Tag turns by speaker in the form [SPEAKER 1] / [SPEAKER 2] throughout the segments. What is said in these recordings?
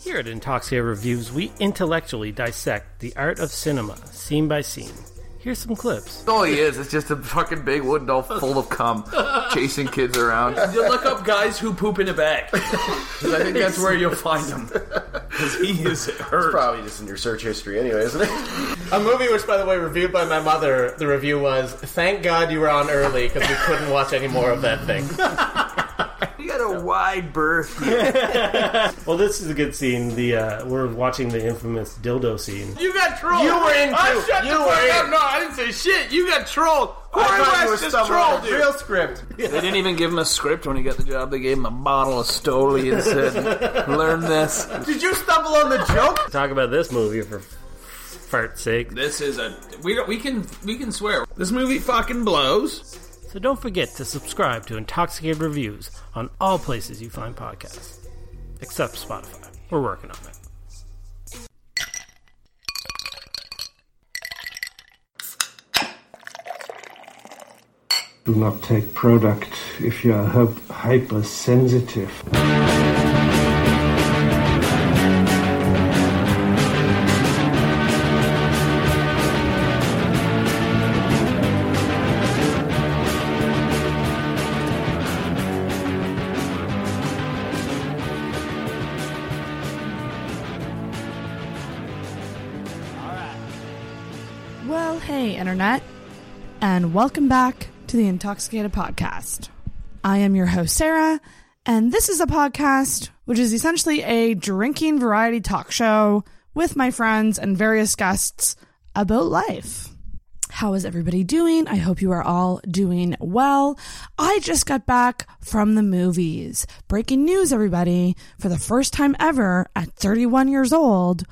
[SPEAKER 1] Here at Intoxia Reviews, we intellectually dissect the art of cinema, scene by scene. Here's some clips.
[SPEAKER 2] all he is. It's just a fucking big wooden doll full of cum, chasing kids around.
[SPEAKER 3] You look up guys who poop in a bag. 'Cause I think that's where you'll find them. Because he is hurt.
[SPEAKER 4] Probably just in your search history anyway, isn't it?
[SPEAKER 5] A movie which, by the way, reviewed by my mother, the review was, thank God you were on early because we couldn't watch any more of that thing.
[SPEAKER 2] You got a wide berth.
[SPEAKER 1] Well, this is a good scene. The uh, we're watching the infamous dildo scene.
[SPEAKER 3] You got trolled.
[SPEAKER 5] You were in
[SPEAKER 3] I
[SPEAKER 5] too.
[SPEAKER 3] shut
[SPEAKER 5] You
[SPEAKER 3] the
[SPEAKER 5] were
[SPEAKER 3] fuck up.
[SPEAKER 5] in.
[SPEAKER 3] No, I didn't say shit. You got trolled. Corey
[SPEAKER 4] I thought you were
[SPEAKER 3] West just
[SPEAKER 4] stumbling on
[SPEAKER 3] trolled
[SPEAKER 4] a
[SPEAKER 3] you.
[SPEAKER 4] real script.
[SPEAKER 2] They didn't even give him a script when he got the job. They gave him a bottle of Stoli and said, "Learn this."
[SPEAKER 4] Did you stumble on the joke?
[SPEAKER 1] Talk about this movie for fart's sake.
[SPEAKER 3] This is a we don't, we can we can swear this movie fucking blows.
[SPEAKER 1] So don't forget to subscribe to Intoxicated Reviews on all places you find podcasts, except Spotify. We're working on it.
[SPEAKER 6] Do not take product if you are hyp- hypersensitive.
[SPEAKER 7] Well, hey, Internet, and welcome back to the Intoxicated Podcast. I am your host, Sarah, and this is a podcast which is essentially a drinking variety talk show with my friends and various guests about life. How is everybody doing? I hope you are all doing well. I just got back from the movies. Breaking news, everybody. For the first time ever at 31 years old,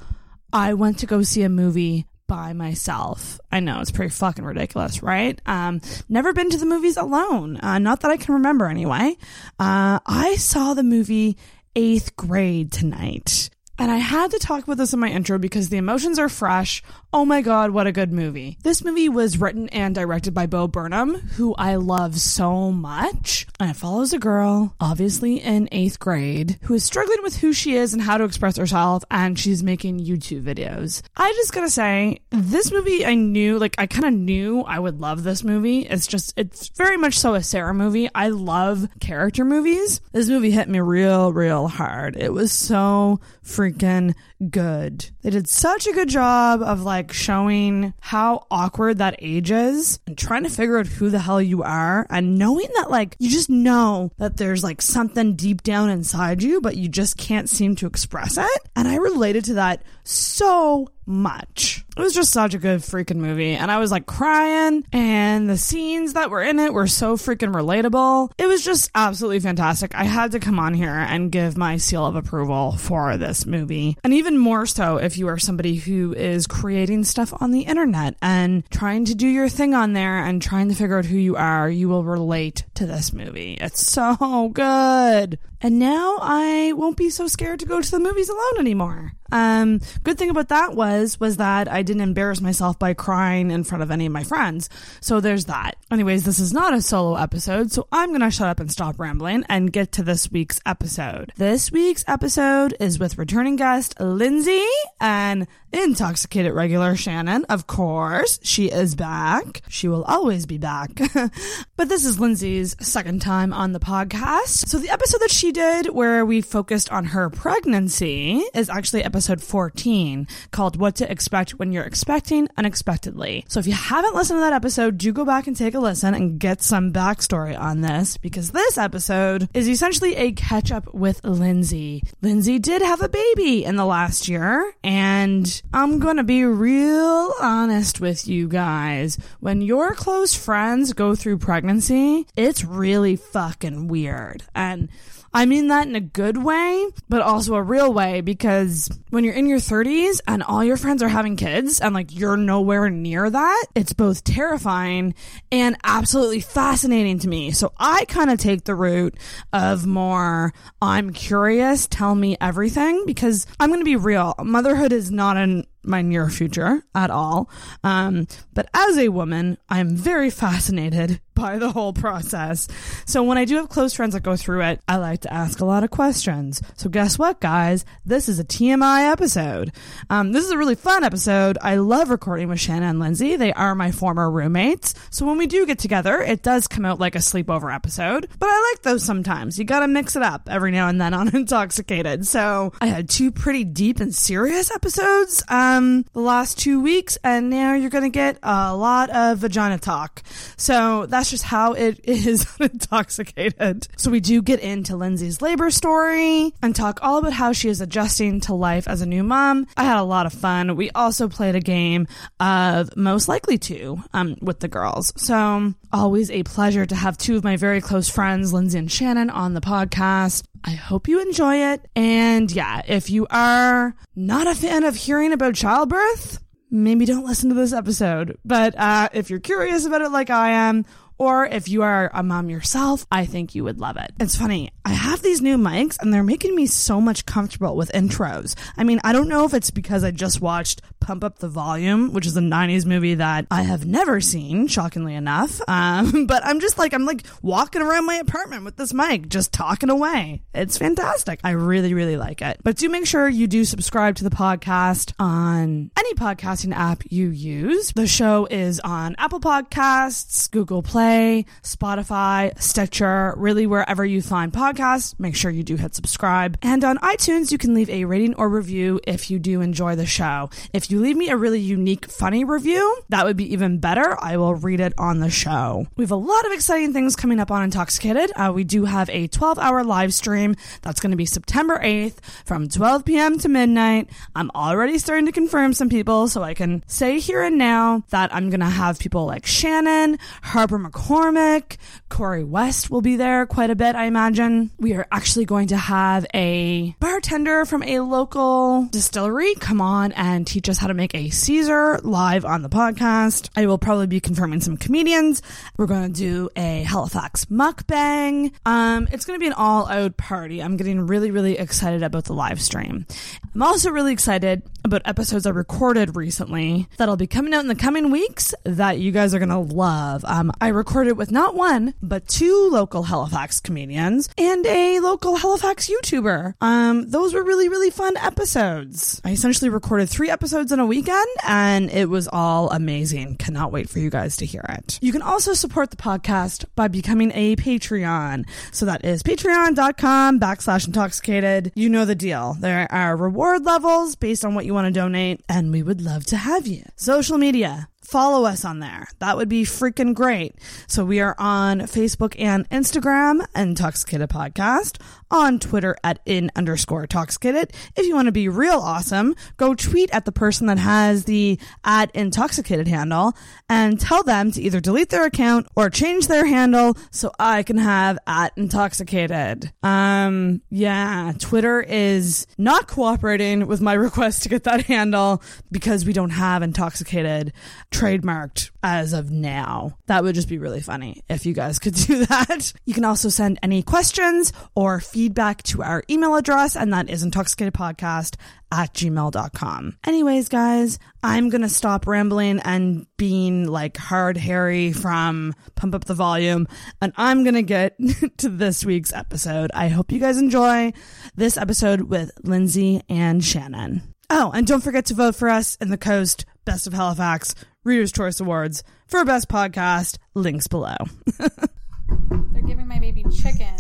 [SPEAKER 7] I went to go see a movie by myself. I know it's pretty fucking ridiculous, right? Um, never been to the movies alone. Uh, not that I can remember anyway. Uh, I saw the movie Eighth Grade tonight. And I had to talk about this in my intro because the emotions are fresh. Oh my God, what a good movie. This movie was written and directed by Bo Burnham, who I love so much. And it follows a girl, obviously in eighth grade, who is struggling with who she is and how to express herself, and she's making YouTube videos. I just gotta say, this movie I knew, like, I kind of knew I would love this movie. It's just, it's very much so a Sarah movie. I love character movies. This movie hit me real, real hard. It was so freaking good. They did such a good job of like showing how awkward that age is and trying to figure out who the hell you are and knowing that like you just know that there's like something deep down inside you, but you just can't seem to express it. And I related to that so much. It was just such a good freaking movie. And I was like crying, and the scenes that were in it were so freaking relatable. It was just absolutely fantastic. I had to come on here and give my seal of approval for this movie. And even more so if you are somebody who is creating stuff on the internet and trying to do your thing on there and trying to figure out who you are, you will relate to this movie. It's so good. And now I won't be so scared to go to the movies alone anymore. Um, good thing about that was was that I didn't embarrass myself by crying in front of any of my friends. So there's that. Anyways, this is not a solo episode, so I'm gonna shut up and stop rambling and get to this week's episode. This week's episode is with returning guest Lindsay and intoxicated regular Shannon. Of course, she is back. She will always be back. but this is Lindsay's second time on the podcast. So the episode that she did where we focused on her pregnancy is actually episode 14 called What to Expect When You're Expecting Unexpectedly. So if you haven't listened to that episode, do go back and take a listen and get some backstory on this because this episode is essentially a catch up with Lindsay. Lindsay did have a baby in the last year, and I'm gonna be real honest with you guys. When your close friends go through pregnancy, it's really fucking weird. And I mean that in a good way, but also a real way because when you're in your 30s and all your friends are having kids and like you're nowhere near that, it's both terrifying and absolutely fascinating to me. So I kind of take the route of more, I'm curious, tell me everything because I'm going to be real. Motherhood is not an my near future at all. Um, but as a woman, I'm very fascinated by the whole process. So when I do have close friends that go through it, I like to ask a lot of questions. So guess what, guys? This is a TMI episode. Um, this is a really fun episode. I love recording with Shanna and Lindsay. They are my former roommates. So when we do get together, it does come out like a sleepover episode. But I like those sometimes. You gotta mix it up every now and then on Intoxicated. So I had two pretty deep and serious episodes um, the last two weeks, and now you're gonna get a lot of vagina talk. So that's just how it is on Intoxicated. So we do get into Lindsay's labor story and talk all about how she is adjusting to life as a new mom. I had a lot of fun. We also played a game of most likely to um, with the girls. So always a pleasure to have two of my very close friends, Lindsay and Shannon, on the podcast. I hope you enjoy it. And yeah, if you are not a fan of hearing about childbirth, maybe don't listen to this episode. But uh, if you're curious about it like I am, or if you are a mom yourself, I think you would love it. It's funny. I have these new mics and they're making me so much comfortable with intros. I mean, I don't know if it's because I just watched Pump Up the Volume, which is a 90s movie that I have never seen, shockingly enough. Um, but I'm just like, I'm like walking around my apartment with this mic, just talking away. It's fantastic. I really, really like it. But do make sure you do subscribe to the podcast on any podcasting app you use. The show is on Apple Podcasts, Google Play, Spotify, Stitcher, really wherever you find podcasts. Make sure you do hit subscribe. And on iTunes, you can leave a rating or review if you do enjoy the show. If you leave me a really unique, funny review, that would be even better. I will read it on the show. We have a lot of exciting things coming up on Intoxicated. Uh, we do have a 12 hour live stream that's going to be September 8th from 12 p.m. to midnight. I'm already starting to confirm some people, so I can say here and now that I'm going to have people like Shannon, Harper McCormick, Corey West will be there quite a bit, I imagine. We are actually going to have a bartender from a local distillery come on and teach us how to make a Caesar live on the podcast. I will probably be confirming some comedians. We're going to do a Halifax mukbang. Um, it's going to be an all out party. I'm getting really, really excited about the live stream. I'm also really excited about episodes I recorded recently that'll be coming out in the coming weeks that you guys are going to love. Um, I recorded with not one, but two local Halifax comedians and a local Halifax YouTuber. Um, those were really, really fun episodes. I essentially recorded three episodes in a weekend and it was all amazing. Cannot wait for you guys to hear it. You can also support the podcast by becoming a Patreon. So that is patreon.com backslash intoxicated. You know the deal. There are reward levels based on what you want to donate, and we would love to have you. Social media. Follow us on there. That would be freaking great. So we are on Facebook and Instagram, Intoxicated Podcast, on Twitter at in underscore intoxicated. If you want to be real awesome, go tweet at the person that has the at intoxicated handle and tell them to either delete their account or change their handle so I can have at intoxicated. Um, yeah, Twitter is not cooperating with my request to get that handle because we don't have intoxicated trademarked as of now. That would just be really funny if you guys could do that. You can also send any questions or feedback to our email address, and that is intoxicatedpodcast at gmail.com. Anyways, guys, I'm going to stop rambling and being like hard Harry from Pump Up the Volume, and I'm going to get to this week's episode. I hope you guys enjoy this episode with Lindsay and Shannon. Oh, and don't forget to vote for us in the Coast Best of Halifax Readers' Choice Awards for Best Podcast. Links below.
[SPEAKER 8] They're giving my baby chicken.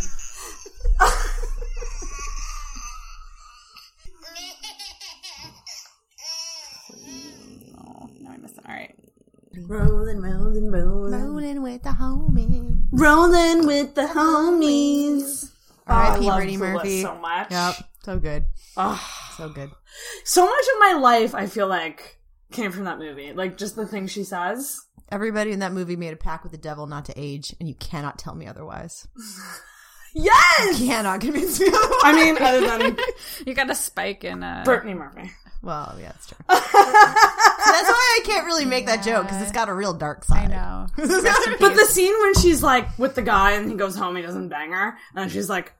[SPEAKER 8] oh, no, I missed it. All right.
[SPEAKER 9] Rolling, rolling, rolling.
[SPEAKER 8] Rolling with the homies.
[SPEAKER 9] Rolling with the homies. Oh,
[SPEAKER 8] R.I.P.
[SPEAKER 9] love
[SPEAKER 8] Brittany
[SPEAKER 9] Clueless
[SPEAKER 8] Murphy.
[SPEAKER 9] so much.
[SPEAKER 8] Yep. So good.
[SPEAKER 9] Oh,
[SPEAKER 8] So good.
[SPEAKER 9] so much of my life, I feel like, came from that movie. Like, just the things she says.
[SPEAKER 8] Everybody in that movie made a pact with the devil not to age, and you cannot tell me otherwise.
[SPEAKER 9] Yes!
[SPEAKER 8] Cannot convince me otherwise.
[SPEAKER 9] I mean, other than
[SPEAKER 10] You got a spike in uh
[SPEAKER 9] Brittany Murphy.
[SPEAKER 8] Well, yeah, that's true. So that's why I can't really make that joke because it's got a real dark
[SPEAKER 10] I
[SPEAKER 8] side.
[SPEAKER 10] know.
[SPEAKER 9] But the scene when she's like with the guy and he goes home, he doesn't bang her, and she's like,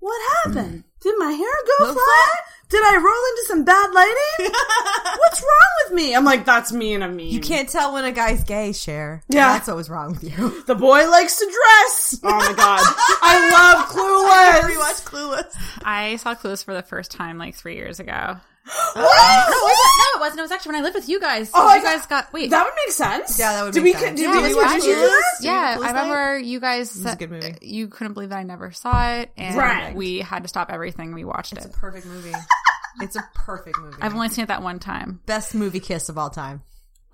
[SPEAKER 9] What happened? Did my hair go flat?
[SPEAKER 7] Did I roll into some bad lighting? What's wrong with me? I'm like, that's me and a meme.
[SPEAKER 8] You can't tell when a guy's gay, Cher.
[SPEAKER 7] Yeah.
[SPEAKER 8] That's what was wrong with you.
[SPEAKER 7] The boy likes to dress. Oh my god. I love Clueless.
[SPEAKER 8] Rewatch Clueless.
[SPEAKER 10] I saw Clueless for the first time like three years ago.
[SPEAKER 7] What?
[SPEAKER 10] No, it wasn't. No, it wasn't. It was actually when I lived with you guys.
[SPEAKER 7] Oh,
[SPEAKER 10] Oh,
[SPEAKER 7] I
[SPEAKER 10] you guys got wait.
[SPEAKER 7] That would make sense.
[SPEAKER 8] Yeah, that would
[SPEAKER 7] Did
[SPEAKER 8] make
[SPEAKER 7] we,
[SPEAKER 8] sense.
[SPEAKER 7] Did
[SPEAKER 10] yeah,
[SPEAKER 7] we
[SPEAKER 10] it was
[SPEAKER 7] watch
[SPEAKER 10] actually-
[SPEAKER 7] Clueless?
[SPEAKER 10] Yeah,
[SPEAKER 8] Clueless
[SPEAKER 10] I remember you guys.
[SPEAKER 8] It's a good movie.
[SPEAKER 10] You couldn't believe that I never saw it, and
[SPEAKER 7] Right.
[SPEAKER 10] we had to stop everything. We watched
[SPEAKER 8] It's a
[SPEAKER 10] it.
[SPEAKER 8] perfect movie. It's a perfect movie.
[SPEAKER 10] I've only seen it that one time.
[SPEAKER 8] Best movie kiss of all time.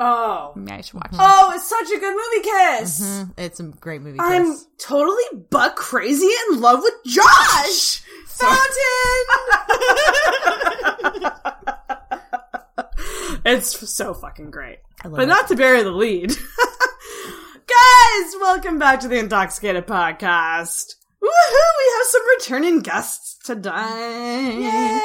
[SPEAKER 7] Oh.
[SPEAKER 10] Maybe I should watch it.
[SPEAKER 7] Oh, it's such a good movie kiss.
[SPEAKER 8] It's a great movie kiss.
[SPEAKER 7] I'm totally butt crazy in love with Josh. Fountain. it's so fucking great.
[SPEAKER 8] I love
[SPEAKER 7] But
[SPEAKER 8] it.
[SPEAKER 7] not to bury the lead. Guys, welcome back to the Intoxicated Podcast. Woohoo, we have some returning guests today.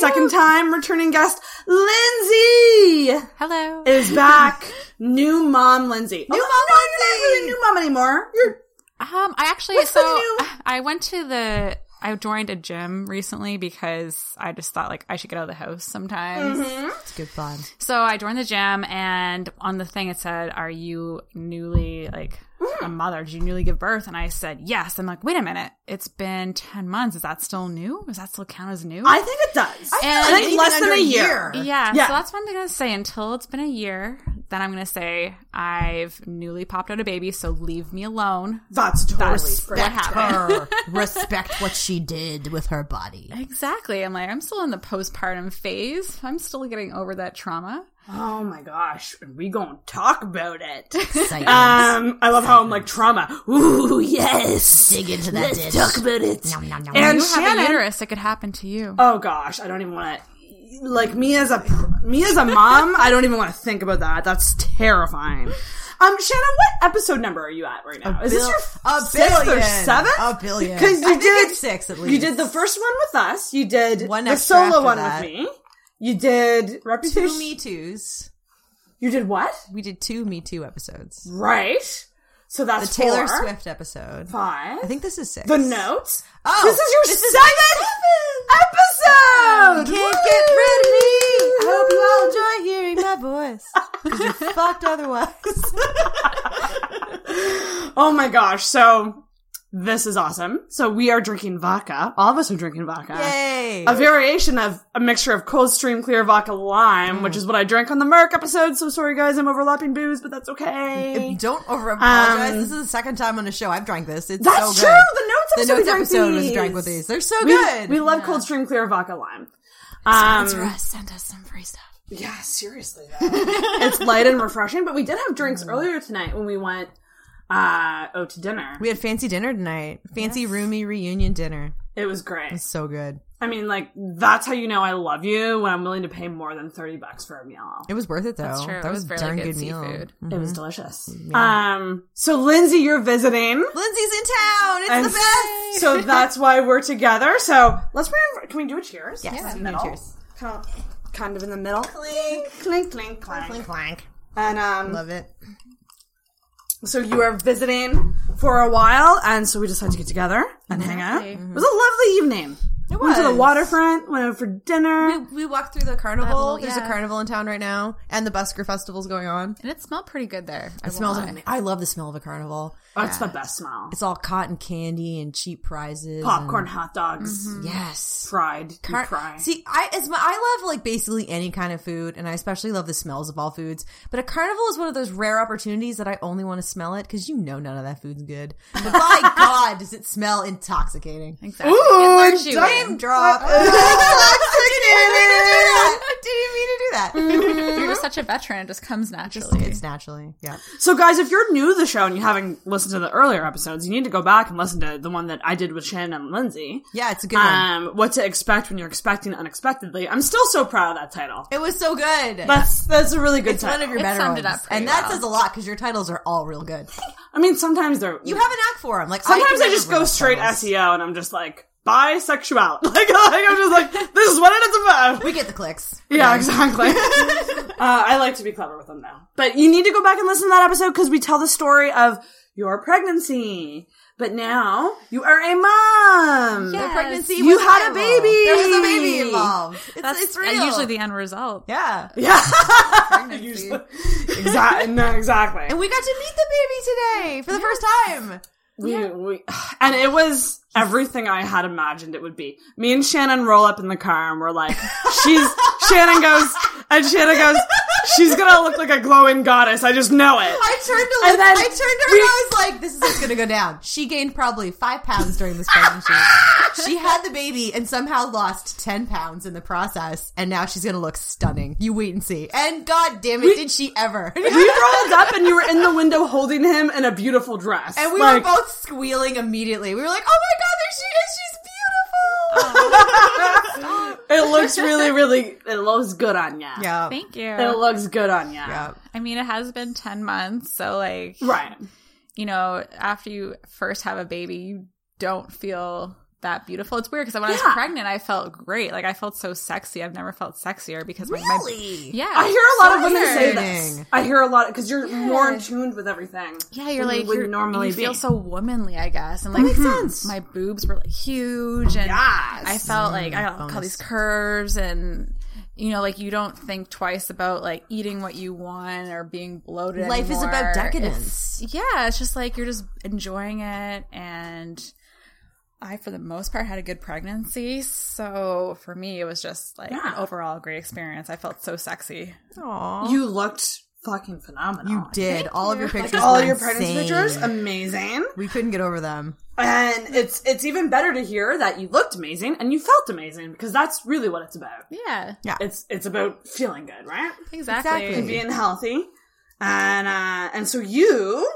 [SPEAKER 7] Second time returning guest, Lindsay
[SPEAKER 10] Hello.
[SPEAKER 7] is back. new mom Lindsay. New mom Lindsay. Oh, You're not really new mom anymore. You're
[SPEAKER 10] Um, I actually
[SPEAKER 7] What's
[SPEAKER 10] so
[SPEAKER 7] with you?
[SPEAKER 10] I went to the I joined a gym recently because I just thought like I should get out of the house sometimes.
[SPEAKER 7] Mm-hmm.
[SPEAKER 8] It's a good fun.
[SPEAKER 10] So I joined the gym, and on the thing it said, "Are you newly like a
[SPEAKER 7] Hmm.
[SPEAKER 10] mother? Did you newly give birth?" And I said, "Yes." I'm like, "Wait a minute, it's been ten months. Is that still new? Does that still count as new?"
[SPEAKER 7] I think it does.
[SPEAKER 10] And-
[SPEAKER 7] I think less
[SPEAKER 8] Even
[SPEAKER 7] than a
[SPEAKER 8] under
[SPEAKER 7] year.
[SPEAKER 10] yeah,
[SPEAKER 7] Yeah.
[SPEAKER 10] so that's what I'm gonna say. Until it's been a year, then I'm gonna say I've newly popped out a baby, so leave me alone.
[SPEAKER 7] That's totally
[SPEAKER 8] Respect her. Respect what she did with her body.
[SPEAKER 10] Exactly. I'm like, I'm still in the postpartum phase. I'm still getting over that trauma.
[SPEAKER 7] Oh my gosh, and we gonna talk about it.
[SPEAKER 8] Excitement.
[SPEAKER 7] Um, I love how I'm like trauma. Ooh, yes.
[SPEAKER 8] Dig into that
[SPEAKER 7] Let's
[SPEAKER 8] ditch.
[SPEAKER 7] talk about it.
[SPEAKER 8] Nom, nom, nom.
[SPEAKER 7] And
[SPEAKER 10] You have a
[SPEAKER 7] Shannon,
[SPEAKER 10] uterus. It could happen to you.
[SPEAKER 7] oh gosh, I don't even want to. Like me as a me as a mom, I don't even want to think about that. That's terrifying. Um, Shannon, what episode number are you at right now? Is this
[SPEAKER 8] bil-
[SPEAKER 7] your
[SPEAKER 8] a
[SPEAKER 7] sixth or
[SPEAKER 8] billion.
[SPEAKER 7] seventh?
[SPEAKER 8] A billion.
[SPEAKER 7] Because you
[SPEAKER 8] I think
[SPEAKER 7] did
[SPEAKER 8] it's six at
[SPEAKER 7] You
[SPEAKER 8] least.
[SPEAKER 7] did the first one with us. You did
[SPEAKER 8] One
[SPEAKER 7] the
[SPEAKER 8] extra
[SPEAKER 7] solo
[SPEAKER 8] after
[SPEAKER 7] one
[SPEAKER 8] that.
[SPEAKER 7] with me. You did
[SPEAKER 8] two
[SPEAKER 7] repetition.
[SPEAKER 8] Me Too's.
[SPEAKER 7] you did what?
[SPEAKER 8] We did two Me Too episodes.
[SPEAKER 7] Right. So
[SPEAKER 8] The
[SPEAKER 7] that's
[SPEAKER 8] Taylor
[SPEAKER 7] four.
[SPEAKER 8] Swift episode.
[SPEAKER 7] Five.
[SPEAKER 8] I think this is six.
[SPEAKER 7] the notes.
[SPEAKER 8] Oh,
[SPEAKER 7] this is your
[SPEAKER 8] this is
[SPEAKER 7] seventh,
[SPEAKER 8] Can't
[SPEAKER 7] episode.
[SPEAKER 8] get rid of me. I hope you all enjoy hearing my voice. 'Cause you're fucked otherwise.
[SPEAKER 7] Oh my gosh! So this is awesome. So we are drinking vodka. All of us are drinking vodka.
[SPEAKER 8] Yay.
[SPEAKER 7] A variation of a mixture of Coldstream Clear Vodka Lime, which is what I drank on the Merc episode. So sorry, guys, I'm overlapping booze, but that's okay.
[SPEAKER 8] Don't over apologize.
[SPEAKER 7] Um,
[SPEAKER 8] this is the second time on the show I've drank this. It's
[SPEAKER 7] That's
[SPEAKER 8] so
[SPEAKER 7] true.
[SPEAKER 8] good.
[SPEAKER 7] The notes episode.
[SPEAKER 8] The notes
[SPEAKER 7] we drank
[SPEAKER 8] episode
[SPEAKER 7] these.
[SPEAKER 8] was drank with these. They're so
[SPEAKER 7] We,
[SPEAKER 8] good.
[SPEAKER 7] we love Coldstream Clear Vodka Lime. Um,
[SPEAKER 10] Send us some free stuff.
[SPEAKER 7] Yeah, seriously. though. it's light and refreshing, but we did have drinks
[SPEAKER 8] Mm.
[SPEAKER 7] earlier tonight when we went uh out to dinner.
[SPEAKER 8] we had fancy dinner tonight. Fancy roomy reunion dinner.
[SPEAKER 7] It was great.
[SPEAKER 8] So good.
[SPEAKER 7] I mean, like that's how you know I love you when I'm willing to pay more than 30 bucks for a meal.
[SPEAKER 8] It was worth it though.
[SPEAKER 10] That's true.
[SPEAKER 8] That
[SPEAKER 10] It
[SPEAKER 8] was,
[SPEAKER 10] was really
[SPEAKER 8] darn
[SPEAKER 10] good
[SPEAKER 8] good, meal.
[SPEAKER 10] seafood.
[SPEAKER 7] It
[SPEAKER 8] Mm-hmm.
[SPEAKER 7] was delicious. Um so Lindsay, you're visiting.
[SPEAKER 8] Lindsay's in town. It's
[SPEAKER 7] And
[SPEAKER 8] the best.
[SPEAKER 7] so that's why we're together. So let's bring, can we do a cheers?
[SPEAKER 8] Yes.
[SPEAKER 7] In the
[SPEAKER 8] Yeah.
[SPEAKER 7] middle.
[SPEAKER 8] Cheers.
[SPEAKER 7] Kind of, kind of in the middle. Clink, clink, clink, clink.
[SPEAKER 8] Clank.
[SPEAKER 7] And um,
[SPEAKER 8] Love it.
[SPEAKER 7] So you are visiting for a while, and so we decided to get together and
[SPEAKER 8] Mm-hmm.
[SPEAKER 7] hang out. It was a lovely evening. It Went to the
[SPEAKER 8] was.
[SPEAKER 7] waterfront. Went out for dinner.
[SPEAKER 8] We walked through the carnival.
[SPEAKER 10] little-
[SPEAKER 8] There's a
[SPEAKER 10] yeah.
[SPEAKER 8] carnival in town right now, and the Busker Festival's going on.
[SPEAKER 10] And it smelled pretty good there. I
[SPEAKER 8] It smells
[SPEAKER 10] like
[SPEAKER 8] amazing. I love the smell of a carnival.
[SPEAKER 7] That's the best smell.
[SPEAKER 8] It's all cotton candy and cheap prizes.
[SPEAKER 7] Popcorn, hot dogs,
[SPEAKER 8] and- yes.
[SPEAKER 7] fried. You
[SPEAKER 8] Mm-hmm. Car-
[SPEAKER 7] fry.
[SPEAKER 8] See, I as my, I love like basically any kind of food, and I especially love the smells of all foods. But a carnival is one of those rare opportunities that I only want to smell it because you know none of that food's good. But by God, does it smell intoxicating?
[SPEAKER 10] Exactly. Ooh, it learns you.
[SPEAKER 8] Name drop. I didn't mean to do that. Didn't mean to do that.
[SPEAKER 10] You're just such a veteran. It just comes naturally.
[SPEAKER 8] It's naturally, yeah.
[SPEAKER 7] so guys, if you're new to the show and you haven't listened to the earlier episodes, you need to go back and listen to the one that I did with Shannon and Lindsay.
[SPEAKER 8] Yeah, it's a good one.
[SPEAKER 7] Um, what to expect when you're expecting unexpectedly. I'm still so proud of that title.
[SPEAKER 8] It was so good.
[SPEAKER 7] That's that's a really good
[SPEAKER 8] it's
[SPEAKER 7] title.
[SPEAKER 8] one of your
[SPEAKER 10] It
[SPEAKER 8] better
[SPEAKER 10] summed
[SPEAKER 8] ones.
[SPEAKER 10] it up pretty
[SPEAKER 8] and that
[SPEAKER 10] well.
[SPEAKER 8] says a lot because your titles are all real good.
[SPEAKER 7] I mean, sometimes they're
[SPEAKER 8] You have an act for them. Like
[SPEAKER 7] Sometimes I,
[SPEAKER 8] can
[SPEAKER 7] just
[SPEAKER 8] never
[SPEAKER 7] go
[SPEAKER 8] read
[SPEAKER 7] straight
[SPEAKER 8] titles.
[SPEAKER 7] SEO and I'm just like bisexuality. Like, like, I'm just like this is what it's about.
[SPEAKER 8] We get the clicks.
[SPEAKER 7] yeah, exactly. uh, I like to be clever with them though. But you need to go back and listen to that episode because we tell the story of your pregnancy, But now you are a mom.
[SPEAKER 8] The pregnancy
[SPEAKER 7] You
[SPEAKER 8] was
[SPEAKER 7] had a
[SPEAKER 8] viral.
[SPEAKER 7] baby.
[SPEAKER 8] There was a baby involved. It's,
[SPEAKER 10] That's
[SPEAKER 8] it's real.
[SPEAKER 10] usually the end result.
[SPEAKER 8] yeah.
[SPEAKER 7] Yeah.
[SPEAKER 8] Pregnancy.
[SPEAKER 7] exactly. No, exactly.
[SPEAKER 8] And we got to meet the baby today for the first time.
[SPEAKER 7] We, we, and it was everything I had imagined it would be. Me and Shannon roll up in the car and we're like, she's, Shannon goes, and Shannon goes, she's gonna look like a glowing goddess. I just know it.
[SPEAKER 8] I turned to
[SPEAKER 7] And
[SPEAKER 8] look,
[SPEAKER 7] then
[SPEAKER 8] I turned to her
[SPEAKER 7] we-
[SPEAKER 8] and I was like, "This is what's gonna go down." She gained probably five pounds during this pregnancy. she had the baby and somehow lost ten pounds in the process, and now she's gonna look stunning. You wait and see. And god damn it, did she ever?
[SPEAKER 7] We rolled up and you were in the window holding him in a beautiful dress.
[SPEAKER 8] and we
[SPEAKER 7] Like,
[SPEAKER 8] were both squealing immediately. We were like, "Oh my god, there she is! She's beautiful!"
[SPEAKER 7] It looks really, really, it looks good on ya.
[SPEAKER 8] Yeah.
[SPEAKER 10] Thank you.
[SPEAKER 7] It looks good on ya.
[SPEAKER 8] Yeah.
[SPEAKER 10] I mean, it has been 10 months, so like,
[SPEAKER 7] Right.
[SPEAKER 10] you know, after you first have a baby, you don't feel that beautiful. It's weird because when I
[SPEAKER 7] Yeah.
[SPEAKER 10] was pregnant, I felt great. Like I felt so sexy. I've never felt sexier because my- my
[SPEAKER 8] Really?
[SPEAKER 10] yeah.
[SPEAKER 7] I hear a lot of women say
[SPEAKER 8] Exciting.
[SPEAKER 7] this. I hear a lot because you're more in tune with everything.
[SPEAKER 10] Yeah, you're
[SPEAKER 7] than you
[SPEAKER 10] like
[SPEAKER 7] would
[SPEAKER 10] you're,
[SPEAKER 7] normally
[SPEAKER 10] you feel
[SPEAKER 7] be.
[SPEAKER 10] so womanly, I guess, and like hmm, My boobs were like huge, and I felt like I got all these curves, and you know, like you don't think twice about like eating what you want or being bloated.
[SPEAKER 8] Life is about
[SPEAKER 10] anymore.
[SPEAKER 8] decadence.
[SPEAKER 10] It's- yeah, it's just like you're just enjoying it, and I, for the most part, had a good pregnancy. So for me, it was just like an overall great experience. I felt so sexy.
[SPEAKER 7] You looked fucking phenomenal.
[SPEAKER 8] You did all of your pictures.
[SPEAKER 7] all
[SPEAKER 8] were
[SPEAKER 7] your pregnancy
[SPEAKER 8] insane.
[SPEAKER 7] pictures, amazing.
[SPEAKER 8] We couldn't get over them.
[SPEAKER 7] And it's it's even better to hear that you looked amazing and you felt amazing because that's really what it's about.
[SPEAKER 10] Yeah,
[SPEAKER 7] It's it's about feeling good, right?
[SPEAKER 10] exactly.
[SPEAKER 8] Exactly.
[SPEAKER 7] Being healthy, and uh, and so you,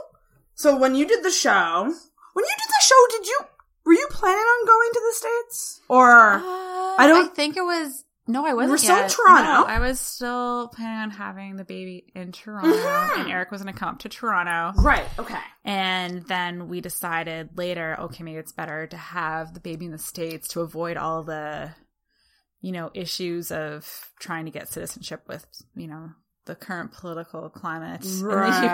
[SPEAKER 7] so when you did the show, when you did the show, did you were you planning on going to the states or?
[SPEAKER 10] Uh, I
[SPEAKER 7] don't-
[SPEAKER 10] don't think it was. No, I wasn't.
[SPEAKER 7] were still in
[SPEAKER 10] yet.
[SPEAKER 7] Toronto.
[SPEAKER 10] No, I was still planning on having the baby in Toronto, and Eric was going to come to Toronto.
[SPEAKER 7] right. Okay.
[SPEAKER 10] And then we decided later, okay, maybe it's better to have the baby in the states to avoid all the, you know, issues of trying to get citizenship with, you know, the current political climate in the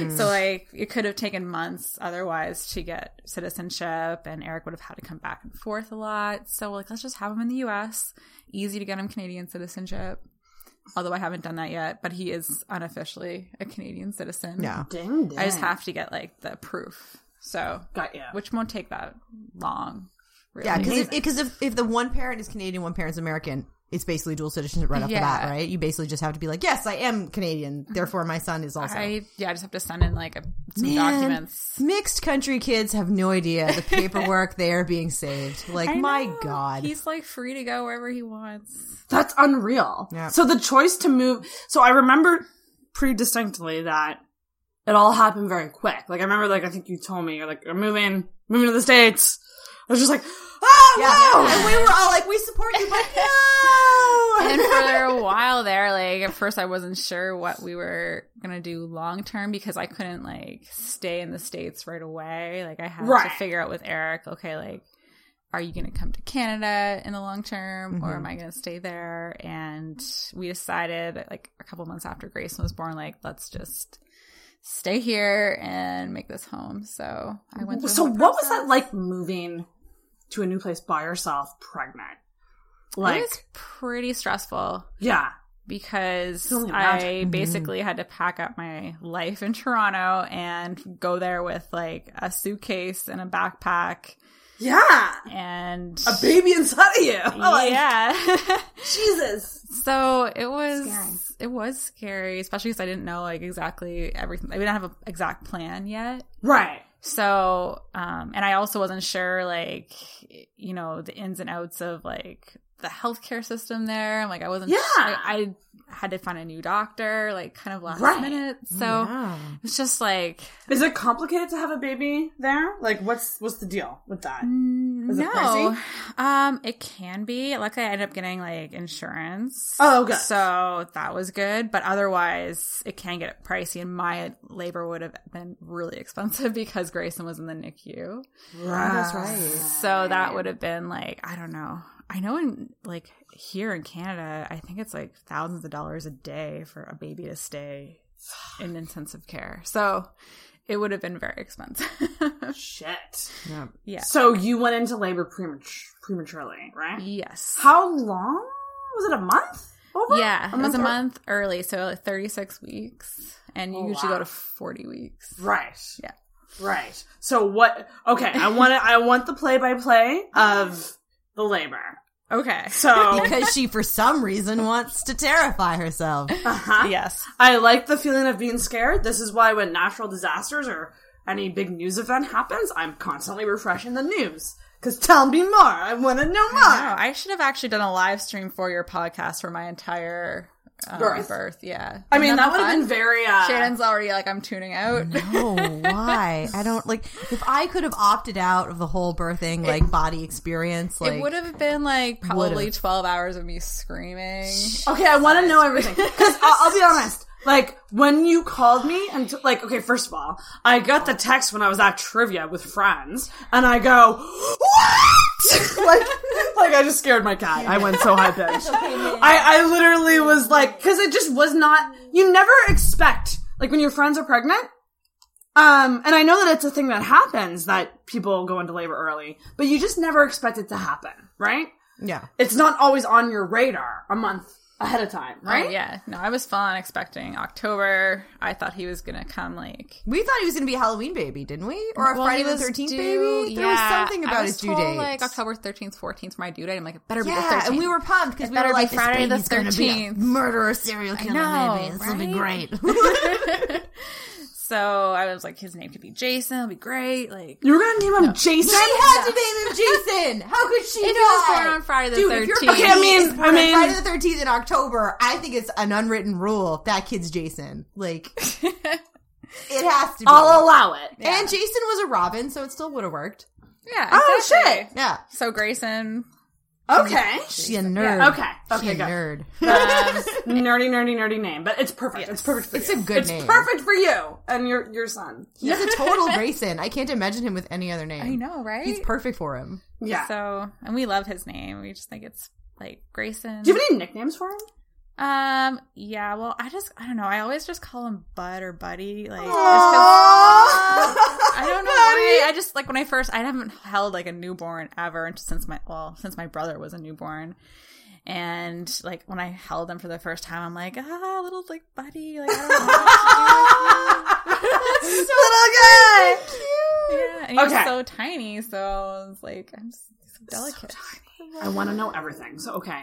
[SPEAKER 10] U.S. So like, it could have taken months otherwise to get citizenship, and Eric would have had to come back and forth a lot. So like, let's just have him in the U.S. Easy to get him Canadian citizenship. Although I haven't done that yet, but he is unofficially a Canadian citizen.
[SPEAKER 8] Yeah.
[SPEAKER 7] Ding, ding.
[SPEAKER 10] I just have to get like the proof. So
[SPEAKER 7] got you.
[SPEAKER 10] which won't take that long. Really.
[SPEAKER 8] Yeah, because because if, if the one parent is Canadian, one parent's American, it's basically dual citizenship right off
[SPEAKER 10] Yeah. Mm-hmm.
[SPEAKER 8] the bat, right? You basically just have to be like, yes, I am Canadian, therefore my son is also.
[SPEAKER 10] I yeah, I just have to send in like a, some
[SPEAKER 8] Man,
[SPEAKER 10] documents.
[SPEAKER 8] Mixed country kids have no idea the paperwork they are being saved. Like,
[SPEAKER 10] I
[SPEAKER 8] my
[SPEAKER 10] know.
[SPEAKER 8] God.
[SPEAKER 10] he's like free to go wherever he wants.
[SPEAKER 7] That's unreal.
[SPEAKER 8] Yeah.
[SPEAKER 7] So the choice to move. So I remember pretty distinctly that it all happened very quick. Like I remember, like I think you told me, you're like, I'm moving, moving to the states. I was just like, oh
[SPEAKER 8] yeah.
[SPEAKER 7] wow.
[SPEAKER 8] And we were all like, we support you, but no!
[SPEAKER 10] And for a while there, like at first, I wasn't sure what we were gonna do long term because I couldn't like stay in the states right away. Like I had
[SPEAKER 7] Right.
[SPEAKER 10] to figure out with Eric, okay, like are you going to come to Canada in the long term or
[SPEAKER 7] Mm-hmm.
[SPEAKER 10] am I going to stay there? And we decided, like a couple months after Grayson was born, like let's just stay here and make this home. So I went. Through
[SPEAKER 7] So
[SPEAKER 10] the
[SPEAKER 7] what was
[SPEAKER 10] process.
[SPEAKER 7] that like moving to a new place by yourself, pregnant? Like,
[SPEAKER 10] it was pretty stressful.
[SPEAKER 7] yeah,
[SPEAKER 10] because
[SPEAKER 7] only Mm-hmm.
[SPEAKER 10] I
[SPEAKER 7] imagine.
[SPEAKER 10] basically had to pack up my life in Toronto and go there with like a suitcase and a backpack
[SPEAKER 7] yeah,
[SPEAKER 10] and
[SPEAKER 7] a baby inside of you. Like,
[SPEAKER 10] yeah.
[SPEAKER 7] Jesus.
[SPEAKER 10] so it was it was scary, especially because I didn't know like exactly everything. I mean, I didn't have an exact plan yet.
[SPEAKER 7] Right.
[SPEAKER 10] So, um, and I also wasn't sure, like, you know, the ins and outs of like the healthcare system there. I'm like, I wasn't,
[SPEAKER 7] Yeah.
[SPEAKER 10] I, I had to find a new doctor, like, kind of last
[SPEAKER 7] Right.
[SPEAKER 10] minute. So it's just like,
[SPEAKER 7] Is it complicated to have a baby there? Like, what's what's the deal with that? Is it
[SPEAKER 10] no,
[SPEAKER 7] pricey?
[SPEAKER 10] um, it can be. Luckily, I ended up getting like insurance.
[SPEAKER 7] Oh, good.
[SPEAKER 10] So that was good, but otherwise, it can get pricey, and my labor would have been really expensive because Grayson was in the NICU.
[SPEAKER 7] Right. That's right.
[SPEAKER 10] So that would have been like, I don't know. I know in like here in Canada, I think it's like thousands of dollars a day for a baby to stay in intensive care. So it would have been very expensive.
[SPEAKER 7] Shit.
[SPEAKER 8] Yeah.
[SPEAKER 10] Yeah.
[SPEAKER 7] So you went into labor premature, prematurely, right?
[SPEAKER 10] Yes.
[SPEAKER 7] How long? Was it a month? Over?
[SPEAKER 10] yeah,
[SPEAKER 7] A
[SPEAKER 10] it was a
[SPEAKER 7] ear-
[SPEAKER 10] month early, so like 36 weeks, and you
[SPEAKER 7] Oh,
[SPEAKER 10] usually
[SPEAKER 7] wow.
[SPEAKER 10] go to 40 weeks.
[SPEAKER 7] Right.
[SPEAKER 10] Yeah.
[SPEAKER 7] Right. So what? Okay, I want to. I want the play-by-play of the labor.
[SPEAKER 10] Okay.
[SPEAKER 7] So
[SPEAKER 8] because she, for some reason, wants to terrify herself.
[SPEAKER 7] uh-huh.
[SPEAKER 10] Yes.
[SPEAKER 7] I like the feeling of being scared. This is why when natural disasters or any big news event happens, I'm constantly refreshing the news. Cause tell me more. I want to know more.
[SPEAKER 10] Oh, I should have actually done a live stream for your podcast for my entire um,
[SPEAKER 7] Birth.
[SPEAKER 10] birth. Yeah.
[SPEAKER 7] I mean, that would
[SPEAKER 10] fun?
[SPEAKER 7] have been very. Uh,
[SPEAKER 10] Shannon's already like, I'm tuning out.
[SPEAKER 8] No, why? I don't like. If I could have opted out of the whole birthing like body experience, like
[SPEAKER 10] it would have been like probably 12 hours of me screaming.
[SPEAKER 7] Okay, I want to know everything. Because I'll, I'll be honest. Like, when you called me and, t- like, okay, first of all, I got the text when I was at trivia with friends, and I go, what? like, like, I just scared my cat. I went so high pitched. I, I literally was like, because it just was not, you never expect, like, when your friends are pregnant, um, and I know that it's a thing that happens that people go into labor early, but you just never expect it to happen, right?
[SPEAKER 8] yeah.
[SPEAKER 7] It's not always on your radar a month ahead of time, right?
[SPEAKER 10] Oh, yeah. No, I was full on expecting October. I thought he was going to come like.
[SPEAKER 8] We thought he was going to be a Halloween baby, didn't we? Or a
[SPEAKER 10] Well,
[SPEAKER 8] Friday
[SPEAKER 10] he
[SPEAKER 8] the
[SPEAKER 10] was
[SPEAKER 8] Thirteenth
[SPEAKER 10] due-
[SPEAKER 8] baby. There was
[SPEAKER 10] yeah,
[SPEAKER 8] something
[SPEAKER 10] I
[SPEAKER 8] about
[SPEAKER 10] was
[SPEAKER 8] his due
[SPEAKER 10] told,
[SPEAKER 8] date,
[SPEAKER 10] like October 13th, 14th for my due date. I'm like, it better be the
[SPEAKER 8] Yeah,
[SPEAKER 10] 13th.
[SPEAKER 8] and we were pumped because we
[SPEAKER 10] better
[SPEAKER 8] were
[SPEAKER 10] be
[SPEAKER 8] like,
[SPEAKER 10] Friday
[SPEAKER 8] Friday
[SPEAKER 10] the
[SPEAKER 8] this going to be a
[SPEAKER 10] 13th.
[SPEAKER 8] murderer serial killer
[SPEAKER 10] know,
[SPEAKER 8] baby. This will be
[SPEAKER 10] right?
[SPEAKER 8] great.
[SPEAKER 10] so I was like, his name could be Jason. It'll be great. Like,
[SPEAKER 7] You were gonna name him Jason?
[SPEAKER 8] she had to name him Jason. How could she
[SPEAKER 10] It was
[SPEAKER 8] not?
[SPEAKER 10] born on Friday the
[SPEAKER 8] Dude, if your
[SPEAKER 10] 13th.
[SPEAKER 8] baby
[SPEAKER 7] Okay, I mean-
[SPEAKER 8] is born
[SPEAKER 7] I mean-
[SPEAKER 8] on Friday the Thirteenth in October. I think it's an unwritten rule that kid's Jason. Like, it has to be.
[SPEAKER 7] I'll allow it.
[SPEAKER 8] And Jason was a Robin, so it still would have worked.
[SPEAKER 10] yeah.
[SPEAKER 7] Oh
[SPEAKER 10] exactly.
[SPEAKER 7] shit!
[SPEAKER 8] Yeah.
[SPEAKER 10] So Grayson,
[SPEAKER 7] Okay.
[SPEAKER 8] She a nerd.
[SPEAKER 7] Okay. Okay.
[SPEAKER 8] She a
[SPEAKER 7] Good.
[SPEAKER 8] nerd.
[SPEAKER 7] Nerdy, nerdy, nerdy name, but it's perfect. It's perfect for
[SPEAKER 8] It's
[SPEAKER 7] you.
[SPEAKER 8] a good
[SPEAKER 7] it's
[SPEAKER 8] name.
[SPEAKER 7] perfect for you and your your son.
[SPEAKER 8] He's a total Grayson. I can't imagine him with any other name.
[SPEAKER 10] I know, right?
[SPEAKER 8] He's perfect for him.
[SPEAKER 7] Yeah.
[SPEAKER 10] So, and we love his name. We just think it's like Grayson.
[SPEAKER 7] Do you have any nicknames for him?
[SPEAKER 10] um, yeah. Well, I just I don't know. I always just call him Bud or Buddy. Like, just 'cause- I don't know why. I just like when I first I haven't held like a newborn ever since my well since my brother was a newborn. And like when I held him for the first time, I'm like, ah, little like buddy, like I don't know.
[SPEAKER 7] Little guy.
[SPEAKER 10] Yeah, and he was
[SPEAKER 7] Okay.
[SPEAKER 10] so tiny, so I was like, I'm just so delicate.
[SPEAKER 7] I want to know everything. So okay.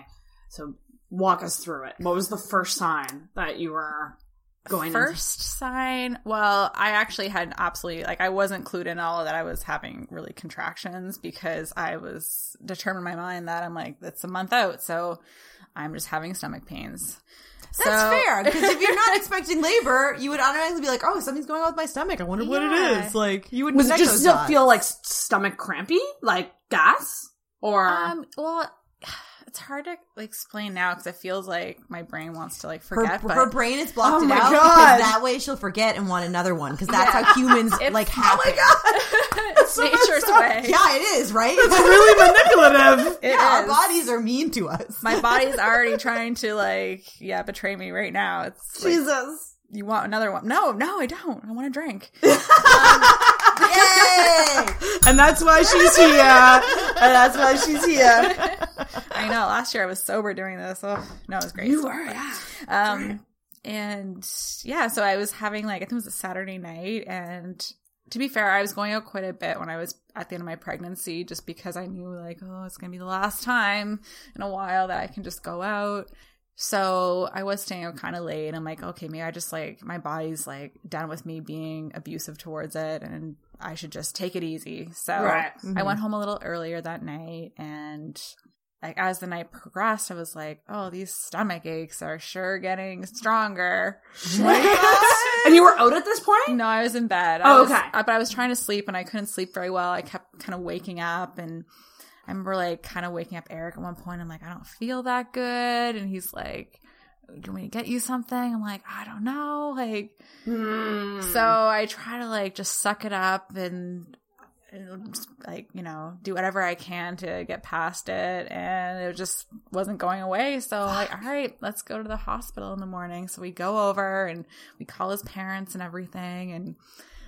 [SPEAKER 7] So walk us through it. What was the first sign that you were going into-
[SPEAKER 10] First sign, well, I actually had absolutely like I wasn't clued in at all that I was having really contractions because I was determined in my mind that I'm like, it's a month out, so I'm just having stomach pains.
[SPEAKER 8] That's
[SPEAKER 10] So-
[SPEAKER 8] fair. Because if you're not expecting labor, you would automatically be like, oh, something's going on with my stomach. I wonder what it
[SPEAKER 10] Yeah.
[SPEAKER 8] is. Like, you would
[SPEAKER 7] Was it
[SPEAKER 8] connect
[SPEAKER 7] just
[SPEAKER 8] those
[SPEAKER 7] still
[SPEAKER 8] dots.
[SPEAKER 7] feel like s- stomach crampy, like gas, or
[SPEAKER 10] Um, well, it's hard to like, explain now because it feels like my brain wants to like
[SPEAKER 8] her,
[SPEAKER 10] forget. but
[SPEAKER 8] her brain is blocked
[SPEAKER 7] Oh
[SPEAKER 8] it
[SPEAKER 7] my
[SPEAKER 8] out
[SPEAKER 7] God.
[SPEAKER 8] because that way she'll forget and want another one because that's how humans like happen. Oh my god!
[SPEAKER 10] it's nature's way.
[SPEAKER 8] Yeah, it is right.
[SPEAKER 11] Really manipulative.
[SPEAKER 10] It
[SPEAKER 8] yeah, our
[SPEAKER 10] is.
[SPEAKER 8] bodies are mean to us.
[SPEAKER 10] My body's already trying to like, yeah, betray me right now. It's like,
[SPEAKER 7] Jesus?
[SPEAKER 10] you want another one? No, no, I don't. I want a drink.
[SPEAKER 8] Yay!
[SPEAKER 11] And that's why she's here. And that's why she's here.
[SPEAKER 10] I know. Last year I was sober doing this. Oh, no, it was great. You were, yeah. Um, and yeah, so I was having like I think it was a Saturday night, and to be fair, I was going out quite a bit when I was at the end of my pregnancy, just because I knew like, oh, it's gonna be the last time in a while that I can just go out. So I was staying out kind of late. and I'm like, okay, maybe I just like my body's like done with me being abusive towards it, and I should just take it easy. So
[SPEAKER 7] Right.
[SPEAKER 10] I went home a little earlier that night, and like as the night progressed, I was like, oh, these stomach aches are sure getting stronger.
[SPEAKER 7] and you were out at this point?
[SPEAKER 10] No, I was in bed. I
[SPEAKER 7] Oh,
[SPEAKER 10] was-
[SPEAKER 7] okay.
[SPEAKER 10] I- but I was trying to sleep and I couldn't sleep very well. I kept kind of waking up and I remember like kind of waking up Eric at one point. I'm like, I don't feel that good. And he's like, do we get you something? I'm like, I don't know. Like,
[SPEAKER 7] Hmm.
[SPEAKER 10] so I try to like just suck it up and, and just, like, you know, do whatever I can to get past it. And it just wasn't going away. So I'm like, all right, let's go to the hospital in the morning. So we go over and we call his parents and everything. And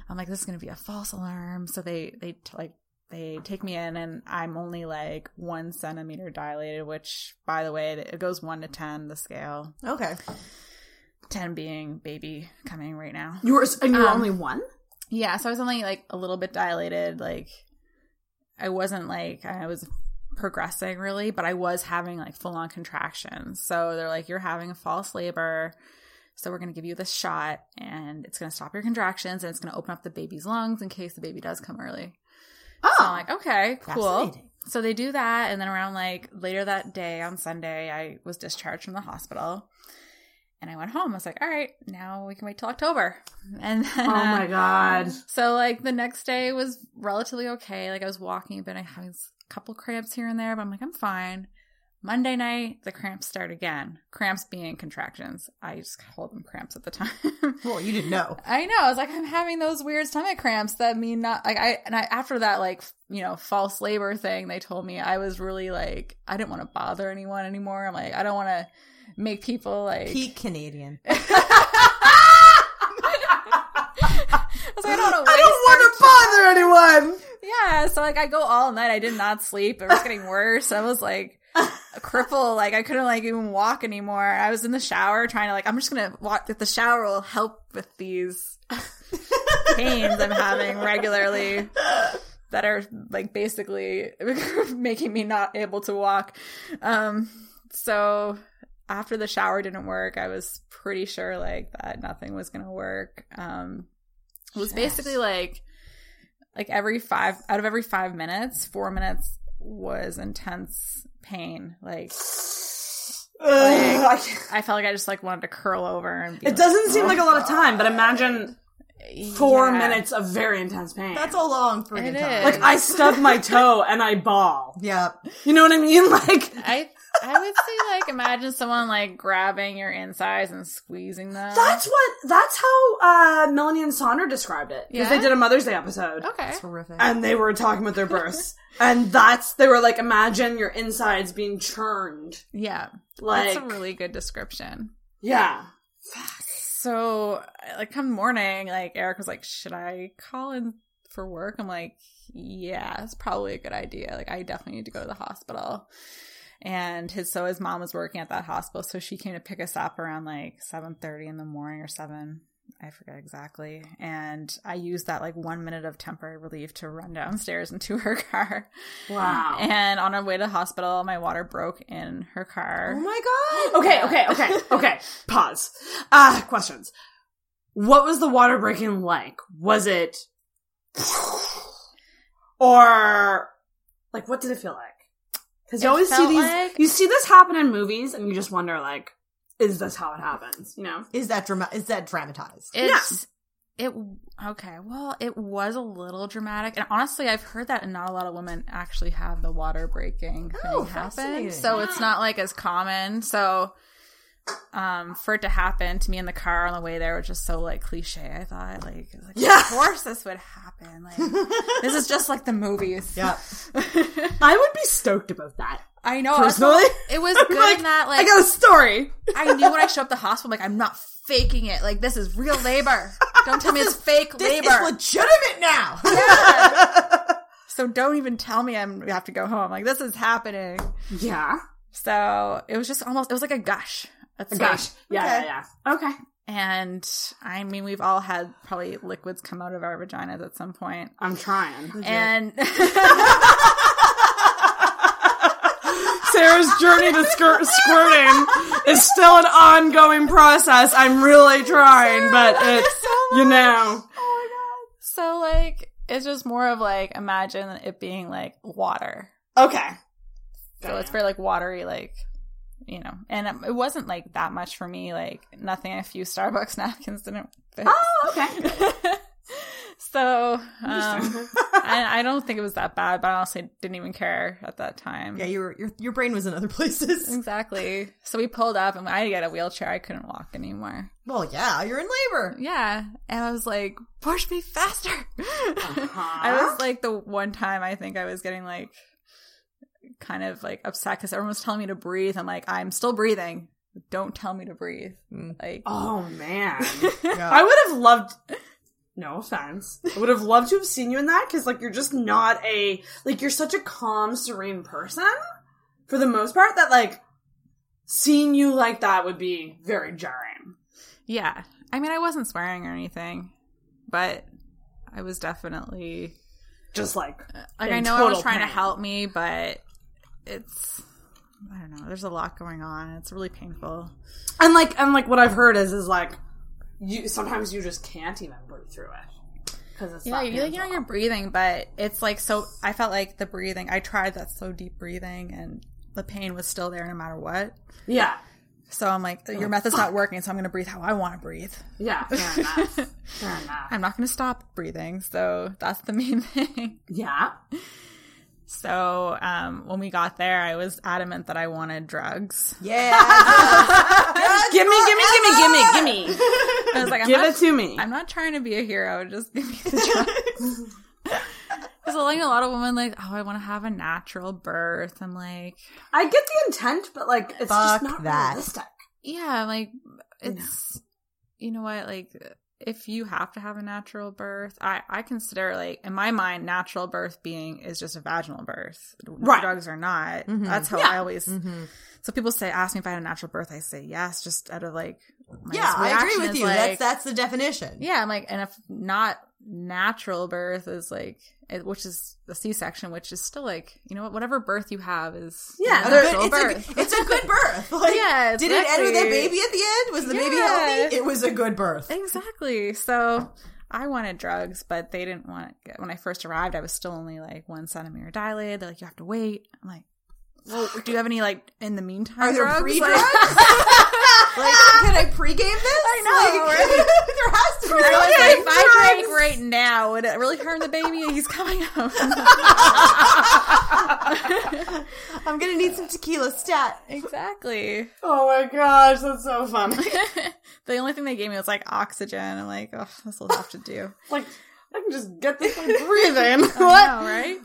[SPEAKER 10] I'm like, this is gonna be a false alarm. So they they t- like they take me in, and I'm only like one centimeter dilated, which by the way, it goes one to ten the scale.
[SPEAKER 8] Okay,
[SPEAKER 10] ten being baby coming right now.
[SPEAKER 9] You were and you were
[SPEAKER 10] Um,
[SPEAKER 9] only one.
[SPEAKER 10] Yeah, so I was only like a little bit dilated. Like I wasn't like I was progressing really, but I was having like full on contractions. So they're like, you're having a false labor. So we're going to give you this shot and it's going to stop your contractions and it's going to open up the baby's lungs in case the baby does come early.
[SPEAKER 9] Oh,
[SPEAKER 10] So I'm like, okay, cool.
[SPEAKER 8] Fascinating.
[SPEAKER 10] So they do that. And then around like later that day on Sunday, I was discharged from the hospital and I went home. I was like, all right, now we can wait till October. And then,
[SPEAKER 9] oh my god.
[SPEAKER 10] so like the next day was relatively okay. Like I was walking, but I had a couple cramps here and there, but I'm like, I'm fine. Monday night, the cramps start again. Cramps being contractions. I just called them cramps at the time.
[SPEAKER 8] well, you didn't know.
[SPEAKER 10] I know. I was like, I'm having those weird stomach cramps that mean not like I and I after that like f- you know false labor thing they told me I was really like I didn't want to bother anyone anymore. I'm like I don't want to make people like
[SPEAKER 8] Peak Canadian.
[SPEAKER 10] I was like I don't want to
[SPEAKER 9] I don't want to bother anyone.
[SPEAKER 10] Yeah, so like I go all night. I did not sleep. It was getting worse. I was like a cripple. Like I couldn't like even walk anymore. I was in the shower trying to like I'm just gonna walk. That the shower will help with these pains I'm having regularly that are like basically making me not able to walk. Um, so after the shower didn't work, I was pretty sure like that nothing was gonna work. Um, it was basically like like every five out of every five minutes, four minutes was intense pain. Like
[SPEAKER 9] Ugh,
[SPEAKER 10] I felt like I just like wanted to curl over and be
[SPEAKER 9] it
[SPEAKER 10] like,
[SPEAKER 9] doesn't seem like a lot of time, but imagine four
[SPEAKER 10] yeah.
[SPEAKER 9] minutes of very intense pain.
[SPEAKER 8] That's a long friggin'
[SPEAKER 10] It
[SPEAKER 8] time.
[SPEAKER 10] is.
[SPEAKER 9] like I stub my toe and I ball.
[SPEAKER 8] Yep.
[SPEAKER 9] You know what I mean? Like
[SPEAKER 10] I I would say like imagine someone like grabbing your insides and squeezing them.
[SPEAKER 9] that's what that's how uh, Melanie and Sonder described it because they
[SPEAKER 10] Yeah?
[SPEAKER 9] did a Mother's Day episode.
[SPEAKER 10] okay.
[SPEAKER 8] Terrific.
[SPEAKER 9] and they were talking about their births. and that's they were like, imagine your insides being churned.
[SPEAKER 10] Yeah,
[SPEAKER 9] Like
[SPEAKER 10] that's a really good description.
[SPEAKER 9] Yeah.
[SPEAKER 10] So like come morning, like Eric was like, "Should I call in for work?" I'm like, "Yeah, it's probably a good idea. Like I definitely need to go to the hospital." And his so his mom was working at that hospital, so she came to pick us up around like 7:30 in the morning or 7. I forget exactly. And I used that like 1 minute of temporary relief to run downstairs into her car.
[SPEAKER 9] Wow.
[SPEAKER 10] And on our way to the hospital, my water broke in her car.
[SPEAKER 8] oh my god.
[SPEAKER 9] okay, okay, okay, okay. Pause. Uh questions. What was the water breaking like? Was it or like what did it feel like? Because you
[SPEAKER 10] It
[SPEAKER 9] always see
[SPEAKER 10] felt
[SPEAKER 9] these
[SPEAKER 10] like-
[SPEAKER 9] you see this happen in movies and you just wonder like, is this how it happens? You know?
[SPEAKER 8] Is that drama? Is that dramatized?
[SPEAKER 10] It's it okay. Well, it was a little dramatic, and honestly, I've heard that not a lot of women actually have the water breaking thing
[SPEAKER 8] Oh,
[SPEAKER 10] happen.
[SPEAKER 8] fascinating.
[SPEAKER 10] So it's not like as common. So um for it to happen to me in the car on the way there was just so like cliche i thought like, it was like
[SPEAKER 9] Yeah.
[SPEAKER 10] of course this would happen like this is just like the movies
[SPEAKER 8] Yep.
[SPEAKER 9] I would be stoked about that.
[SPEAKER 10] i know that's
[SPEAKER 9] Personally?
[SPEAKER 10] what- it was good in that like
[SPEAKER 9] I got a story.
[SPEAKER 10] I knew when I showed up the hospital, I'm like, I'm not faking it. Like, this is real labor. Don't tell me it's fake
[SPEAKER 8] This
[SPEAKER 10] labor.
[SPEAKER 8] is legitimate now.
[SPEAKER 10] so don't even tell me I'm I have to go home. Like, this is happening.
[SPEAKER 9] Yeah.
[SPEAKER 10] So it was just almost, it was like a gush. That's like-
[SPEAKER 9] Gosh. Yeah,
[SPEAKER 8] Okay.
[SPEAKER 9] yeah, yeah. Okay.
[SPEAKER 10] And I mean, we've all had probably liquids come out of our vaginas at some point.
[SPEAKER 9] I'm trying.
[SPEAKER 10] And
[SPEAKER 9] Sarah's journey to skir- squirting is still an ongoing process. I'm really trying, but it's, you know.
[SPEAKER 10] Oh so, like, it's just more of like, imagine it being like water.
[SPEAKER 9] Okay.
[SPEAKER 10] So it's very like watery, like you know. And um, it wasn't like that much for me. Like nothing. A few Starbucks napkins didn't fit.
[SPEAKER 9] Oh, okay.
[SPEAKER 10] so um, I, I don't think it was that bad, but I honestly didn't even care at that time.
[SPEAKER 8] yeah, your your your brain was in other places.
[SPEAKER 10] Exactly. So we pulled up, and I had to get a wheelchair. I couldn't walk anymore.
[SPEAKER 8] Well, yeah, you're in labor.
[SPEAKER 10] Yeah, and I was like, push me faster. I was like the one time I think I was getting like kind of like upset because everyone was telling me to breathe. I'm like, I'm still breathing. Mm. Don't tell me to breathe. Like,
[SPEAKER 9] Oh, man.
[SPEAKER 8] Yeah.
[SPEAKER 9] I would have loved No offense. I would have loved to have seen you in that because, like, you're just not a like you're such a calm, serene person for the most part that like seeing you like that would be very jarring.
[SPEAKER 10] Yeah. I mean, I wasn't swearing or anything, but I was definitely
[SPEAKER 9] just like
[SPEAKER 10] Uh, like I
[SPEAKER 9] in
[SPEAKER 10] know I was
[SPEAKER 9] total
[SPEAKER 10] trying to
[SPEAKER 9] pain.
[SPEAKER 10] help me, but it's I don't know. There's a lot going on. It's really painful.
[SPEAKER 9] And like and like what I've heard is is like you sometimes you just can't even breathe through it because it's
[SPEAKER 10] Yeah,
[SPEAKER 9] that
[SPEAKER 10] you like you know
[SPEAKER 9] painful.
[SPEAKER 10] you're breathing, but it's like so. I felt like the breathing. I tried that slow deep breathing, and the pain was still there no matter what.
[SPEAKER 9] yeah
[SPEAKER 10] So I'm like, your method's not working. So I'm gonna breathe how I want to breathe.
[SPEAKER 9] yeah fair enough. fair enough.
[SPEAKER 10] I'm not gonna stop breathing. So that's the main thing.
[SPEAKER 9] yeah
[SPEAKER 10] So um, when we got there, I was adamant that I wanted drugs.
[SPEAKER 9] gimme gimme gimme gimme gimme
[SPEAKER 10] I was like, I'm
[SPEAKER 9] give
[SPEAKER 10] not
[SPEAKER 9] it to me
[SPEAKER 10] I'm not trying to be a hero. Just give me the drugs. Because like a lot of women like, oh, I want to have a natural birth. I'm like,
[SPEAKER 9] I get the intent but like it's
[SPEAKER 8] Fuck
[SPEAKER 9] just not
[SPEAKER 8] that.
[SPEAKER 9] realistic
[SPEAKER 10] yeah, I'm like it's you know what like if you have to have a natural birth, I I consider like in my mind natural birth being is just a vaginal birth.
[SPEAKER 9] Right.
[SPEAKER 10] drugs are not.
[SPEAKER 8] Mm-hmm.
[SPEAKER 10] That's how I always. So people say, ask me if I had a natural birth. I say yes, just out of like. My
[SPEAKER 8] Yeah, I agree
[SPEAKER 10] reaction
[SPEAKER 8] with
[SPEAKER 10] is,
[SPEAKER 8] you.
[SPEAKER 10] like,
[SPEAKER 8] that's that's the definition.
[SPEAKER 10] Yeah, I'm like, and if not natural birth is like, it, which is the C-section, which is still like, you know what, whatever birth you have is
[SPEAKER 9] Yeah,
[SPEAKER 10] a
[SPEAKER 9] there-
[SPEAKER 10] natural
[SPEAKER 8] But
[SPEAKER 10] birth.
[SPEAKER 8] it's, a, it's a good birth. Like,
[SPEAKER 10] Yeah,
[SPEAKER 8] did it end with a
[SPEAKER 10] exactly.
[SPEAKER 8] baby at the end? Was the baby
[SPEAKER 10] Yeah.
[SPEAKER 8] healthy? It was a good birth.
[SPEAKER 10] exactly. So I wanted drugs, but they didn't want. When I first arrived, I was still only like one centimeter dilated. They're like, you have to wait. I'm like. Well, do you have any like in the meantime?
[SPEAKER 8] Are there
[SPEAKER 10] drugs?
[SPEAKER 8] pre
[SPEAKER 10] Like-
[SPEAKER 8] drugs? like, can I pregame this?
[SPEAKER 10] I know,
[SPEAKER 8] Like,
[SPEAKER 10] right?
[SPEAKER 8] there has to be.
[SPEAKER 10] I was
[SPEAKER 8] like,
[SPEAKER 10] like, if I drank right now, would it really harm the baby? He's coming up.
[SPEAKER 8] I'm gonna need some tequila stat.
[SPEAKER 10] exactly.
[SPEAKER 9] oh my gosh that's so funny
[SPEAKER 10] the only thing they gave me was like oxygen. I'm like, oh, this will have to do.
[SPEAKER 9] like I can just get this by breathing. what?
[SPEAKER 10] know, right?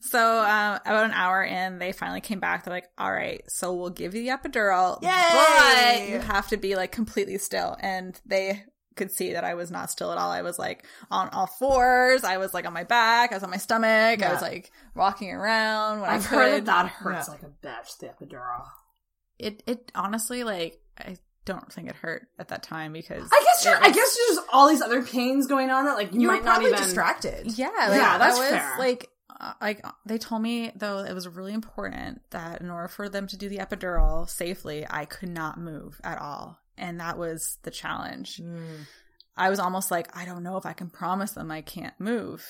[SPEAKER 10] So um, about an hour in, they finally came back. They're like, "All right, so we'll give you the epidural, but
[SPEAKER 8] Yay!
[SPEAKER 10] you have to be like completely still." And they could see that I was not still at all. I was like on all fours. I was like on my back. I was on my stomach. I was like walking around when
[SPEAKER 9] I've
[SPEAKER 10] I could.
[SPEAKER 9] heard that that hurts like a bitch. The epidural.
[SPEAKER 10] It it honestly like I don't think it hurt at that time because
[SPEAKER 9] I guess
[SPEAKER 10] it
[SPEAKER 9] you're, I guess there's just all these other pains going on that like you,
[SPEAKER 8] You were
[SPEAKER 9] might not
[SPEAKER 8] probably
[SPEAKER 9] even.
[SPEAKER 8] distracted.
[SPEAKER 10] Yeah, like,
[SPEAKER 9] Yeah, that's
[SPEAKER 10] that was
[SPEAKER 9] fair.
[SPEAKER 10] like uh, like uh, they told me though it was really important that in order for them to do the epidural safely, I could not move at all, and that was the challenge.
[SPEAKER 9] Mm.
[SPEAKER 10] I was almost like I don't know if I can promise them I can't move,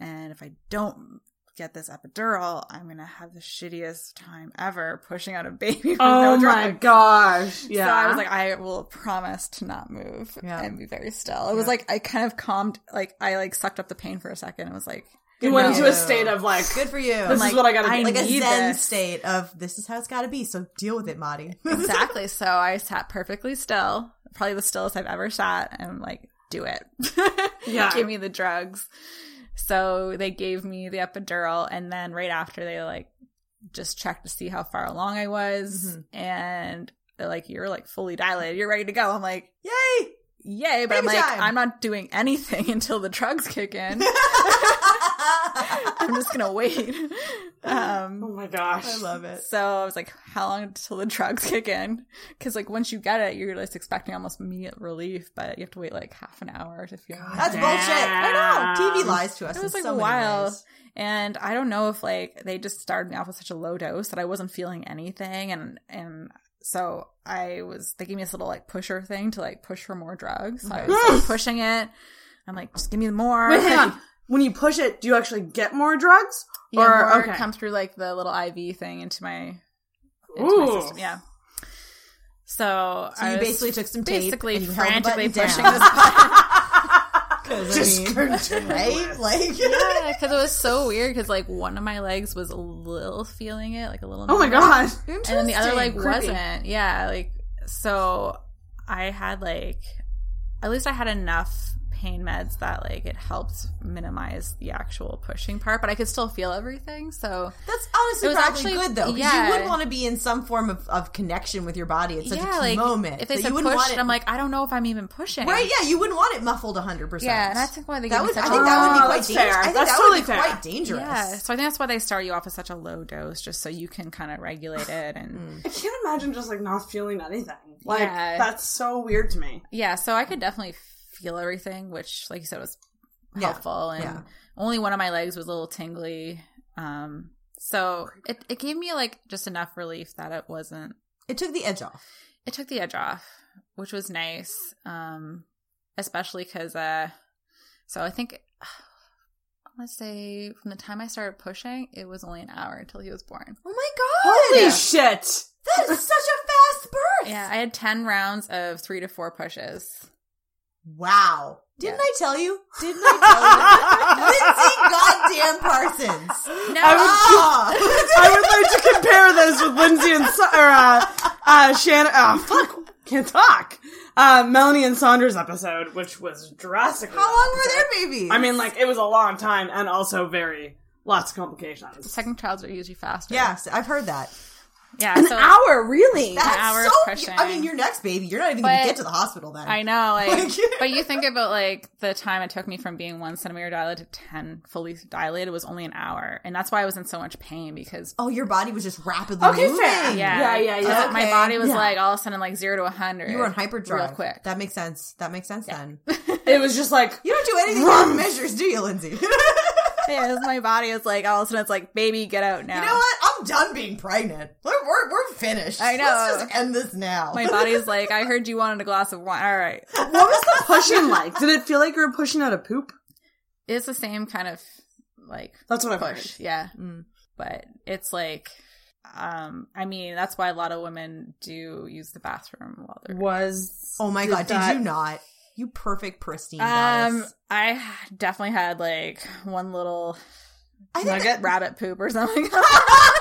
[SPEAKER 10] and if I don't get this epidural, I'm gonna have the shittiest time ever pushing out a baby. With
[SPEAKER 9] Oh
[SPEAKER 10] no
[SPEAKER 9] my
[SPEAKER 10] drugs.
[SPEAKER 9] gosh! Yeah,
[SPEAKER 10] So I was like, I will promise to not move
[SPEAKER 8] Yeah.
[SPEAKER 10] and be very still. It was like I kind of calmed, like I like sucked up the pain for a second. It was like
[SPEAKER 9] you went
[SPEAKER 10] no.
[SPEAKER 9] into a state of like,
[SPEAKER 8] Good for you.
[SPEAKER 9] this
[SPEAKER 10] like,
[SPEAKER 9] is what I gotta
[SPEAKER 10] I
[SPEAKER 9] do.
[SPEAKER 8] like a
[SPEAKER 10] need
[SPEAKER 8] zen
[SPEAKER 10] this.
[SPEAKER 8] state of this is how it's got to be. So deal with it, Marty.
[SPEAKER 10] exactly. So I sat perfectly still, probably the stillest I've ever sat, and I'm like, do it.
[SPEAKER 9] Yeah.
[SPEAKER 10] give me the drugs. So they gave me the epidural, and then right after they like just checked to see how far along I was, and they're like, you're like fully dilated, you're ready to go. I'm like,
[SPEAKER 8] Yay!
[SPEAKER 10] yay, but I'm
[SPEAKER 8] Big
[SPEAKER 10] like,
[SPEAKER 8] time.
[SPEAKER 10] I'm not doing anything until the drugs kick in. I'm just gonna wait. Um,
[SPEAKER 9] oh my gosh!
[SPEAKER 8] I love it.
[SPEAKER 10] so I was like, how long until the drugs kick in? Because like once you get it, you're just expecting almost immediate relief, but you have to wait like half an hour to feel. it.
[SPEAKER 8] That's bullshit. I know. TV lies to us.
[SPEAKER 10] It was
[SPEAKER 8] in
[SPEAKER 10] like
[SPEAKER 8] so
[SPEAKER 10] a
[SPEAKER 8] many
[SPEAKER 10] while,
[SPEAKER 8] ways.
[SPEAKER 10] and I don't know if like they just started me off with such a low dose that I wasn't feeling anything, and and so I was they gave me this little like pusher thing to like push for more drugs. So I was like, pushing it. I'm like, just give me more.
[SPEAKER 9] Wait, hang on. When you push it, do you actually get more drugs?
[SPEAKER 10] Yeah,
[SPEAKER 9] or
[SPEAKER 10] more
[SPEAKER 9] okay,
[SPEAKER 10] come through like the little IV thing into my, into my
[SPEAKER 9] Ooh.
[SPEAKER 10] system. Yeah. So,
[SPEAKER 8] So
[SPEAKER 10] I
[SPEAKER 8] you
[SPEAKER 10] was
[SPEAKER 8] basically took some tape
[SPEAKER 10] basically
[SPEAKER 8] and you held the
[SPEAKER 10] frantically
[SPEAKER 8] button
[SPEAKER 10] pushing
[SPEAKER 8] down.
[SPEAKER 10] this button.
[SPEAKER 8] Just right? Like,
[SPEAKER 10] Yeah, because it was so weird. Because like one of my legs was a little feeling it, like a little.
[SPEAKER 9] Oh my
[SPEAKER 10] numb.
[SPEAKER 9] gosh!
[SPEAKER 10] and then the other leg
[SPEAKER 8] Interesting. Creepy.
[SPEAKER 10] wasn't. Yeah, like so I had like at least I had enough pain meds that like it helped minimize the actual pushing part, but I could still feel everything. So
[SPEAKER 8] that's honestly probably good though. 'cause you would want to be in some form of, of connection with your body at such a key moment.
[SPEAKER 10] If they
[SPEAKER 8] that
[SPEAKER 10] said
[SPEAKER 8] you
[SPEAKER 10] push,
[SPEAKER 8] wouldn't want it,
[SPEAKER 10] I'm like, I don't know if I'm even pushing.
[SPEAKER 8] right? Yeah, you wouldn't want it muffled 100. percent
[SPEAKER 10] Yeah, and I think why they
[SPEAKER 8] that
[SPEAKER 10] give
[SPEAKER 8] would
[SPEAKER 10] me
[SPEAKER 8] I
[SPEAKER 10] such
[SPEAKER 8] think
[SPEAKER 10] a-
[SPEAKER 8] that would be
[SPEAKER 10] Oh,
[SPEAKER 8] quite
[SPEAKER 10] that's
[SPEAKER 8] dangerous.
[SPEAKER 10] fair.
[SPEAKER 8] I think
[SPEAKER 10] That's
[SPEAKER 8] that would
[SPEAKER 10] totally
[SPEAKER 8] be
[SPEAKER 10] fair.
[SPEAKER 8] quite dangerous.
[SPEAKER 10] Yeah, so I think that's why they start you off with such a low dose, just so you can kind of regulate it
[SPEAKER 8] Mm.
[SPEAKER 10] and.
[SPEAKER 7] I can't imagine just like not feeling anything. Like
[SPEAKER 10] Yeah.
[SPEAKER 7] that's so weird to me.
[SPEAKER 10] Yeah, so I could definitely feel everything, which, like you said, was helpful. And
[SPEAKER 7] yeah.
[SPEAKER 10] only one of my legs was a little tingly. Um, so it, it gave me like just enough relief that it wasn't.
[SPEAKER 8] It took the edge off.
[SPEAKER 10] It took the edge off, which was nice. Um, especially because uh, so I think I want to say from the time I started pushing, it was only an hour until he was born.
[SPEAKER 8] Oh my
[SPEAKER 7] Holy
[SPEAKER 10] Yeah.
[SPEAKER 7] shit!
[SPEAKER 8] That is such a fast birth.
[SPEAKER 10] Yeah, I had ten rounds of three to four pushes.
[SPEAKER 8] Wow. Didn't I tell you? Didn't I tell you? Lindsay goddamn Parsons.
[SPEAKER 10] No.
[SPEAKER 7] I would,
[SPEAKER 8] Ah!
[SPEAKER 7] I would like to compare those with Lindsay and Sa- or uh, uh, Shannon. Oh fuck, can't talk. Uh, Melanie and Saunders episode, which was drastically.
[SPEAKER 8] How long were their babies?
[SPEAKER 7] I mean, like it was a long time, and also very lots of complications.
[SPEAKER 10] Second childs are usually faster.
[SPEAKER 8] Yes, I've heard that.
[SPEAKER 10] Yeah,
[SPEAKER 7] An
[SPEAKER 10] so-
[SPEAKER 7] hour, really?
[SPEAKER 8] That's
[SPEAKER 10] hour of
[SPEAKER 8] so.
[SPEAKER 10] pushing.
[SPEAKER 8] I mean, your next baby, you're not even going
[SPEAKER 10] But-
[SPEAKER 8] to get to the hospital then.
[SPEAKER 10] I know, like, but you think about like the time it took me from being one centimeter dilated to ten fully dilated was only an hour, and that's why I was in so much pain because
[SPEAKER 8] Oh, your body was just rapidly
[SPEAKER 7] Okay,
[SPEAKER 8] moving.
[SPEAKER 7] fair.
[SPEAKER 10] yeah,
[SPEAKER 7] Yeah, yeah, yeah.
[SPEAKER 10] So My
[SPEAKER 8] Okay.
[SPEAKER 10] body was
[SPEAKER 8] Yeah.
[SPEAKER 10] like all of a sudden like zero to a hundred.
[SPEAKER 8] You were on hyperdrive.
[SPEAKER 10] real quick.
[SPEAKER 8] That makes sense. That makes sense then.
[SPEAKER 7] It was just like
[SPEAKER 8] You don't do anything wrong measures, do you, Lindsay? you know
[SPEAKER 10] yeah, 'cause my body was like all of a sudden it's like baby get out now.
[SPEAKER 8] what? I'm done being pregnant. We're, we're, we're finished.
[SPEAKER 10] I know.
[SPEAKER 8] Let's just end this now.
[SPEAKER 10] My body's like I heard you wanted a glass of wine. All right,
[SPEAKER 7] what was the pushing like? Did it feel like you were pushing out a poop?
[SPEAKER 10] it's the same kind of like
[SPEAKER 7] That's what I
[SPEAKER 10] push.
[SPEAKER 7] figured.
[SPEAKER 10] Yeah. Mm. But it's like, um, I mean, that's why a lot of women do use the bathroom while they're.
[SPEAKER 7] Was
[SPEAKER 8] oh my god,
[SPEAKER 7] that-
[SPEAKER 8] did you not? You perfect pristine
[SPEAKER 10] Um,
[SPEAKER 8] goddess.
[SPEAKER 10] I definitely had like one little
[SPEAKER 8] I think
[SPEAKER 10] nugget,
[SPEAKER 8] that-
[SPEAKER 10] rabbit poop or something.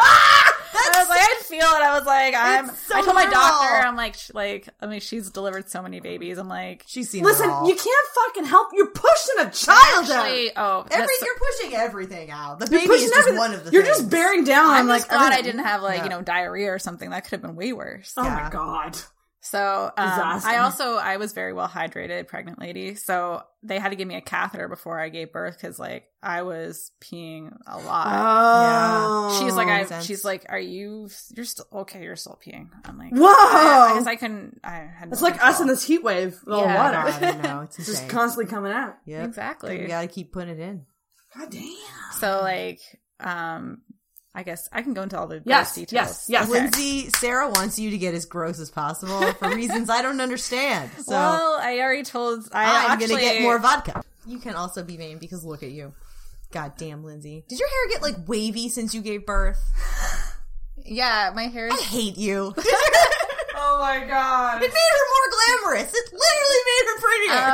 [SPEAKER 10] I was like, I feel it. I was like, I'm.
[SPEAKER 8] That's so
[SPEAKER 10] I told my
[SPEAKER 8] normal.
[SPEAKER 10] doctor, I'm like, sh- like, I mean, she's delivered so many babies. I'm like,
[SPEAKER 8] she's seen
[SPEAKER 7] Listen,
[SPEAKER 8] it all.
[SPEAKER 7] you can't fucking help. You're pushing a child out.
[SPEAKER 10] actually, oh,
[SPEAKER 8] Every,
[SPEAKER 10] that's-
[SPEAKER 8] you're pushing everything out. The
[SPEAKER 7] You're
[SPEAKER 8] baby is
[SPEAKER 7] pushing
[SPEAKER 8] just
[SPEAKER 7] everything.
[SPEAKER 8] one of the.
[SPEAKER 7] You're
[SPEAKER 8] things.
[SPEAKER 7] just bearing down.
[SPEAKER 10] I'm
[SPEAKER 7] like
[SPEAKER 10] just glad I
[SPEAKER 7] everything.
[SPEAKER 10] didn't have like
[SPEAKER 8] Yeah.
[SPEAKER 10] you know diarrhea or something. That could have been way worse.
[SPEAKER 7] Oh
[SPEAKER 8] Yeah.
[SPEAKER 7] my god.
[SPEAKER 10] So um,
[SPEAKER 7] Disaster.
[SPEAKER 10] I also I was very well hydrated, pregnant lady. So they had to give me a catheter before I gave birth because like I was peeing a lot.
[SPEAKER 7] Oh.
[SPEAKER 10] she's like, I.
[SPEAKER 8] sense.
[SPEAKER 10] She's like, are you? You're still okay. You're still peeing. I'm like,
[SPEAKER 7] Whoa.
[SPEAKER 10] I, I guess I couldn't. I had. No
[SPEAKER 7] It's like us in this heat wave with all the
[SPEAKER 10] Yeah.
[SPEAKER 7] water.
[SPEAKER 8] I know. It's
[SPEAKER 7] It's just
[SPEAKER 8] insane.
[SPEAKER 7] constantly coming out.
[SPEAKER 8] Yep.
[SPEAKER 10] Exactly.
[SPEAKER 8] You gotta keep putting it in.
[SPEAKER 7] God damn.
[SPEAKER 10] So like, um, I guess I can go into all the
[SPEAKER 7] Yes,
[SPEAKER 10] gross details.
[SPEAKER 7] yes, yes.
[SPEAKER 10] Okay.
[SPEAKER 8] Lindsay, Sarah wants you to get as gross as possible for reasons I don't understand. So
[SPEAKER 10] Well, I already told. I
[SPEAKER 8] I'm
[SPEAKER 10] actually,
[SPEAKER 8] gonna get more vodka. You can also be vain because look at you. God damn, Lindsay. Did your hair get like wavy since you gave birth?
[SPEAKER 10] Yeah, my hair.
[SPEAKER 8] I
[SPEAKER 10] Is,
[SPEAKER 8] hate you. it
[SPEAKER 7] Oh my god.
[SPEAKER 8] made her more glamorous. It literally made her prettier.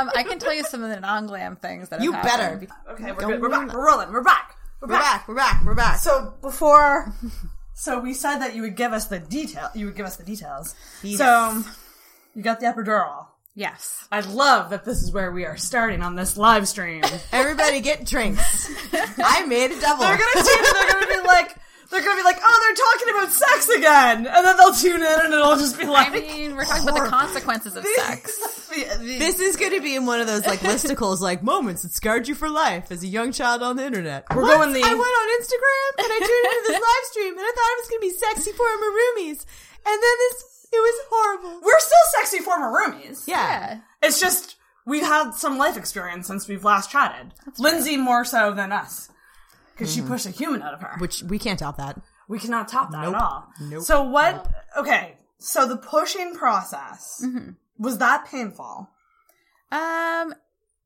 [SPEAKER 10] um, I can tell you some of the non-glam things that
[SPEAKER 8] you
[SPEAKER 10] have
[SPEAKER 8] better.
[SPEAKER 10] happened.
[SPEAKER 7] Okay, we're
[SPEAKER 8] Don't
[SPEAKER 7] good. We're
[SPEAKER 8] ruin
[SPEAKER 7] back. We're rolling. We're back. We're
[SPEAKER 8] We're back. We're back. We're back.
[SPEAKER 7] So before, so we said that you would give us the detail. You would give us the details. So you got the epidural.
[SPEAKER 10] Yes.
[SPEAKER 7] I love that this is where we are starting on this live stream. they're
[SPEAKER 8] Everybody get drinks. I made a double.
[SPEAKER 7] gonna tune in. They're gonna be like, they're gonna be like, oh, they're talking about sex again, and then they'll tune in, and it'll just be
[SPEAKER 10] I
[SPEAKER 7] like,
[SPEAKER 10] mean, we're talking about the consequences of sex.
[SPEAKER 8] this is going to be in one of those like listicles, like moments that scarred you for life as a young child on the internet.
[SPEAKER 7] We're
[SPEAKER 8] Once
[SPEAKER 7] going the-
[SPEAKER 8] I went on Instagram and I tuned into this live stream and I thought it was going to be sexy for my roomies, and then this it was horrible.
[SPEAKER 7] we're still sexy former roomies.
[SPEAKER 8] Yeah.
[SPEAKER 7] It's just we've had some life experience since we've last chatted. Lindsay more so than us. Because
[SPEAKER 10] Mm-hmm.
[SPEAKER 7] she pushed a human out of her.
[SPEAKER 8] Which we can't top that.
[SPEAKER 7] We cannot top that
[SPEAKER 8] Nope.
[SPEAKER 7] at all.
[SPEAKER 8] Nope.
[SPEAKER 7] So what? Okay. So the pushing process was that painful?
[SPEAKER 10] Um,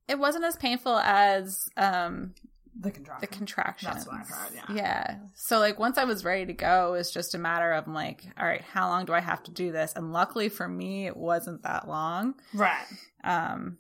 [SPEAKER 10] it wasn't as painful as um
[SPEAKER 7] The contraction.
[SPEAKER 10] the contractions.
[SPEAKER 7] That's what I heard. Yeah.
[SPEAKER 10] Yeah. So like once I was ready to go, it was just a matter of like, all right, how long do I have to do this? And luckily for me, it wasn't that long.
[SPEAKER 7] Right.
[SPEAKER 10] Um,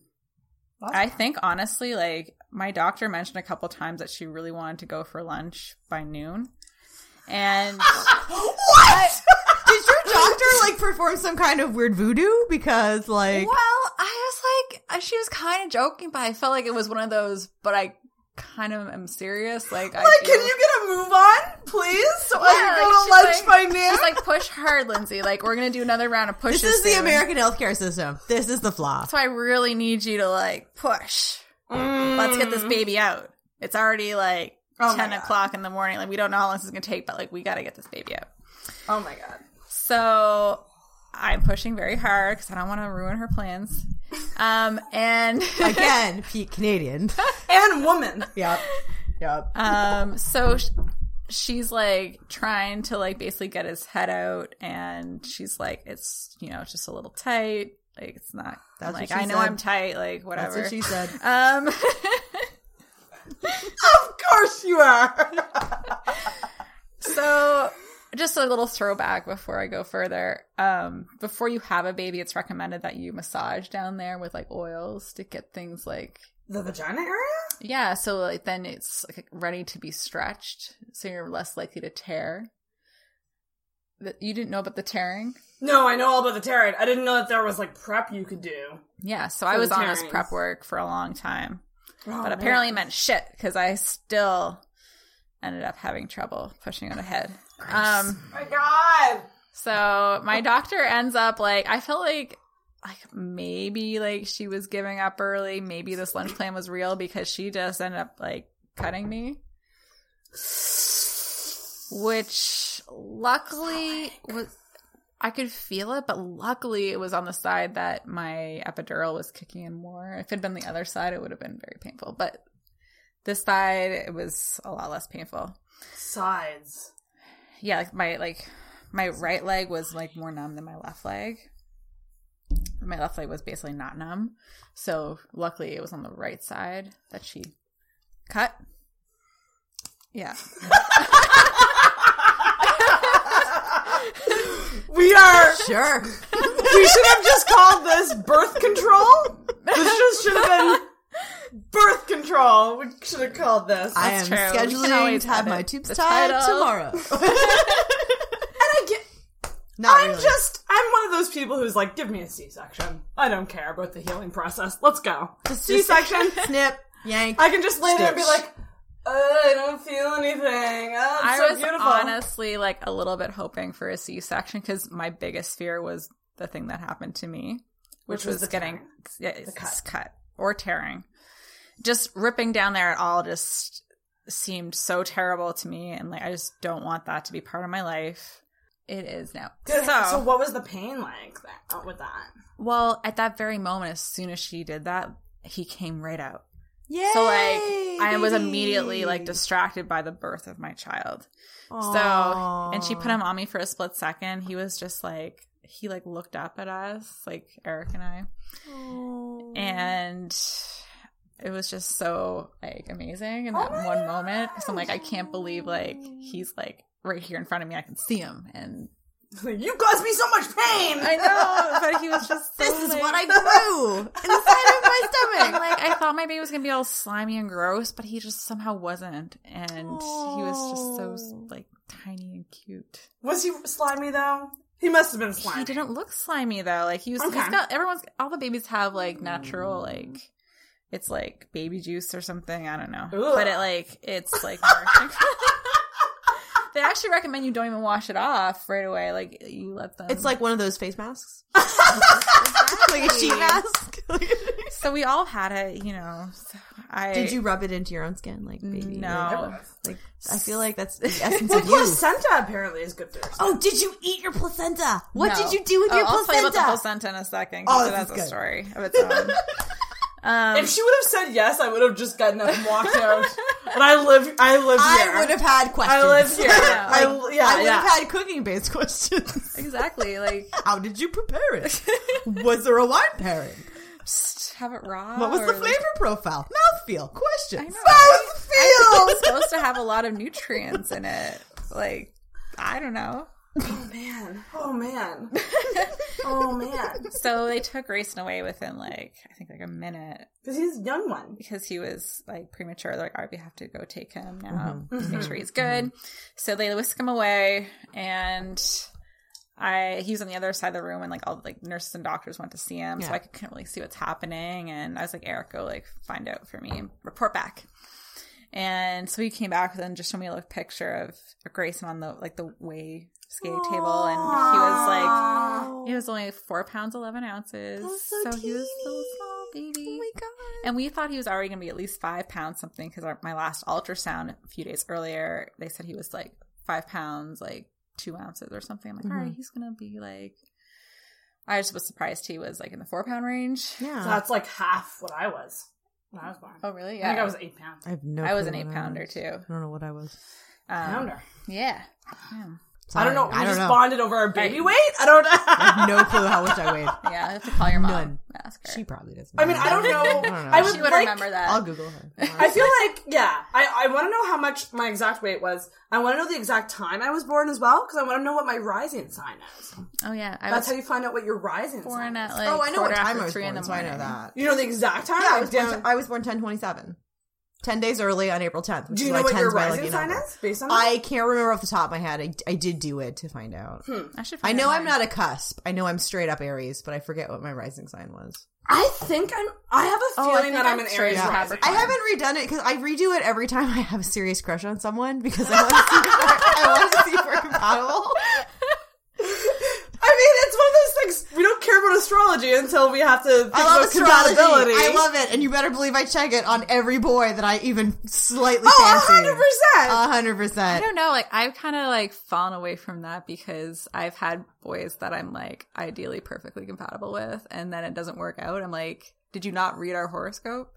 [SPEAKER 7] That's
[SPEAKER 10] I think honestly, like my doctor mentioned a couple times that she really wanted to go for lunch by noon, and
[SPEAKER 8] What? Did your doctor like perform some kind of weird voodoo? Because like
[SPEAKER 10] Well, I was like, uh, she was kind of joking, but I felt like it was one of those. But I kind of am serious. Like, I
[SPEAKER 9] Like, can
[SPEAKER 10] feel-
[SPEAKER 9] you get a move on, please? So I
[SPEAKER 10] Yeah,
[SPEAKER 9] can go to
[SPEAKER 10] like,
[SPEAKER 9] lunch
[SPEAKER 10] she's
[SPEAKER 9] by
[SPEAKER 10] like-
[SPEAKER 9] noon.
[SPEAKER 10] She's like, push hard, Lindsay. Like, we're gonna do another round of pushes.
[SPEAKER 8] This is the
[SPEAKER 10] soon.
[SPEAKER 8] American healthcare system. This is the flaw.
[SPEAKER 10] So I really need you to like push. Let's get this baby out. It's already like
[SPEAKER 9] Mm. Oh
[SPEAKER 10] ten
[SPEAKER 9] my God.
[SPEAKER 10] o'clock in the morning. Like we don't know how long this is gonna take, but like we gotta get this baby out.
[SPEAKER 9] oh my god.
[SPEAKER 10] So I'm pushing very hard because I don't want to ruin her plans. Um, and
[SPEAKER 8] Again, Pete Canadian.
[SPEAKER 9] And woman.
[SPEAKER 8] Yep. Yep.
[SPEAKER 10] um, so sh- she's like trying to like basically get his head out, and she's like, it's you know it's just a little tight. Like it's not.
[SPEAKER 8] That's
[SPEAKER 10] I'm
[SPEAKER 8] what
[SPEAKER 10] like
[SPEAKER 8] she
[SPEAKER 10] I know
[SPEAKER 8] said.
[SPEAKER 10] I'm tight. Like whatever.
[SPEAKER 8] what she said. Uh,
[SPEAKER 10] Um.
[SPEAKER 9] Of course you are.
[SPEAKER 10] So, just a little throwback before I go further. Um, before you have a baby, it's recommended that you massage down there with like oils to get things like
[SPEAKER 9] The vagina area?
[SPEAKER 10] yeah. So like then it's like ready to be stretched, so you're less likely to tear. That you didn't know about the tearing.
[SPEAKER 9] No, I know all about the tarot. I didn't know that there was like prep you could do.
[SPEAKER 10] Yeah, so I
[SPEAKER 9] the
[SPEAKER 10] was on this
[SPEAKER 9] tearings.
[SPEAKER 10] prep work for a long time,
[SPEAKER 9] Oh,
[SPEAKER 10] but
[SPEAKER 9] man.
[SPEAKER 10] apparently it meant shit because I still ended up having trouble pushing it ahead. Um,
[SPEAKER 9] Oh my god.
[SPEAKER 10] So my doctor ends up like I felt like like maybe like she was giving up early, maybe this lunch plan was real because she just ended up like cutting me. Which luckily was I could feel it, but luckily it was on the side that my epidural was kicking in more. If it had been the other side, it would have been very painful. But this side, it was a lot less painful
[SPEAKER 9] Sides.
[SPEAKER 10] yeah, like my like my right leg was like more numb than my left leg. My left leg was basically not numb. So luckily it was on the right side that she cut. Yeah.
[SPEAKER 9] We are.
[SPEAKER 8] Sure.
[SPEAKER 9] We should have just called this birth control. This just should have been birth control. We should have called this.
[SPEAKER 8] I am
[SPEAKER 10] true. We can
[SPEAKER 8] scheduling
[SPEAKER 10] always
[SPEAKER 8] to have
[SPEAKER 10] edit
[SPEAKER 8] my tubes
[SPEAKER 10] the
[SPEAKER 8] tied
[SPEAKER 10] title.
[SPEAKER 8] tomorrow.
[SPEAKER 9] I get-
[SPEAKER 8] Not
[SPEAKER 9] I'm
[SPEAKER 8] really.
[SPEAKER 9] just. I'm one of those people who's like, give me a C-section. I don't care about the healing process. Let's go. C-section.
[SPEAKER 8] snip, yank.
[SPEAKER 9] I can just lay there and be
[SPEAKER 8] Stitch.
[SPEAKER 9] like, "Uh, I don't feel anything. Oh, it's
[SPEAKER 10] I
[SPEAKER 9] so
[SPEAKER 10] was
[SPEAKER 9] beautiful.
[SPEAKER 10] honestly like a little bit hoping for a C section because my biggest fear was the thing that happened to me, which,
[SPEAKER 9] was
[SPEAKER 10] was,
[SPEAKER 9] the
[SPEAKER 10] getting
[SPEAKER 9] tearing.
[SPEAKER 10] yeah, it's
[SPEAKER 9] cut.
[SPEAKER 10] cut. or tearing. Just ripping down there at all just seemed so terrible to me, and like I just don't want that to be part of my life. It is now.
[SPEAKER 9] Good.
[SPEAKER 10] So,
[SPEAKER 9] So, what was the pain like that, with that?
[SPEAKER 10] well, at that very moment, as soon as she did that, he came right out.
[SPEAKER 8] Yay,
[SPEAKER 10] So like I was
[SPEAKER 8] baby.
[SPEAKER 10] immediately like distracted by the birth of my child.
[SPEAKER 8] Aw.
[SPEAKER 10] So and she put him on me for a split second. He was just like he like looked up at us, like Eric and I. And it was just so like amazing in
[SPEAKER 8] Oh
[SPEAKER 10] that one moment. Cause I'm like, I can't believe like he's like right here in front of me. I can see him and
[SPEAKER 9] You caused me so much pain.
[SPEAKER 10] I know, but he was just so,
[SPEAKER 8] This is
[SPEAKER 10] like-
[SPEAKER 8] what I grew inside of my
[SPEAKER 10] And,
[SPEAKER 8] stomach.
[SPEAKER 10] like I thought my baby was gonna be all slimy and gross, but he just somehow wasn't, and he was just so like tiny and cute.
[SPEAKER 9] Was he slimy though? He must have been slimy.
[SPEAKER 10] He didn't look slimy though. Like he was.
[SPEAKER 9] Okay. Mm.
[SPEAKER 10] He's got everyone's. All the babies have like natural like. It's like baby juice or something. I don't know,
[SPEAKER 9] Ugh.
[SPEAKER 10] but it like it's like. nourishing. they actually recommend you don't even wash it off right away. Like you let them.
[SPEAKER 8] It's like one of those face masks. like a sheet mask.
[SPEAKER 10] so we all had it, you know. So I
[SPEAKER 8] Did you rub it into your own skin, like baby?
[SPEAKER 10] No.
[SPEAKER 8] Like, I feel like that's the essence of you.
[SPEAKER 9] Placenta apparently is good for.
[SPEAKER 8] Oh, did you eat your placenta? What
[SPEAKER 10] No.
[SPEAKER 8] did you do with
[SPEAKER 10] Oh,
[SPEAKER 8] your
[SPEAKER 10] I'll
[SPEAKER 8] placenta?
[SPEAKER 10] tell you about the placenta in a second.
[SPEAKER 8] Oh,
[SPEAKER 10] Oh,
[SPEAKER 8] this
[SPEAKER 10] that's
[SPEAKER 8] is
[SPEAKER 10] a
[SPEAKER 8] good.
[SPEAKER 10] story of its own.
[SPEAKER 9] If she would have said yes, I would have just gotten up and walked out. And I live, I live here.
[SPEAKER 8] I would have had questions.
[SPEAKER 9] I live here.
[SPEAKER 10] Yeah.
[SPEAKER 9] I, yeah,
[SPEAKER 8] I would
[SPEAKER 9] yeah.
[SPEAKER 8] have had cooking-based questions.
[SPEAKER 10] exactly. Like,
[SPEAKER 8] How did you prepare it? Was there a wine pairing?
[SPEAKER 10] just have it raw.
[SPEAKER 8] What was
[SPEAKER 10] or,
[SPEAKER 8] the
[SPEAKER 10] like-
[SPEAKER 8] flavor profile? Mouthfeel.
[SPEAKER 10] I
[SPEAKER 8] Questions.
[SPEAKER 10] know.
[SPEAKER 8] Mouthfeel.
[SPEAKER 10] It's supposed to have a lot of nutrients in it. Like, I don't know.
[SPEAKER 9] Man. Oh man. Oh man.
[SPEAKER 10] So they took Grayson away within like I think like a minute
[SPEAKER 9] Because he's a young one.
[SPEAKER 10] because he was like premature. They're like, all right, we have to go take him Mm-hmm. now, make sure he's good. So they whisk him away, and I he was on the other side of the room and like all the like nurses and doctors went to see him, so
[SPEAKER 12] Yeah.
[SPEAKER 10] I could, couldn't really see what's happening. And I was like, Eric, go like find out for me, and report back. And so he came back and just showed me a little picture of Grayson on the like the way skating table, and he was like, he was only four pounds eleven ounces, so, he was a little small baby. Oh my god! And we thought he was already going to be at least five pounds something because my last ultrasound a few days earlier, they said he was like five pounds like two ounces or something. I'm like, all
[SPEAKER 8] Mm-hmm.
[SPEAKER 10] right,
[SPEAKER 12] Mhm.
[SPEAKER 10] he's gonna be like. I just was surprised he was like in the four pound range.
[SPEAKER 9] So that's like half what I was when I was born.
[SPEAKER 10] Oh, really?
[SPEAKER 9] I think
[SPEAKER 10] Yeah.
[SPEAKER 9] I was eight pounds.
[SPEAKER 8] I have no.
[SPEAKER 10] I was an
[SPEAKER 8] clue what
[SPEAKER 10] eight pounder too.
[SPEAKER 8] I don't know what I was.
[SPEAKER 10] Um,
[SPEAKER 9] Pounder.
[SPEAKER 10] Yeah. Damn.
[SPEAKER 9] I don't know. We
[SPEAKER 8] I don't
[SPEAKER 9] just
[SPEAKER 8] know.
[SPEAKER 9] bonded over our baby weight. I don't
[SPEAKER 8] I have no clue how much I weighed.
[SPEAKER 10] Yeah, I have to call your mom.
[SPEAKER 8] None.
[SPEAKER 10] Ask her.
[SPEAKER 8] She probably doesn't.
[SPEAKER 9] I mean, I don't know. I, would
[SPEAKER 10] She would
[SPEAKER 9] like,
[SPEAKER 10] remember that.
[SPEAKER 8] I'll Google her.
[SPEAKER 9] I feel like, yeah, I, I want to know how much my exact weight was. I want to know the exact time I was born as well, because I want to know what my rising sign is.
[SPEAKER 10] Oh yeah, I
[SPEAKER 9] That's
[SPEAKER 10] was
[SPEAKER 9] how you find out what your rising
[SPEAKER 10] born
[SPEAKER 9] sign
[SPEAKER 10] at
[SPEAKER 9] is.
[SPEAKER 10] like
[SPEAKER 8] oh, I know
[SPEAKER 10] quarter
[SPEAKER 8] what time
[SPEAKER 10] after
[SPEAKER 8] I was
[SPEAKER 10] three
[SPEAKER 8] born,
[SPEAKER 10] in the
[SPEAKER 8] so I
[SPEAKER 10] morning.
[SPEAKER 8] know that.
[SPEAKER 9] You know the exact time?
[SPEAKER 8] Yeah, I was
[SPEAKER 9] down
[SPEAKER 8] born.
[SPEAKER 9] to-
[SPEAKER 8] I was born ten twenty seven. Ten days early on April tenth.
[SPEAKER 9] Do you know what your rising sign is? Based on that?
[SPEAKER 8] I can't remember off the top of my head. I, I did do it to find out.
[SPEAKER 10] I should.
[SPEAKER 8] I
[SPEAKER 10] find
[SPEAKER 8] know
[SPEAKER 10] out
[SPEAKER 8] I'm
[SPEAKER 10] mine.
[SPEAKER 8] not a cusp. I know I'm straight up Aries, but I forget what my rising sign was.
[SPEAKER 9] I think I'm. I have a
[SPEAKER 10] Oh, I
[SPEAKER 9] feeling
[SPEAKER 10] think
[SPEAKER 9] that I'm
[SPEAKER 10] I'm
[SPEAKER 9] an
[SPEAKER 10] straight
[SPEAKER 9] Aries
[SPEAKER 10] up
[SPEAKER 9] rising.
[SPEAKER 8] I
[SPEAKER 10] Capricorn.
[SPEAKER 8] haven't redone it because I redo it every time I have a serious crush on someone because I want to see if we're- I want to see if we're compatible.
[SPEAKER 9] I mean, it's one of those things. We don't care about astrology until we have to think
[SPEAKER 8] I love
[SPEAKER 9] about
[SPEAKER 8] astrology.
[SPEAKER 9] compatibility.
[SPEAKER 8] I love it, and you better believe I check it on every boy that I even slightly
[SPEAKER 9] Oh,
[SPEAKER 8] fancy.
[SPEAKER 9] 100%.
[SPEAKER 8] hundred
[SPEAKER 10] I
[SPEAKER 8] percent.
[SPEAKER 10] don't know. Like I've kind of like fallen away from that because I've had boys that I'm like ideally perfectly compatible with, and then it doesn't work out. I'm like, did you not read our horoscope?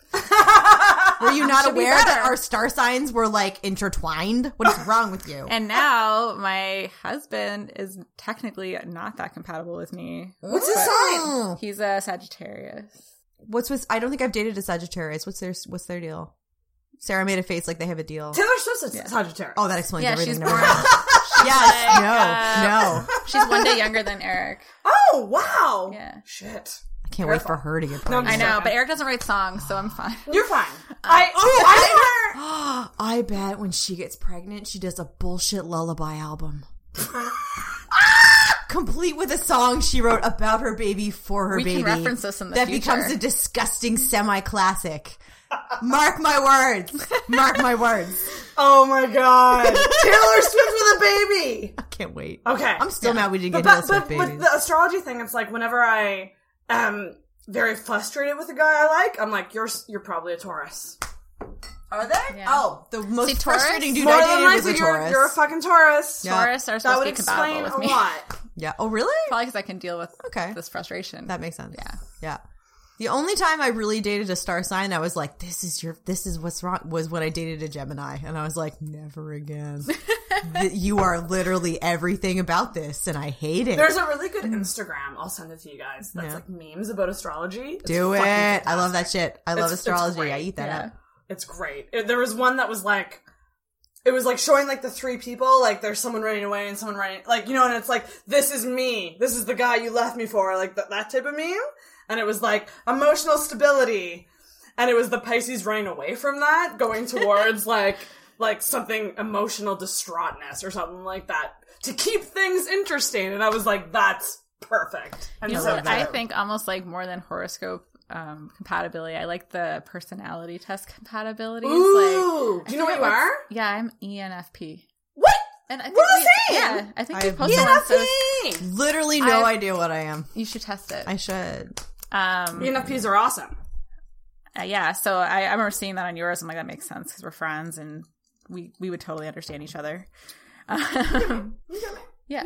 [SPEAKER 8] Were you not
[SPEAKER 10] Should be
[SPEAKER 8] aware that
[SPEAKER 10] better.
[SPEAKER 8] our star signs were like intertwined? What is wrong with you?
[SPEAKER 10] And now my husband is technically not that compatible with me.
[SPEAKER 9] What's his sign?
[SPEAKER 8] Mm.
[SPEAKER 10] He's a Sagittarius.
[SPEAKER 8] What's with? I don't think I've dated a Sagittarius. What's their What's their deal? Sarah made a face like they have a deal.
[SPEAKER 9] Taylor Swift's a Sagittarius.
[SPEAKER 8] Oh, that explains
[SPEAKER 10] Yeah,
[SPEAKER 8] everything.
[SPEAKER 10] she's
[SPEAKER 8] Never
[SPEAKER 10] born.
[SPEAKER 8] mind. yes.
[SPEAKER 10] like,
[SPEAKER 8] no.
[SPEAKER 10] uh,
[SPEAKER 8] no.
[SPEAKER 10] She's one day younger than Eric.
[SPEAKER 9] Oh, wow.
[SPEAKER 10] Yeah.
[SPEAKER 9] Shit.
[SPEAKER 8] I can't wait for her to get
[SPEAKER 9] No,
[SPEAKER 8] pregnant.
[SPEAKER 10] I know, but Eric doesn't write songs, so I'm fine.
[SPEAKER 9] You're fine. I. Oh, I swear.
[SPEAKER 8] I bet when she gets pregnant, she does a bullshit lullaby album. Complete with a song she wrote about her baby for her
[SPEAKER 10] We can
[SPEAKER 8] baby.
[SPEAKER 10] reference this in the
[SPEAKER 8] That
[SPEAKER 10] future.
[SPEAKER 8] becomes a disgusting semi classic. Mark my words. Mark my words.
[SPEAKER 9] Oh my god. Taylor Swift with a baby.
[SPEAKER 8] I can't wait.
[SPEAKER 9] Okay.
[SPEAKER 8] I'm still mad we didn't
[SPEAKER 9] But,
[SPEAKER 8] get
[SPEAKER 9] but,
[SPEAKER 8] Taylor
[SPEAKER 9] but
[SPEAKER 8] Swift
[SPEAKER 9] with
[SPEAKER 8] babies.
[SPEAKER 9] the astrology thing, it's like whenever I am very frustrated with a guy I like, I'm like, you're you're probably a Taurus.
[SPEAKER 8] Are they? Oh, the most
[SPEAKER 10] See, Taurus?
[SPEAKER 8] frustrating dude
[SPEAKER 9] More
[SPEAKER 8] I
[SPEAKER 9] than
[SPEAKER 8] dated was a
[SPEAKER 9] likely, you're,
[SPEAKER 8] Taurus.
[SPEAKER 9] you're a fucking Taurus.
[SPEAKER 8] Yeah.
[SPEAKER 10] Taurus are
[SPEAKER 9] That
[SPEAKER 10] supposed
[SPEAKER 9] would
[SPEAKER 10] to be compatible
[SPEAKER 9] explain
[SPEAKER 10] with
[SPEAKER 9] a
[SPEAKER 10] me.
[SPEAKER 9] lot.
[SPEAKER 8] yeah. Oh, really?
[SPEAKER 10] Probably because I can deal with
[SPEAKER 8] Okay.
[SPEAKER 10] this frustration.
[SPEAKER 8] That makes sense.
[SPEAKER 10] Yeah.
[SPEAKER 8] Yeah. The only time I really dated a star sign, I was like, this is your, this is what's wrong, was when I dated a Gemini. And I was like, never again. Th- you are literally everything about this and I hate it.
[SPEAKER 9] There's a really good Instagram. I'll send it to you guys. That's
[SPEAKER 8] Mm. Yeah.
[SPEAKER 9] like memes about astrology. It's
[SPEAKER 8] Do it.
[SPEAKER 9] fucking
[SPEAKER 8] I love that shit. I love
[SPEAKER 9] It's- it's
[SPEAKER 8] astrology.
[SPEAKER 9] great.
[SPEAKER 8] I eat that
[SPEAKER 10] Yeah.
[SPEAKER 8] up.
[SPEAKER 9] It's great. It- there was one that was like, it was like showing like the three people, like there's someone running away and someone running, like, you know, and it's like, this is me. This is the guy you left me for, like th- that type of meme. And it was like emotional stability. And it was the Pisces running away from that, going towards like, like something emotional distraughtness or something like that to keep things interesting. And I was like, that's perfect. And
[SPEAKER 10] You know
[SPEAKER 9] so
[SPEAKER 10] what I think almost like more than horoscope um, compatibility, I like the personality test compatibilities.
[SPEAKER 9] Ooh,
[SPEAKER 10] like, I
[SPEAKER 9] do you know what
[SPEAKER 10] forget
[SPEAKER 9] you
[SPEAKER 10] what's-
[SPEAKER 9] are?
[SPEAKER 10] Yeah, I'm E ENFP.
[SPEAKER 9] What?
[SPEAKER 10] And I think
[SPEAKER 9] What am I
[SPEAKER 10] we-
[SPEAKER 9] saying?
[SPEAKER 10] Yeah, I think
[SPEAKER 8] I
[SPEAKER 10] we
[SPEAKER 8] have
[SPEAKER 10] posted on so
[SPEAKER 9] ENFP!
[SPEAKER 8] Literally no
[SPEAKER 10] I-
[SPEAKER 8] idea what I am.
[SPEAKER 10] you should test it.
[SPEAKER 8] I should.
[SPEAKER 10] um,
[SPEAKER 9] ENFPs are awesome.
[SPEAKER 10] uh, yeah, so I, I remember seeing that on yours. I'm like, that makes sense because we're friends and we we would totally understand each other. Um, yeah.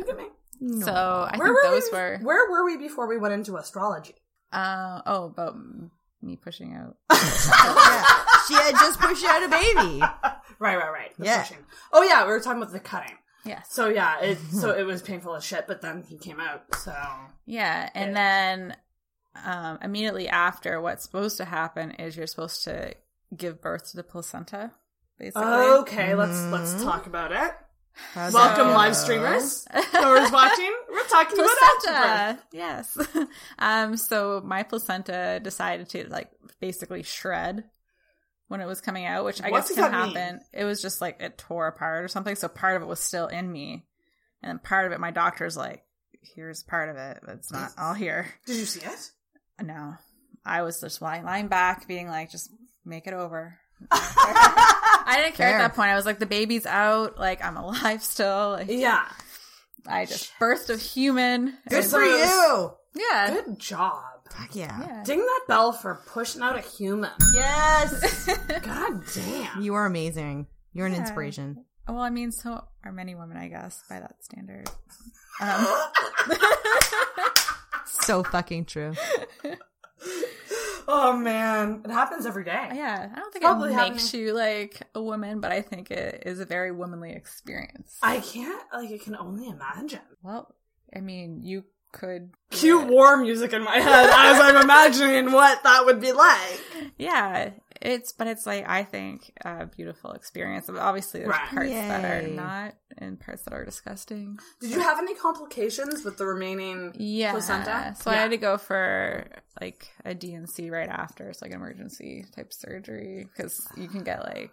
[SPEAKER 10] So I think those
[SPEAKER 9] we,
[SPEAKER 10] were.
[SPEAKER 9] Where were we before we went into astrology?
[SPEAKER 10] Uh, oh, about m- me pushing out.
[SPEAKER 8] Yeah. she had just pushed out a baby.
[SPEAKER 9] Right, right, right. The
[SPEAKER 8] Yeah.
[SPEAKER 9] pushing. Oh yeah, we were talking about the cutting.
[SPEAKER 10] Yes.
[SPEAKER 9] So yeah, it so it was painful as shit, but then he came out. So
[SPEAKER 10] Yeah, and then um, immediately after, what's supposed to happen is you're supposed to give birth to the placenta. Basically,
[SPEAKER 9] okay, Mm-hmm. let's let's talk about it.
[SPEAKER 8] How's
[SPEAKER 9] Welcome,
[SPEAKER 8] that?
[SPEAKER 9] live streamers. Whoever's watching, we're talking about afterbirth.
[SPEAKER 10] placenta. Yes. um. So my placenta decided to like basically shred when it was coming out, which I
[SPEAKER 9] What
[SPEAKER 10] guess
[SPEAKER 9] does that
[SPEAKER 10] can
[SPEAKER 9] mean?
[SPEAKER 10] happen. It was just like it tore apart or something. So part of it was still in me, and then part of it, my doctor's like, here's part of it, but it's not all here.
[SPEAKER 9] Did you see it?
[SPEAKER 10] No, I was just lying, lying back, being like, just make it over. I didn't care
[SPEAKER 9] Fair.
[SPEAKER 10] at that point. I was like, the baby's out. Like I'm alive still. Like,
[SPEAKER 9] yeah.
[SPEAKER 10] I just birthed a human.
[SPEAKER 9] Good
[SPEAKER 10] And-
[SPEAKER 9] for you.
[SPEAKER 10] Yeah.
[SPEAKER 9] Good job.
[SPEAKER 8] Fuck yeah.
[SPEAKER 9] Ding that bell for pushing out a human.
[SPEAKER 8] Yes.
[SPEAKER 9] God damn.
[SPEAKER 8] You are amazing. You're an
[SPEAKER 10] Yeah.
[SPEAKER 8] inspiration.
[SPEAKER 10] Well, I mean, so are many women, I guess, by that standard. Um,
[SPEAKER 8] So fucking true.
[SPEAKER 9] Oh man, it happens every day.
[SPEAKER 10] yeah, I don't think
[SPEAKER 9] Probably
[SPEAKER 10] it
[SPEAKER 9] happening.
[SPEAKER 10] makes you like a woman, but I think it is a very womanly experience.
[SPEAKER 9] I can't. Like, I can only imagine.
[SPEAKER 10] Well, I mean, you could.
[SPEAKER 9] Cue war music in my head as I'm imagining what that would be like.
[SPEAKER 10] Yeah, it's but it's like I think a beautiful experience. But Obviously, there's
[SPEAKER 9] Right.
[SPEAKER 10] parts that are
[SPEAKER 9] Yay.
[SPEAKER 10] not and parts that are disgusting.
[SPEAKER 9] Did you have any complications with the remaining
[SPEAKER 10] Yeah,
[SPEAKER 9] placenta?
[SPEAKER 10] so I had to go for like a DNC right after, it's like an emergency type surgery because you can get like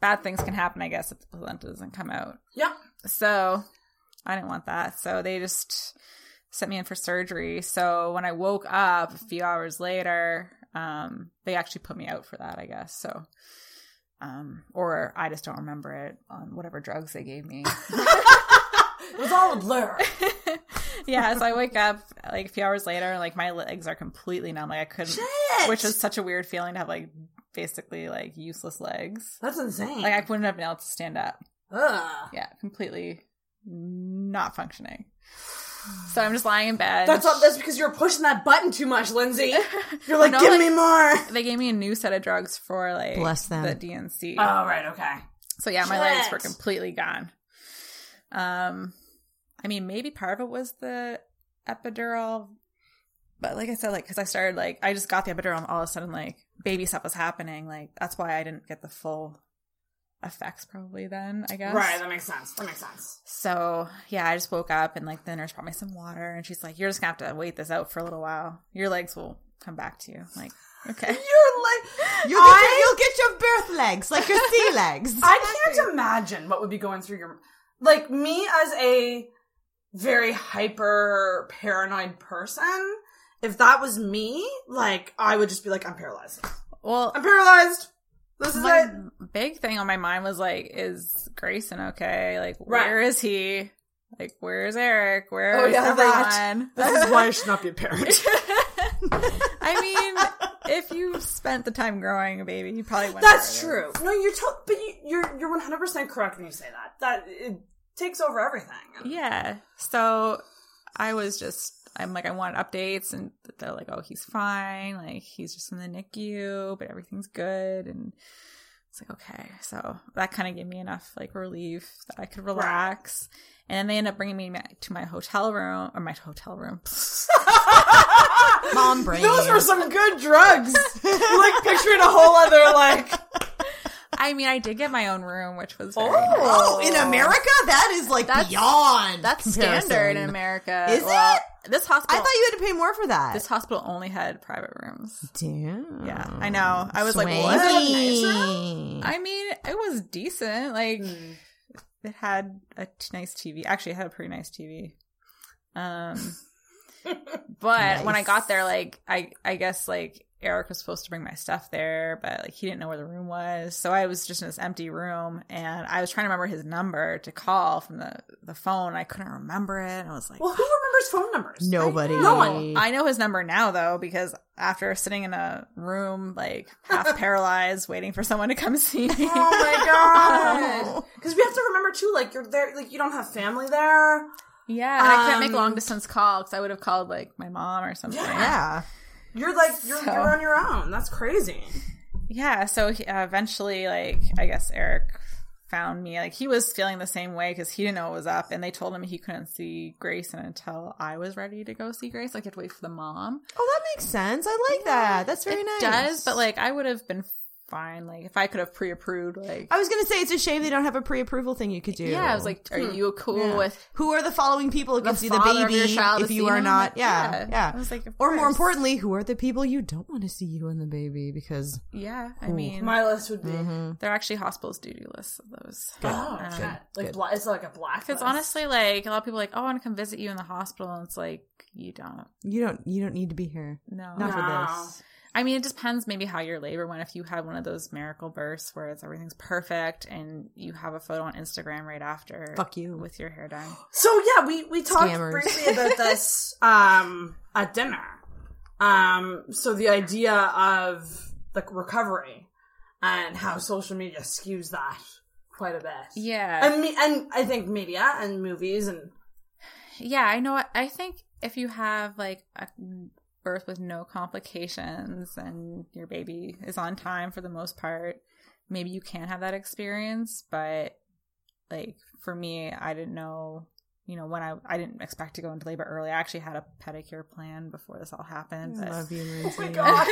[SPEAKER 10] bad things can happen, I guess, if the placenta doesn't come out.
[SPEAKER 9] Yep.
[SPEAKER 10] So I didn't want that. So they just sent me in for surgery. So when I woke up a few hours later, um, they actually put me out for that, I guess. So, um, or I just don't remember it on whatever drugs they gave me.
[SPEAKER 9] It was all a blur.
[SPEAKER 10] yeah, so I wake up like a few hours later, and like my legs are completely numb. Like I couldn't, which is such a weird feeling to have like basically like useless legs.
[SPEAKER 9] That's insane.
[SPEAKER 10] Like I wouldn't have been able to stand up.
[SPEAKER 9] Ugh.
[SPEAKER 10] Yeah, completely not functioning. So I'm just lying in bed.
[SPEAKER 9] That's all, that's because you're pushing that button too much, Lindsay. You're like,
[SPEAKER 10] No,
[SPEAKER 9] give
[SPEAKER 10] like-
[SPEAKER 9] me more.
[SPEAKER 10] They gave me a new set of drugs for like
[SPEAKER 8] Bless them.
[SPEAKER 10] the DNC.
[SPEAKER 9] Oh right, okay.
[SPEAKER 10] So yeah, my legs were
[SPEAKER 9] Shit.
[SPEAKER 10] completely gone. Um, I mean, maybe part of it was the epidural, but like I said, like because I started like I just got the epidural, and all of a sudden like baby stuff was happening. Like that's why I didn't get the full effects probably then. I guess
[SPEAKER 9] Right, that makes sense. That makes sense.
[SPEAKER 10] So yeah, I just woke up and like the nurse brought me some water, and she's like, "You're just gonna have to wait this out for a little while. Your legs will come back to you." I'm like okay.
[SPEAKER 9] You're like
[SPEAKER 8] You'll get, your, you'll get your birth legs, like your sea legs.
[SPEAKER 9] I can't imagine what would be going through your like me as a very hyper paranoid person. If that was me, like I would just be like, I'm paralyzed.
[SPEAKER 10] Well,
[SPEAKER 9] I'm paralyzed. This is
[SPEAKER 10] my
[SPEAKER 9] it.
[SPEAKER 10] big thing on my mind was like, is Grayson okay? Like,
[SPEAKER 9] Right.
[SPEAKER 10] where is he? Like, where is Eric? Where
[SPEAKER 9] Oh,
[SPEAKER 10] is
[SPEAKER 9] yeah, that.
[SPEAKER 10] everyone?
[SPEAKER 9] This is why I should not be a parent.
[SPEAKER 10] I mean, if you spent the time growing a baby, you probably went.
[SPEAKER 9] That's
[SPEAKER 10] harder.
[SPEAKER 9] true. No, you're to- but you, you're you're 100 percent correct when you say that. That it takes over everything.
[SPEAKER 10] Yeah. So I was just, I'm like, I want updates, and they're like, oh, he's fine. Like, he's just in the NICU, but everything's good. And it's like, okay. So that kind of gave me enough, like, relief that I could relax. And then they end up bringing me ma- to my hotel room, or my hotel room.
[SPEAKER 8] Mom brain.
[SPEAKER 9] Those were some good drugs. You're, like picturing a whole other like.
[SPEAKER 10] I mean, I did get my own room, which was very nice.
[SPEAKER 8] Oh, in America, that is like
[SPEAKER 10] That's-
[SPEAKER 8] beyond.
[SPEAKER 10] That's
[SPEAKER 8] comparison.
[SPEAKER 10] standard in America.
[SPEAKER 8] Is
[SPEAKER 10] Well,
[SPEAKER 8] it?
[SPEAKER 10] This
[SPEAKER 8] I
[SPEAKER 10] hospital.
[SPEAKER 8] thought you had to pay more for that.
[SPEAKER 10] this hospital only had private rooms.
[SPEAKER 8] Damn.
[SPEAKER 10] Yeah, I know. I was like, what?
[SPEAKER 8] Swanky.
[SPEAKER 10] I mean, it was decent. Like, it had a t- nice TV. Actually, it had a pretty nice TV. Um, but when I got there, like, I I guess like Eric was supposed to bring my stuff there, but like he didn't know where the room was, so I was just in this empty room, and I was trying to remember his number to call from the the phone. I couldn't remember it. and I was like,
[SPEAKER 9] Well, who remembers phone numbers?
[SPEAKER 8] Nobody.
[SPEAKER 10] no one. I know his number now though because after sitting in a room like half paralyzed, waiting for someone to come see me.
[SPEAKER 9] Oh my god! Because we have to remember too, like you're there, like you don't have family there.
[SPEAKER 10] Yeah, and I can't make
[SPEAKER 9] Um,
[SPEAKER 10] long distance calls because I would have called like my mom or something.
[SPEAKER 8] Yeah.
[SPEAKER 9] You're like you're
[SPEAKER 10] So-
[SPEAKER 9] you're on your own. That's crazy.
[SPEAKER 10] Yeah, so he- uh, eventually, like I guess Eric found me. Like he was feeling the same way because he didn't know what was up, and they told him he couldn't see Grayson until I was ready to go see Grace. Like I had to wait for the mom.
[SPEAKER 8] Oh, that makes sense. I like that. That's very
[SPEAKER 10] it
[SPEAKER 8] nice.
[SPEAKER 10] Does but like I would have been fine. Like if I could have pre-approved, like
[SPEAKER 8] I was gonna say it's a shame they don't have a pre-approval thing you could do.
[SPEAKER 10] Yeah, I was like, are you cool with
[SPEAKER 8] who are the following people who
[SPEAKER 10] the
[SPEAKER 8] can see the
[SPEAKER 10] father of
[SPEAKER 8] baby
[SPEAKER 10] your child
[SPEAKER 8] if
[SPEAKER 10] to
[SPEAKER 8] you
[SPEAKER 10] see
[SPEAKER 8] are
[SPEAKER 10] him?
[SPEAKER 8] not? Yeah, yeah.
[SPEAKER 10] Yeah. I was like, of
[SPEAKER 8] or more
[SPEAKER 10] course.
[SPEAKER 8] importantly, who are the people you don't want to see you and the baby because
[SPEAKER 10] yeah. I
[SPEAKER 8] Cool.
[SPEAKER 10] mean,
[SPEAKER 9] My list would be
[SPEAKER 8] Mm-hmm.
[SPEAKER 10] they're actually hospitals do do lists of those.
[SPEAKER 9] oh,
[SPEAKER 10] Um,
[SPEAKER 9] God. like bla- it's like a black. list.
[SPEAKER 10] Because honestly, like a lot of people, are like, oh, I want to come visit you in the hospital, and it's like you don't.
[SPEAKER 8] you don't you don't need to be here.
[SPEAKER 10] No,
[SPEAKER 8] Not
[SPEAKER 9] No.
[SPEAKER 8] for this.
[SPEAKER 10] I mean, it depends maybe how your labor went. If you had one of those miracle births where it's everything's perfect and you have a photo on Instagram right after,
[SPEAKER 8] Fuck you.
[SPEAKER 10] with your hair done.
[SPEAKER 9] So yeah, we we talked
[SPEAKER 8] Scammers.
[SPEAKER 9] briefly about this um at dinner. Um so the idea of like recovery and how social media skews that quite a bit.
[SPEAKER 10] Yeah,
[SPEAKER 9] And me and I think media and movies and
[SPEAKER 10] yeah. I know. I think if you have like a birth with no complications and your baby is on time for the most part, maybe you can have that experience. But like for me, I didn't know. You know, when I I didn't expect to go into labor early. I actually had a pedicure plan before this all happened. but-
[SPEAKER 8] Love you, Lindsay.
[SPEAKER 9] Oh my god.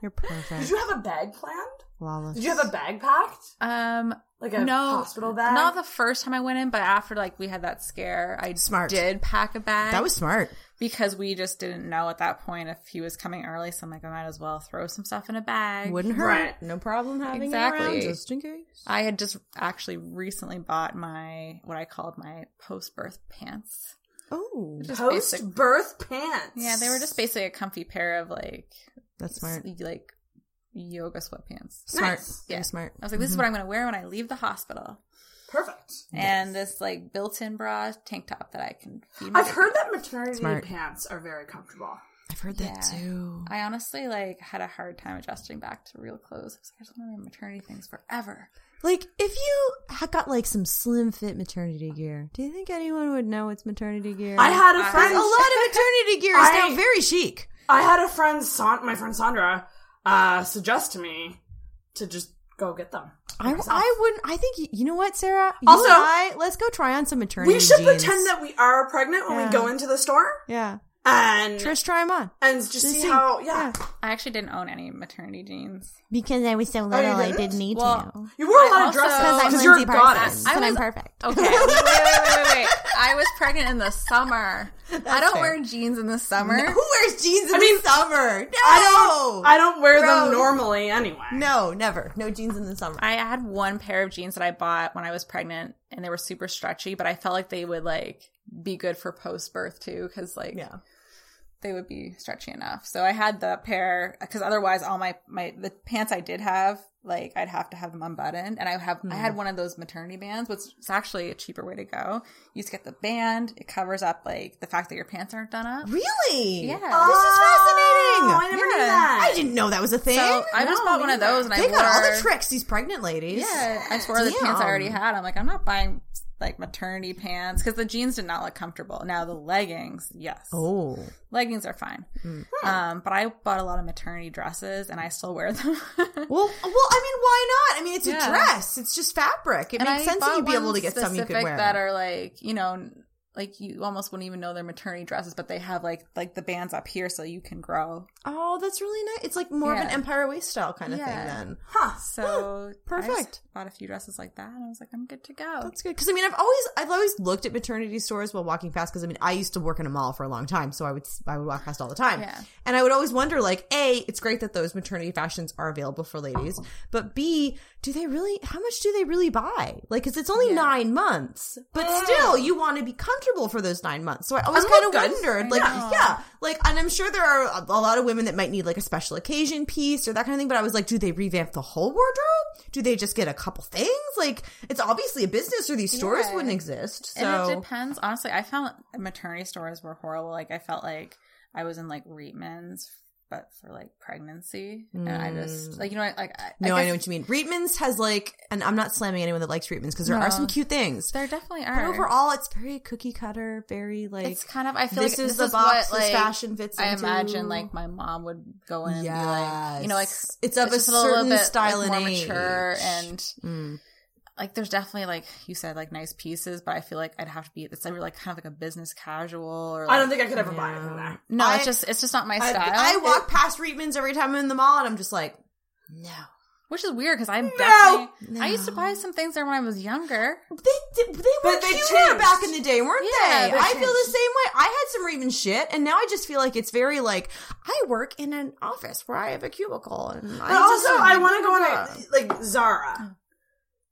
[SPEAKER 8] You're
[SPEAKER 9] Did
[SPEAKER 8] perfect.
[SPEAKER 9] you have a bag planned?
[SPEAKER 8] Flawless.
[SPEAKER 9] Did you have a bag packed?
[SPEAKER 10] Um,
[SPEAKER 9] Like a
[SPEAKER 10] no,
[SPEAKER 9] hospital bag?
[SPEAKER 10] Not the first time I went in, but after like we had that scare, I
[SPEAKER 8] Smart.
[SPEAKER 10] did pack a bag.
[SPEAKER 8] that was smart.
[SPEAKER 10] because we just didn't know at that point if he was coming early. So I'm like, I might as well throw some stuff in a bag.
[SPEAKER 8] Wouldn't hurt.
[SPEAKER 9] Right.
[SPEAKER 8] No problem having it around
[SPEAKER 10] Exactly.
[SPEAKER 8] just in case.
[SPEAKER 10] I had just actually recently bought my what I called my post birth pants.
[SPEAKER 8] Oh,
[SPEAKER 10] Just basic-
[SPEAKER 9] post birth pants.
[SPEAKER 10] yeah, they were just basically a comfy pair of like
[SPEAKER 8] that's smart.
[SPEAKER 10] s- like yoga sweatpants.
[SPEAKER 8] Smart.
[SPEAKER 10] Yeah.
[SPEAKER 8] Yeah, smart. Mm-hmm.
[SPEAKER 10] I was like, this is what I'm going to wear when I leave the hospital,
[SPEAKER 9] perfect.
[SPEAKER 10] and this like built-in bra tank top that I can. Feed my
[SPEAKER 9] I've heard that maternity
[SPEAKER 8] Smart.
[SPEAKER 9] pants are very comfortable.
[SPEAKER 8] I've heard that
[SPEAKER 10] Yeah.
[SPEAKER 8] too.
[SPEAKER 10] I honestly like had a hard time adjusting back to real clothes. I was like, I just want to wear maternity things forever.
[SPEAKER 8] Like, if you had got like some slim fit maternity gear, do you think anyone would know it's maternity gear?
[SPEAKER 9] I had a
[SPEAKER 10] I-
[SPEAKER 9] friend
[SPEAKER 8] a lot of maternity gear is
[SPEAKER 9] I-
[SPEAKER 8] now very chic.
[SPEAKER 9] I had a friend, Son- my friend Sandra, uh, suggest to me to just go get them.
[SPEAKER 8] I,
[SPEAKER 9] myself.
[SPEAKER 8] I wouldn't. I think you, you know what, Sarah. You
[SPEAKER 9] Also-
[SPEAKER 8] and I, let's go try on some maternity.
[SPEAKER 9] We should
[SPEAKER 8] jeans.
[SPEAKER 9] pretend that we are pregnant when
[SPEAKER 8] Yeah.
[SPEAKER 9] we go into the store
[SPEAKER 8] Yeah,
[SPEAKER 9] and
[SPEAKER 8] Trish, try them on.
[SPEAKER 9] and just see, how. Yeah,
[SPEAKER 10] I actually didn't own any maternity jeans.
[SPEAKER 8] because I was so
[SPEAKER 9] little, I didn't? didn't
[SPEAKER 8] need
[SPEAKER 10] Well,
[SPEAKER 9] you wore a
[SPEAKER 10] I
[SPEAKER 9] lot
[SPEAKER 10] also-
[SPEAKER 9] of dresses
[SPEAKER 10] 'Cause I'm
[SPEAKER 9] because you're a goddess.
[SPEAKER 10] I was- I'm
[SPEAKER 8] perfect.
[SPEAKER 10] Okay, wait, wait, wait, wait, wait. I was pregnant in the summer. I don't wear jeans in the summer.
[SPEAKER 8] Who wears jeans in
[SPEAKER 9] I mean,
[SPEAKER 8] the summer? No,
[SPEAKER 9] I don't. I don't wear
[SPEAKER 8] Gross.
[SPEAKER 9] them normally anyway.
[SPEAKER 8] no, never. No jeans in the summer.
[SPEAKER 10] I had one pair of jeans that I bought when I was pregnant, and they were super stretchy, but I felt like they would like be good for post birth too, because like
[SPEAKER 8] Yeah.
[SPEAKER 10] they would be stretchy enough. So I had the pair because otherwise, all my my the pants I did have, like I'd have to have them unbuttoned, and I have I
[SPEAKER 8] Hmm.
[SPEAKER 10] had one of those maternity bands, which is actually a cheaper way to go. You just get the band; it covers up like the fact that your pants aren't done up.
[SPEAKER 8] really?
[SPEAKER 10] Yeah.
[SPEAKER 8] This is
[SPEAKER 9] Oh, I
[SPEAKER 8] fascinating.
[SPEAKER 9] never
[SPEAKER 10] Yeah.
[SPEAKER 9] knew that.
[SPEAKER 8] I didn't know that was a thing.
[SPEAKER 10] So I just bought one of those, and I
[SPEAKER 8] they got all
[SPEAKER 10] wore-
[SPEAKER 8] the tricks. These pregnant ladies.
[SPEAKER 10] Yeah, I swore the
[SPEAKER 8] Damn.
[SPEAKER 10] pants I already had. I'm like, I'm not buying like maternity pants because the jeans did not look comfortable. Now the leggings, yes,
[SPEAKER 8] Oh, Hmm.
[SPEAKER 10] leggings are fine. Um, but I bought a lot of maternity dresses, and I still wear them.
[SPEAKER 8] well, well. I mean, why not? I mean, it's
[SPEAKER 10] Yeah.
[SPEAKER 8] a dress. It's just fabric. It
[SPEAKER 10] And
[SPEAKER 8] makes
[SPEAKER 10] I
[SPEAKER 8] sense that
[SPEAKER 10] bought
[SPEAKER 8] you'd be able
[SPEAKER 10] ones
[SPEAKER 8] to get some you could
[SPEAKER 10] specific
[SPEAKER 8] wear.
[SPEAKER 10] that are like you know like you almost wouldn't even know they're maternity dresses, but they have like like the bands up here so you can grow.
[SPEAKER 8] Oh, that's really nice. It's like more of
[SPEAKER 10] Yeah.
[SPEAKER 8] an Empire Waist style kind of
[SPEAKER 10] Yeah.
[SPEAKER 8] thing. Then
[SPEAKER 10] So I just
[SPEAKER 8] Perfect.
[SPEAKER 10] bought a few dresses like that, and I was like, I'm good to go.
[SPEAKER 8] that's good because I mean I've always I've always looked at maternity stores while walking past because I mean I used to work in a mall for a long time, so I would I would walk past all the time,
[SPEAKER 10] Yeah.
[SPEAKER 8] and I would always wonder like a it's great that those maternity fashions are available for ladies, but b do they really how much do they really buy like because it's only nine months, but
[SPEAKER 10] Oh.
[SPEAKER 8] still you want to be comfortable for those nine months, so I always kind
[SPEAKER 9] look
[SPEAKER 8] of
[SPEAKER 9] good.
[SPEAKER 8] wondered like
[SPEAKER 10] know.
[SPEAKER 8] yeah like and I'm sure there are a, a lot of women that might need like a special occasion piece or that kind of thing, but I was like do they revamp the whole wardrobe? Do they just get a couple things? Like it's obviously a business or these stores
[SPEAKER 10] Yeah.
[SPEAKER 8] wouldn't exist.
[SPEAKER 10] And it
[SPEAKER 8] So
[SPEAKER 10] depends. Honestly, I found maternity stores were horrible. Like I felt like I was in like Reitman's, but for like pregnancy, and I just like you know I, like I,
[SPEAKER 8] Mm. no, I, know
[SPEAKER 10] guess
[SPEAKER 8] what you mean. Reitman's has like, and I'm not slamming anyone that likes Reitman's because there are some cute things.
[SPEAKER 10] there definitely
[SPEAKER 8] But
[SPEAKER 10] are.
[SPEAKER 8] overall, it's very cookie cutter, very like
[SPEAKER 10] it's kind of I feel
[SPEAKER 8] this
[SPEAKER 10] like
[SPEAKER 8] is
[SPEAKER 10] this
[SPEAKER 8] the
[SPEAKER 10] is
[SPEAKER 8] box
[SPEAKER 10] what,
[SPEAKER 8] this
[SPEAKER 10] like,
[SPEAKER 8] fashion fits
[SPEAKER 10] I
[SPEAKER 8] into.
[SPEAKER 10] imagine like my mom would go in and be like, you know, like
[SPEAKER 8] Yes. It's of a
[SPEAKER 10] just little
[SPEAKER 8] certain
[SPEAKER 10] bit, like,
[SPEAKER 8] style and
[SPEAKER 10] more mature
[SPEAKER 8] age. Mm.
[SPEAKER 10] and. Like there's definitely like you said like nice pieces, but I feel like I'd have to be it's like, like kind of like a business casual or like,
[SPEAKER 9] I don't think I could ever buy it from there.
[SPEAKER 10] no
[SPEAKER 8] I-
[SPEAKER 10] it's just it's just not my
[SPEAKER 8] I,
[SPEAKER 10] style.
[SPEAKER 8] I walk past Reitman's every time I'm in the mall, and I'm just like, no,
[SPEAKER 10] Which is weird because I'm
[SPEAKER 8] No.
[SPEAKER 10] definitely. I
[SPEAKER 8] No.
[SPEAKER 10] used to buy some things there when I was younger.
[SPEAKER 8] They, did, they were
[SPEAKER 10] they
[SPEAKER 8] cuter
[SPEAKER 10] changed.
[SPEAKER 8] back in the day, weren't
[SPEAKER 10] Yeah,
[SPEAKER 8] they?
[SPEAKER 10] they
[SPEAKER 8] I feel the
[SPEAKER 10] changed.
[SPEAKER 8] same way. I had some Raven shit, and now I just feel like it's very like I work in an office where I have a cubicle, and I
[SPEAKER 9] But also,
[SPEAKER 8] just-
[SPEAKER 9] I want to go on a like Zara.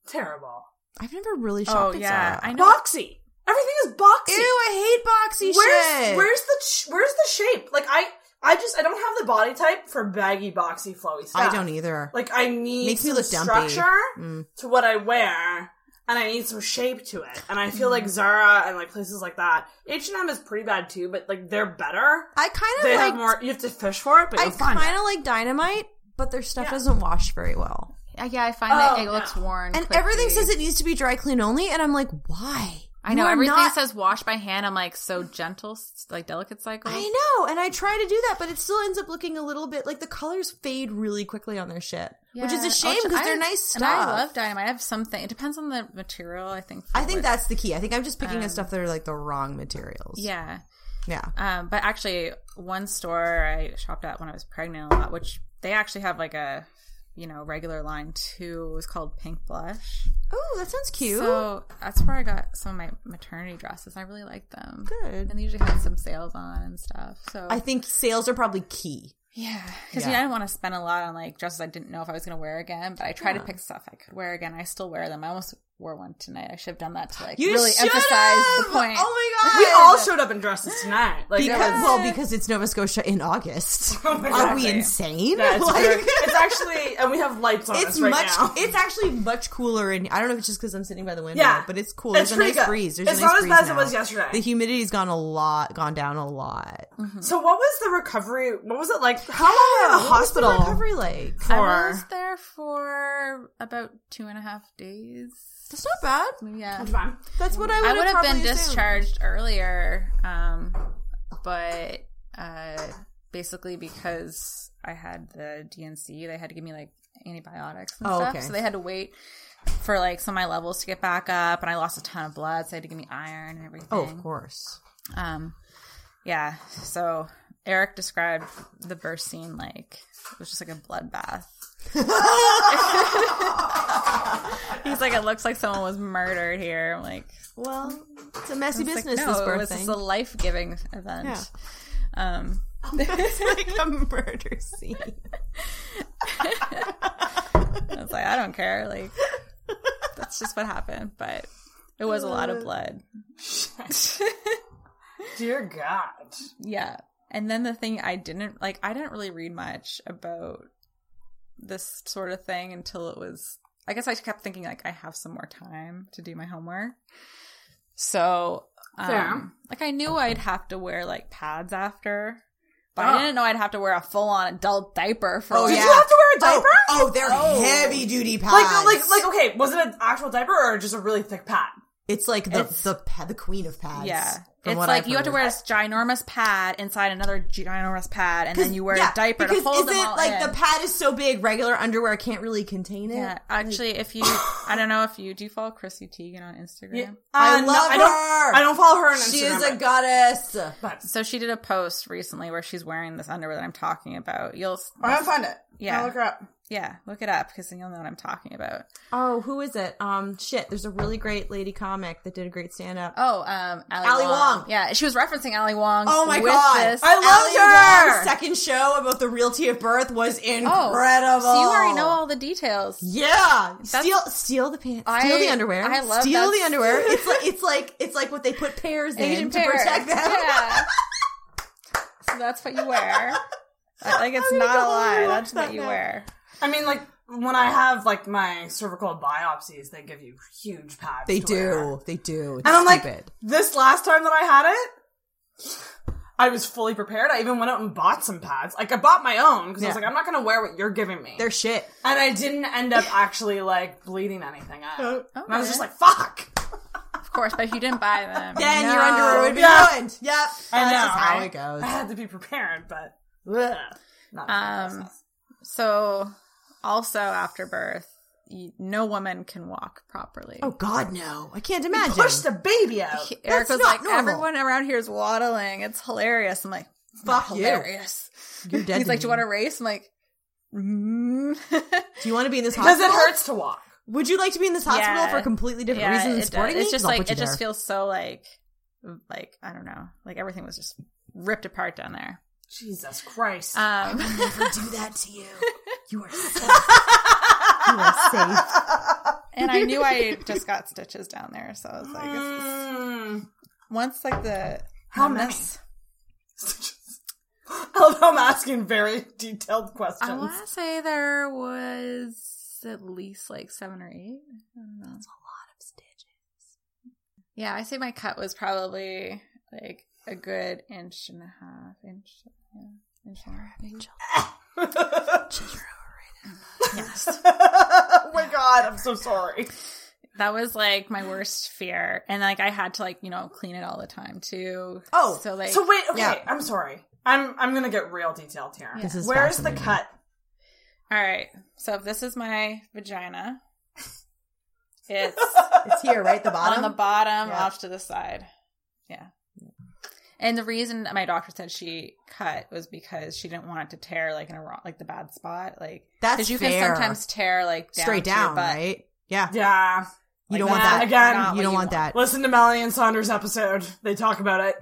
[SPEAKER 9] Terrible.
[SPEAKER 8] I've never really shopped.
[SPEAKER 10] Oh,
[SPEAKER 8] at
[SPEAKER 10] yeah.
[SPEAKER 8] Zara.
[SPEAKER 10] I know.
[SPEAKER 9] Boxy. Everything is boxy.
[SPEAKER 8] Ew, I hate boxy
[SPEAKER 9] where's,
[SPEAKER 8] shit.
[SPEAKER 9] Where's the sh- where's the shape? Like I I just I don't have the body type for baggy, boxy, flowy stuff.
[SPEAKER 8] I don't either.
[SPEAKER 9] Like I need
[SPEAKER 8] Makes me
[SPEAKER 9] some
[SPEAKER 8] look dumpy.
[SPEAKER 9] structure
[SPEAKER 8] Mm.
[SPEAKER 9] to what I wear, and I need some shape to it. And I feel
[SPEAKER 8] Mm.
[SPEAKER 9] like Zara and like places like that. H and M is pretty bad too, but like they're better.
[SPEAKER 8] I kind of
[SPEAKER 9] They
[SPEAKER 8] like
[SPEAKER 9] have more. You have to fish for it, but
[SPEAKER 8] I
[SPEAKER 9] you'll find
[SPEAKER 8] kind
[SPEAKER 9] it.
[SPEAKER 8] of like dynamite, but their stuff
[SPEAKER 9] oh, Yeah.
[SPEAKER 8] doesn't wash very well.
[SPEAKER 10] Uh, Yeah, I find that
[SPEAKER 9] Oh,
[SPEAKER 10] it looks
[SPEAKER 9] no.
[SPEAKER 10] worn.
[SPEAKER 8] And
[SPEAKER 10] quickly.
[SPEAKER 8] everything says it needs to be dry clean only, and I'm like, why?
[SPEAKER 10] I know
[SPEAKER 8] You are
[SPEAKER 10] everything
[SPEAKER 8] not-
[SPEAKER 10] says wash by hand. I'm like so gentle, s- like delicate cycle.
[SPEAKER 8] I know, and I try to do that, but it still ends up looking a little bit like the colors fade really quickly on their shit, which is
[SPEAKER 10] Yeah.
[SPEAKER 8] a shame
[SPEAKER 10] Ultra-
[SPEAKER 8] because
[SPEAKER 10] I-
[SPEAKER 8] they're nice stuff.
[SPEAKER 10] And I love dynamite. I have something. It depends on the material. I think. for
[SPEAKER 8] I think
[SPEAKER 10] what- Um,
[SPEAKER 8] that's the key. I think I'm just picking at stuff that are like the wrong materials.
[SPEAKER 10] Yeah.
[SPEAKER 8] yeah.
[SPEAKER 10] Um, but actually, one store I shopped at when I was pregnant a lot, which they actually have like a, you know, regular line too. It was called Pink Blush.
[SPEAKER 8] Oh, that sounds cute.
[SPEAKER 10] So that's where I got some of my maternity dresses. I really liked them.
[SPEAKER 8] Good.
[SPEAKER 10] And they usually had some sales on and stuff. So
[SPEAKER 8] I think sales are probably key.
[SPEAKER 10] Yeah, because
[SPEAKER 8] Yeah.
[SPEAKER 10] I didn't want to spend a lot on like dresses I didn't know if I was going to wear again. But I tried to pick stuff I could wear again. I still wear them. I almost wore one tonight. I should have done that to like
[SPEAKER 8] You
[SPEAKER 10] really
[SPEAKER 8] should
[SPEAKER 10] emphasize the point.
[SPEAKER 8] Oh my god.
[SPEAKER 9] We all showed up in dresses tonight. Like
[SPEAKER 8] because
[SPEAKER 9] that was-
[SPEAKER 8] well, because it's Nova Scotia in August.
[SPEAKER 9] Oh
[SPEAKER 8] Are we
[SPEAKER 10] Exactly.
[SPEAKER 8] insane?
[SPEAKER 9] Yeah, it's,
[SPEAKER 8] Like-
[SPEAKER 9] very- it's actually, and we have lights on
[SPEAKER 8] It's
[SPEAKER 9] us right
[SPEAKER 8] much.
[SPEAKER 9] now.
[SPEAKER 8] It's actually much cooler, and I don't know if it's just because I'm sitting by the window.
[SPEAKER 9] Yeah.
[SPEAKER 8] but it's cool.
[SPEAKER 9] It's
[SPEAKER 8] There's a
[SPEAKER 9] pretty
[SPEAKER 8] nice
[SPEAKER 9] good.
[SPEAKER 8] breeze. There's
[SPEAKER 9] It's
[SPEAKER 8] a nice
[SPEAKER 9] not as
[SPEAKER 8] breeze
[SPEAKER 9] bad as it
[SPEAKER 8] now.
[SPEAKER 9] was yesterday.
[SPEAKER 8] The humidity's gone a lot, gone down a lot.
[SPEAKER 9] So what was the recovery? What was it like? How long were you in the
[SPEAKER 8] What was
[SPEAKER 9] hospital?
[SPEAKER 8] recovery like
[SPEAKER 10] I
[SPEAKER 9] for-
[SPEAKER 10] was there for about two and a half days.
[SPEAKER 8] that's not bad.
[SPEAKER 10] Yeah,
[SPEAKER 9] Fine.
[SPEAKER 8] That's what I would,
[SPEAKER 10] I would have been
[SPEAKER 8] probably assumed.
[SPEAKER 10] discharged earlier, um, but uh, basically because I had the DNC, they had to give me like antibiotics and
[SPEAKER 8] Oh,
[SPEAKER 10] stuff,
[SPEAKER 8] okay.
[SPEAKER 10] so they had to wait for like some of my levels to get back up, and I lost a ton of blood, so they had to give me iron and everything.
[SPEAKER 8] Oh, of course.
[SPEAKER 10] Um, yeah. So Eric described the birth scene like it was just like a bloodbath. He's like, it looks like someone was murdered here. I'm like,
[SPEAKER 8] Well, it's a messy
[SPEAKER 10] it's like,
[SPEAKER 8] business.
[SPEAKER 10] no,
[SPEAKER 8] this
[SPEAKER 10] it
[SPEAKER 8] birth
[SPEAKER 10] was
[SPEAKER 8] thing.
[SPEAKER 10] just a life giving event.
[SPEAKER 8] Yeah.
[SPEAKER 10] Um,
[SPEAKER 8] like a murder scene.
[SPEAKER 10] I was like, I don't care. Like, that's just what happened. But it was a lot of blood.
[SPEAKER 9] Dear God.
[SPEAKER 10] Yeah. And then the thing I didn't like, I didn't really read much about this sort of thing until it was, I guess I kept thinking, like, I have some more time to do my homework. So, um,
[SPEAKER 9] Fair.
[SPEAKER 10] like, I knew I'd have to wear, like, pads after, but
[SPEAKER 9] Oh.
[SPEAKER 10] I didn't know I'd have to wear a full on adult diaper for,
[SPEAKER 8] Oh
[SPEAKER 10] like,
[SPEAKER 8] yeah.
[SPEAKER 9] you have to wear a diaper?
[SPEAKER 8] Oh, oh, they're heavy duty pads.
[SPEAKER 9] Like, like, like, okay, was it an actual diaper or just a really thick pad?
[SPEAKER 8] it's like the
[SPEAKER 10] It's-
[SPEAKER 8] the pa- the queen of pads.
[SPEAKER 10] Yeah.
[SPEAKER 8] from
[SPEAKER 10] it's
[SPEAKER 8] what
[SPEAKER 10] like
[SPEAKER 8] I've
[SPEAKER 10] you have to
[SPEAKER 8] heard.
[SPEAKER 10] wear this ginormous pad inside another ginormous pad, and then you wear
[SPEAKER 8] Yeah,
[SPEAKER 10] a diaper to
[SPEAKER 8] because
[SPEAKER 10] hold them
[SPEAKER 8] is it
[SPEAKER 10] all
[SPEAKER 8] like
[SPEAKER 10] in.
[SPEAKER 8] the pad is so big, regular underwear can't really contain it.
[SPEAKER 10] Yeah, actually, if you, I don't know if you do you follow Chrissy Teigen on Instagram. Uh,
[SPEAKER 8] I
[SPEAKER 9] Uh, no,
[SPEAKER 8] love
[SPEAKER 9] I
[SPEAKER 8] her.
[SPEAKER 9] don't, I don't follow her on Instagram.
[SPEAKER 8] She is a
[SPEAKER 9] but-
[SPEAKER 8] goddess.
[SPEAKER 9] But
[SPEAKER 10] So she did a post recently where she's wearing this underwear that I'm talking about. You'll,
[SPEAKER 9] I'm gonna find it.
[SPEAKER 10] Yeah.
[SPEAKER 9] I'll look her up.
[SPEAKER 10] yeah, look it up because then you'll know what I'm talking about.
[SPEAKER 8] Oh, who is it? Um, shit. There's a really great lady comic that did a great stand up.
[SPEAKER 10] Oh, um, Ali,
[SPEAKER 8] Ali
[SPEAKER 10] Wong.
[SPEAKER 8] Wong.
[SPEAKER 10] Yeah, she was referencing Ali Wong.
[SPEAKER 8] Oh my
[SPEAKER 10] with
[SPEAKER 8] god!
[SPEAKER 10] this-
[SPEAKER 8] I loved
[SPEAKER 9] Ali
[SPEAKER 8] her.
[SPEAKER 9] Wong's
[SPEAKER 8] second show about the realty of birth was
[SPEAKER 10] Oh,
[SPEAKER 8] incredible.
[SPEAKER 10] So you already know all the details.
[SPEAKER 8] Yeah, steal steal the pants, steal
[SPEAKER 10] I-
[SPEAKER 8] the underwear.
[SPEAKER 10] I love
[SPEAKER 8] steal
[SPEAKER 10] that.
[SPEAKER 8] the underwear. It's like it's like it's like what they put pears in
[SPEAKER 10] Asian
[SPEAKER 8] to
[SPEAKER 10] pear.
[SPEAKER 8] protect them.
[SPEAKER 10] Yeah. so that's what you wear. I- Like it's
[SPEAKER 8] I'm gonna
[SPEAKER 10] not a
[SPEAKER 8] go home
[SPEAKER 10] lie.
[SPEAKER 8] and watch
[SPEAKER 10] That's what
[SPEAKER 8] that
[SPEAKER 10] you
[SPEAKER 8] now.
[SPEAKER 10] wear.
[SPEAKER 9] I mean, like, when I have, like, my cervical biopsies, they give you huge pads.
[SPEAKER 8] They
[SPEAKER 9] to wear.
[SPEAKER 8] do, they do. It's
[SPEAKER 9] And I'm
[SPEAKER 8] stupid.
[SPEAKER 9] like, this last time that I had it, I was fully prepared. I even went out and bought some pads. Like, I bought my own because I was
[SPEAKER 8] Yeah.
[SPEAKER 9] like, I'm not gonna wear what you're giving me.
[SPEAKER 8] they're shit.
[SPEAKER 9] and I didn't end up actually, like, bleeding anything out.
[SPEAKER 8] Oh,
[SPEAKER 9] And I was
[SPEAKER 10] okay.
[SPEAKER 9] just like, fuck!
[SPEAKER 10] Of course, but if you didn't buy them,
[SPEAKER 8] Then
[SPEAKER 10] no.
[SPEAKER 8] your underwear would be
[SPEAKER 9] Yeah.
[SPEAKER 8] ruined. Yep, that's
[SPEAKER 9] I know,
[SPEAKER 8] just how
[SPEAKER 9] right?
[SPEAKER 8] it goes.
[SPEAKER 9] I had to be prepared, but ugh, not
[SPEAKER 10] Um, so also after birth, you, no woman can walk properly.
[SPEAKER 8] Oh God, no! I can't imagine.
[SPEAKER 9] push the baby out.
[SPEAKER 10] Eric
[SPEAKER 8] that's
[SPEAKER 10] was
[SPEAKER 8] not
[SPEAKER 10] like,
[SPEAKER 8] normal.
[SPEAKER 10] everyone around here is waddling. It's hilarious. I'm like,
[SPEAKER 8] Fuck
[SPEAKER 10] "Not
[SPEAKER 8] you.
[SPEAKER 10] hilarious.
[SPEAKER 8] You're dead.
[SPEAKER 10] He's
[SPEAKER 8] to
[SPEAKER 10] like, "Mm." do you
[SPEAKER 8] me.
[SPEAKER 10] want to race? I'm like,
[SPEAKER 8] Do you want to be in this
[SPEAKER 9] Because
[SPEAKER 8] hospital?
[SPEAKER 9] it hurts to walk.
[SPEAKER 8] Would you like to be in this hospital
[SPEAKER 10] Yeah.
[SPEAKER 8] for a completely different
[SPEAKER 10] Yeah,
[SPEAKER 8] reason
[SPEAKER 10] it
[SPEAKER 8] than
[SPEAKER 10] does.
[SPEAKER 8] sporting
[SPEAKER 10] It's
[SPEAKER 8] me?
[SPEAKER 10] just
[SPEAKER 8] I'll
[SPEAKER 10] like it
[SPEAKER 8] put you
[SPEAKER 10] just
[SPEAKER 8] there.
[SPEAKER 10] feels so like like I don't know, like everything was just ripped apart down there.
[SPEAKER 9] Jesus Christ.
[SPEAKER 10] Um,
[SPEAKER 8] never do that to you. You are safe.
[SPEAKER 10] you are safe. and I knew I just got stitches down there, so I was like, it's- it's-
[SPEAKER 9] Mm.
[SPEAKER 10] once like the
[SPEAKER 9] How
[SPEAKER 10] numbness-
[SPEAKER 9] I love how I'm asking very detailed questions.
[SPEAKER 10] I want to say there was at least like seven or eight. I don't know.
[SPEAKER 8] a lot of stitches.
[SPEAKER 10] Yeah, I say my cut was probably like a good inch and a half inch. Yeah, inch and a half. Yes.
[SPEAKER 9] oh my god, I'm so sorry.
[SPEAKER 10] that was like my worst fear and like i had to like you know clean it all the time too
[SPEAKER 9] Oh,
[SPEAKER 10] so like
[SPEAKER 9] so wait. Okay,
[SPEAKER 8] yeah.
[SPEAKER 9] I'm sorry. I'm I'm gonna get real detailed here.
[SPEAKER 8] This is
[SPEAKER 9] Where's the
[SPEAKER 8] fascinating.
[SPEAKER 9] cut?
[SPEAKER 10] all right so if this is my vagina it's
[SPEAKER 8] It's here, right? The
[SPEAKER 10] on
[SPEAKER 8] bottom.
[SPEAKER 10] the bottom
[SPEAKER 8] Yeah.
[SPEAKER 10] off to the side yeah and the reason my doctor said she cut was because she didn't want it to tear like in a wrong, like the bad spot like
[SPEAKER 8] That's
[SPEAKER 10] 'cause you
[SPEAKER 8] fair.
[SPEAKER 10] can sometimes tear like down
[SPEAKER 8] Straight
[SPEAKER 10] to your
[SPEAKER 8] down,
[SPEAKER 10] butt.
[SPEAKER 8] right? Yeah.
[SPEAKER 9] Yeah.
[SPEAKER 8] You don't
[SPEAKER 10] Like,
[SPEAKER 8] want
[SPEAKER 10] not-
[SPEAKER 8] that.
[SPEAKER 9] again,
[SPEAKER 10] not
[SPEAKER 8] You
[SPEAKER 10] what
[SPEAKER 8] don't want that.
[SPEAKER 9] Listen to Melly and Saunders episode. They talk about it.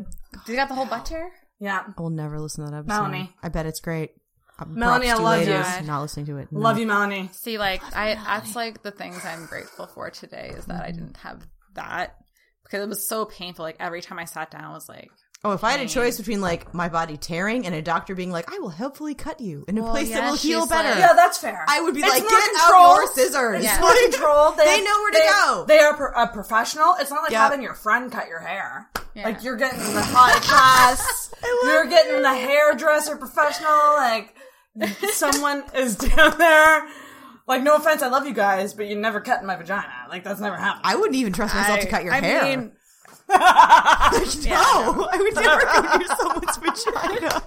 [SPEAKER 10] They got the whole butt tear
[SPEAKER 9] Yeah.
[SPEAKER 8] I will never listen to that episode.
[SPEAKER 9] Melanie.
[SPEAKER 8] I bet it's great. Uh,
[SPEAKER 9] Melanie,
[SPEAKER 8] props
[SPEAKER 9] I
[SPEAKER 8] to
[SPEAKER 9] love
[SPEAKER 8] ladies
[SPEAKER 10] you.
[SPEAKER 8] Not listening to it. No.
[SPEAKER 9] Love you, Melanie.
[SPEAKER 10] See, like I, that's like the things I'm grateful for today is that I didn't have that because it was so painful. Like every time I sat down, I was like,
[SPEAKER 8] Oh, if I had a choice between like my body tearing and a doctor being like, "I will helpfully cut you in a
[SPEAKER 10] Well,
[SPEAKER 8] place
[SPEAKER 10] yeah,
[SPEAKER 8] that will heal
[SPEAKER 10] she's
[SPEAKER 8] better,"
[SPEAKER 10] like-
[SPEAKER 9] Yeah, that's fair.
[SPEAKER 8] I would be
[SPEAKER 9] It's
[SPEAKER 8] like,
[SPEAKER 9] more
[SPEAKER 8] "Get out
[SPEAKER 9] controlled.
[SPEAKER 8] your scissors."
[SPEAKER 10] Yeah.
[SPEAKER 9] It's more controlled. They,
[SPEAKER 8] They know where to
[SPEAKER 9] they-
[SPEAKER 8] go.
[SPEAKER 9] They are pro- a professional. It's not like
[SPEAKER 8] Yep.
[SPEAKER 9] having your friend cut your hair.
[SPEAKER 10] Yeah.
[SPEAKER 9] Like you're getting the high class. you're getting the hairdresser professional. Like someone is down there. Like no offense, I love you guys, but you never cut in my vagina. Like that's never happened.
[SPEAKER 8] I wouldn't even trust myself to cut your
[SPEAKER 10] I
[SPEAKER 8] hair.
[SPEAKER 10] mean,
[SPEAKER 8] no, I would never go near someone's vagina.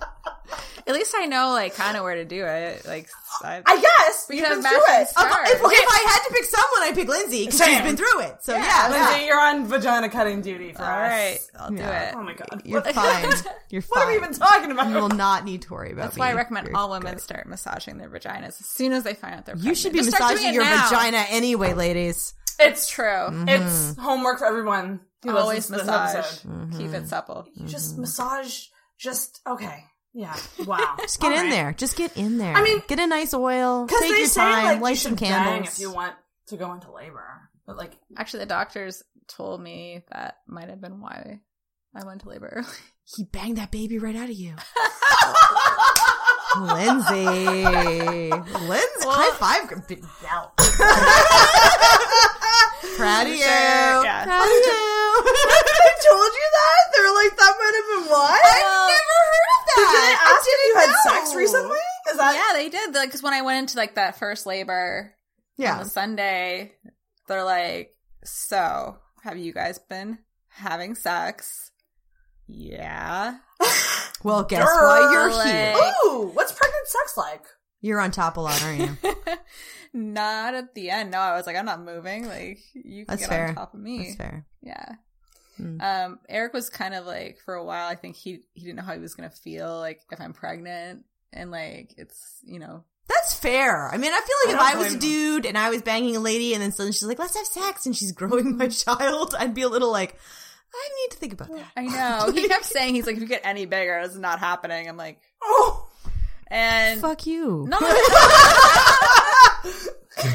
[SPEAKER 10] at least I know like kind of where to do it. Like I,
[SPEAKER 9] I guess but you
[SPEAKER 10] you
[SPEAKER 9] can do
[SPEAKER 10] have matching
[SPEAKER 9] it.
[SPEAKER 10] scars.
[SPEAKER 8] If, if I had to pick someone, I'd pick Lindsay because she's
[SPEAKER 9] Same.
[SPEAKER 8] been through it. So yeah,
[SPEAKER 9] Lindsay,
[SPEAKER 8] yeah.
[SPEAKER 9] you're on vagina cutting duty for
[SPEAKER 10] All
[SPEAKER 9] us.
[SPEAKER 10] right, I'll do
[SPEAKER 9] Oh
[SPEAKER 10] it.
[SPEAKER 9] my god.
[SPEAKER 8] you're
[SPEAKER 9] what,
[SPEAKER 8] fine. You're fine.
[SPEAKER 9] what are we even talking about?
[SPEAKER 8] You will not need to worry about.
[SPEAKER 10] That's why I
[SPEAKER 8] me.
[SPEAKER 10] recommend
[SPEAKER 8] You're
[SPEAKER 10] all women
[SPEAKER 8] good.
[SPEAKER 10] start massaging their vaginas as soon as they find out they're.
[SPEAKER 8] You should be
[SPEAKER 10] pregnant. Just start doing
[SPEAKER 8] massaging
[SPEAKER 10] it
[SPEAKER 8] your
[SPEAKER 10] now.
[SPEAKER 8] vagina Mm-hmm. anyway, ladies.
[SPEAKER 10] It's true.
[SPEAKER 9] It's homework for everyone. Who
[SPEAKER 10] Always
[SPEAKER 9] listens to this
[SPEAKER 10] massage.
[SPEAKER 9] episode.
[SPEAKER 8] Mm-hmm.
[SPEAKER 10] Keep it supple.
[SPEAKER 9] Just massage. Just okay. Yeah. Wow.
[SPEAKER 8] Just get in there. Just get in there.
[SPEAKER 9] I mean-
[SPEAKER 8] get a nice oil.
[SPEAKER 9] Because
[SPEAKER 8] Take
[SPEAKER 9] they
[SPEAKER 8] your
[SPEAKER 9] say
[SPEAKER 8] time.
[SPEAKER 9] like you
[SPEAKER 8] light some
[SPEAKER 9] should bang
[SPEAKER 8] candles.
[SPEAKER 9] if you want to go into labor, but like
[SPEAKER 10] Actually, the doctors told me that might have been why I went to labor early.
[SPEAKER 8] he banged that baby right out of you. Lindsay. Lindsay. high five. Big yell. Proud of you.
[SPEAKER 10] Yeah.
[SPEAKER 8] Proud of you.
[SPEAKER 9] I told you that they were like that might have been why.
[SPEAKER 8] I've never heard of that.
[SPEAKER 9] Did they ask if you had
[SPEAKER 8] know.
[SPEAKER 9] sex recently? Is that
[SPEAKER 10] yeah, they did. Because when I went into like that first labor on
[SPEAKER 8] Yeah.
[SPEAKER 10] the Sunday, they're like, "So, have you guys been having sex?" Yeah.
[SPEAKER 8] Well, guess why you're
[SPEAKER 10] Like,
[SPEAKER 8] here.
[SPEAKER 9] ooh? What's pregnant sex like?
[SPEAKER 8] You're on top a lot, aren't you?
[SPEAKER 10] Not at the end. No, I was like, I'm not moving. Like, you can
[SPEAKER 8] That's
[SPEAKER 10] get
[SPEAKER 8] fair.
[SPEAKER 10] on top of me.
[SPEAKER 8] That's fair. Hmm.
[SPEAKER 10] Yeah. Um, Eric was kind of like for a while. I think he he didn't know how he was gonna feel like if I'm pregnant and like it's you know
[SPEAKER 8] That's fair. I mean, I feel like
[SPEAKER 9] I
[SPEAKER 8] if I
[SPEAKER 9] don't
[SPEAKER 8] was a dude and I was banging a lady and then suddenly she's like, let's have sex and she's growing my child, I'd be a little like, I need to think about that.
[SPEAKER 10] I know he kept saying he's like if you get any bigger it's not happening. I'm like
[SPEAKER 9] Oh,
[SPEAKER 10] and
[SPEAKER 8] Fuck you.
[SPEAKER 10] not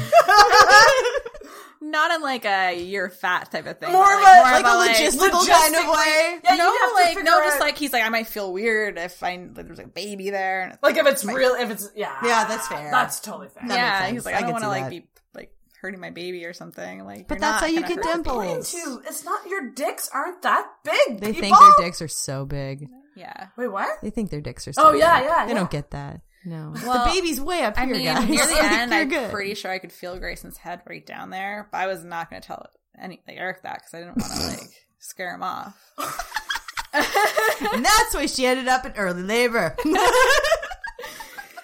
[SPEAKER 10] not in like a you're fat type of thing.
[SPEAKER 9] More
[SPEAKER 10] but,
[SPEAKER 9] of
[SPEAKER 10] like,
[SPEAKER 9] a-
[SPEAKER 8] like a logistical kind of
[SPEAKER 9] logistically-
[SPEAKER 8] way.
[SPEAKER 9] yeah,
[SPEAKER 10] no,
[SPEAKER 9] you have to
[SPEAKER 10] like
[SPEAKER 9] figure
[SPEAKER 10] no, just
[SPEAKER 9] out-
[SPEAKER 10] like he's like I might feel weird if I like, there's like, a baby there. And it's
[SPEAKER 9] like if it's real, if it's yeah,
[SPEAKER 8] Yeah, that's fair.
[SPEAKER 9] That's totally fair.
[SPEAKER 8] That makes
[SPEAKER 10] yeah,
[SPEAKER 8] sense.
[SPEAKER 10] he's like
[SPEAKER 8] I
[SPEAKER 10] I don't
[SPEAKER 8] could
[SPEAKER 10] want
[SPEAKER 8] see
[SPEAKER 10] to
[SPEAKER 8] that.
[SPEAKER 10] like be like hurting my baby or something. Like,
[SPEAKER 8] But
[SPEAKER 10] you're
[SPEAKER 8] that's
[SPEAKER 10] not
[SPEAKER 8] how you
[SPEAKER 10] gonna
[SPEAKER 8] get
[SPEAKER 10] hurt-
[SPEAKER 8] dimples.
[SPEAKER 9] Two, it's not your dicks aren't that big.
[SPEAKER 8] They
[SPEAKER 9] people.
[SPEAKER 8] think their dicks are so big.
[SPEAKER 10] Yeah.
[SPEAKER 9] Wait, what?
[SPEAKER 8] They think their dicks are so
[SPEAKER 9] Oh
[SPEAKER 8] big.
[SPEAKER 9] yeah, yeah.
[SPEAKER 8] They
[SPEAKER 9] yeah.
[SPEAKER 8] don't get that. No.
[SPEAKER 10] Well,
[SPEAKER 8] the baby's way up
[SPEAKER 10] I
[SPEAKER 8] here,
[SPEAKER 10] mean,
[SPEAKER 8] guys.
[SPEAKER 10] near the
[SPEAKER 8] Like,
[SPEAKER 10] end,
[SPEAKER 8] you're
[SPEAKER 10] I'm
[SPEAKER 8] good.
[SPEAKER 10] pretty sure I could feel Grayson's head right down there, but I was not going to tell any like Eric that because I didn't want to like scare him off.
[SPEAKER 8] and that's why she ended up in early labor.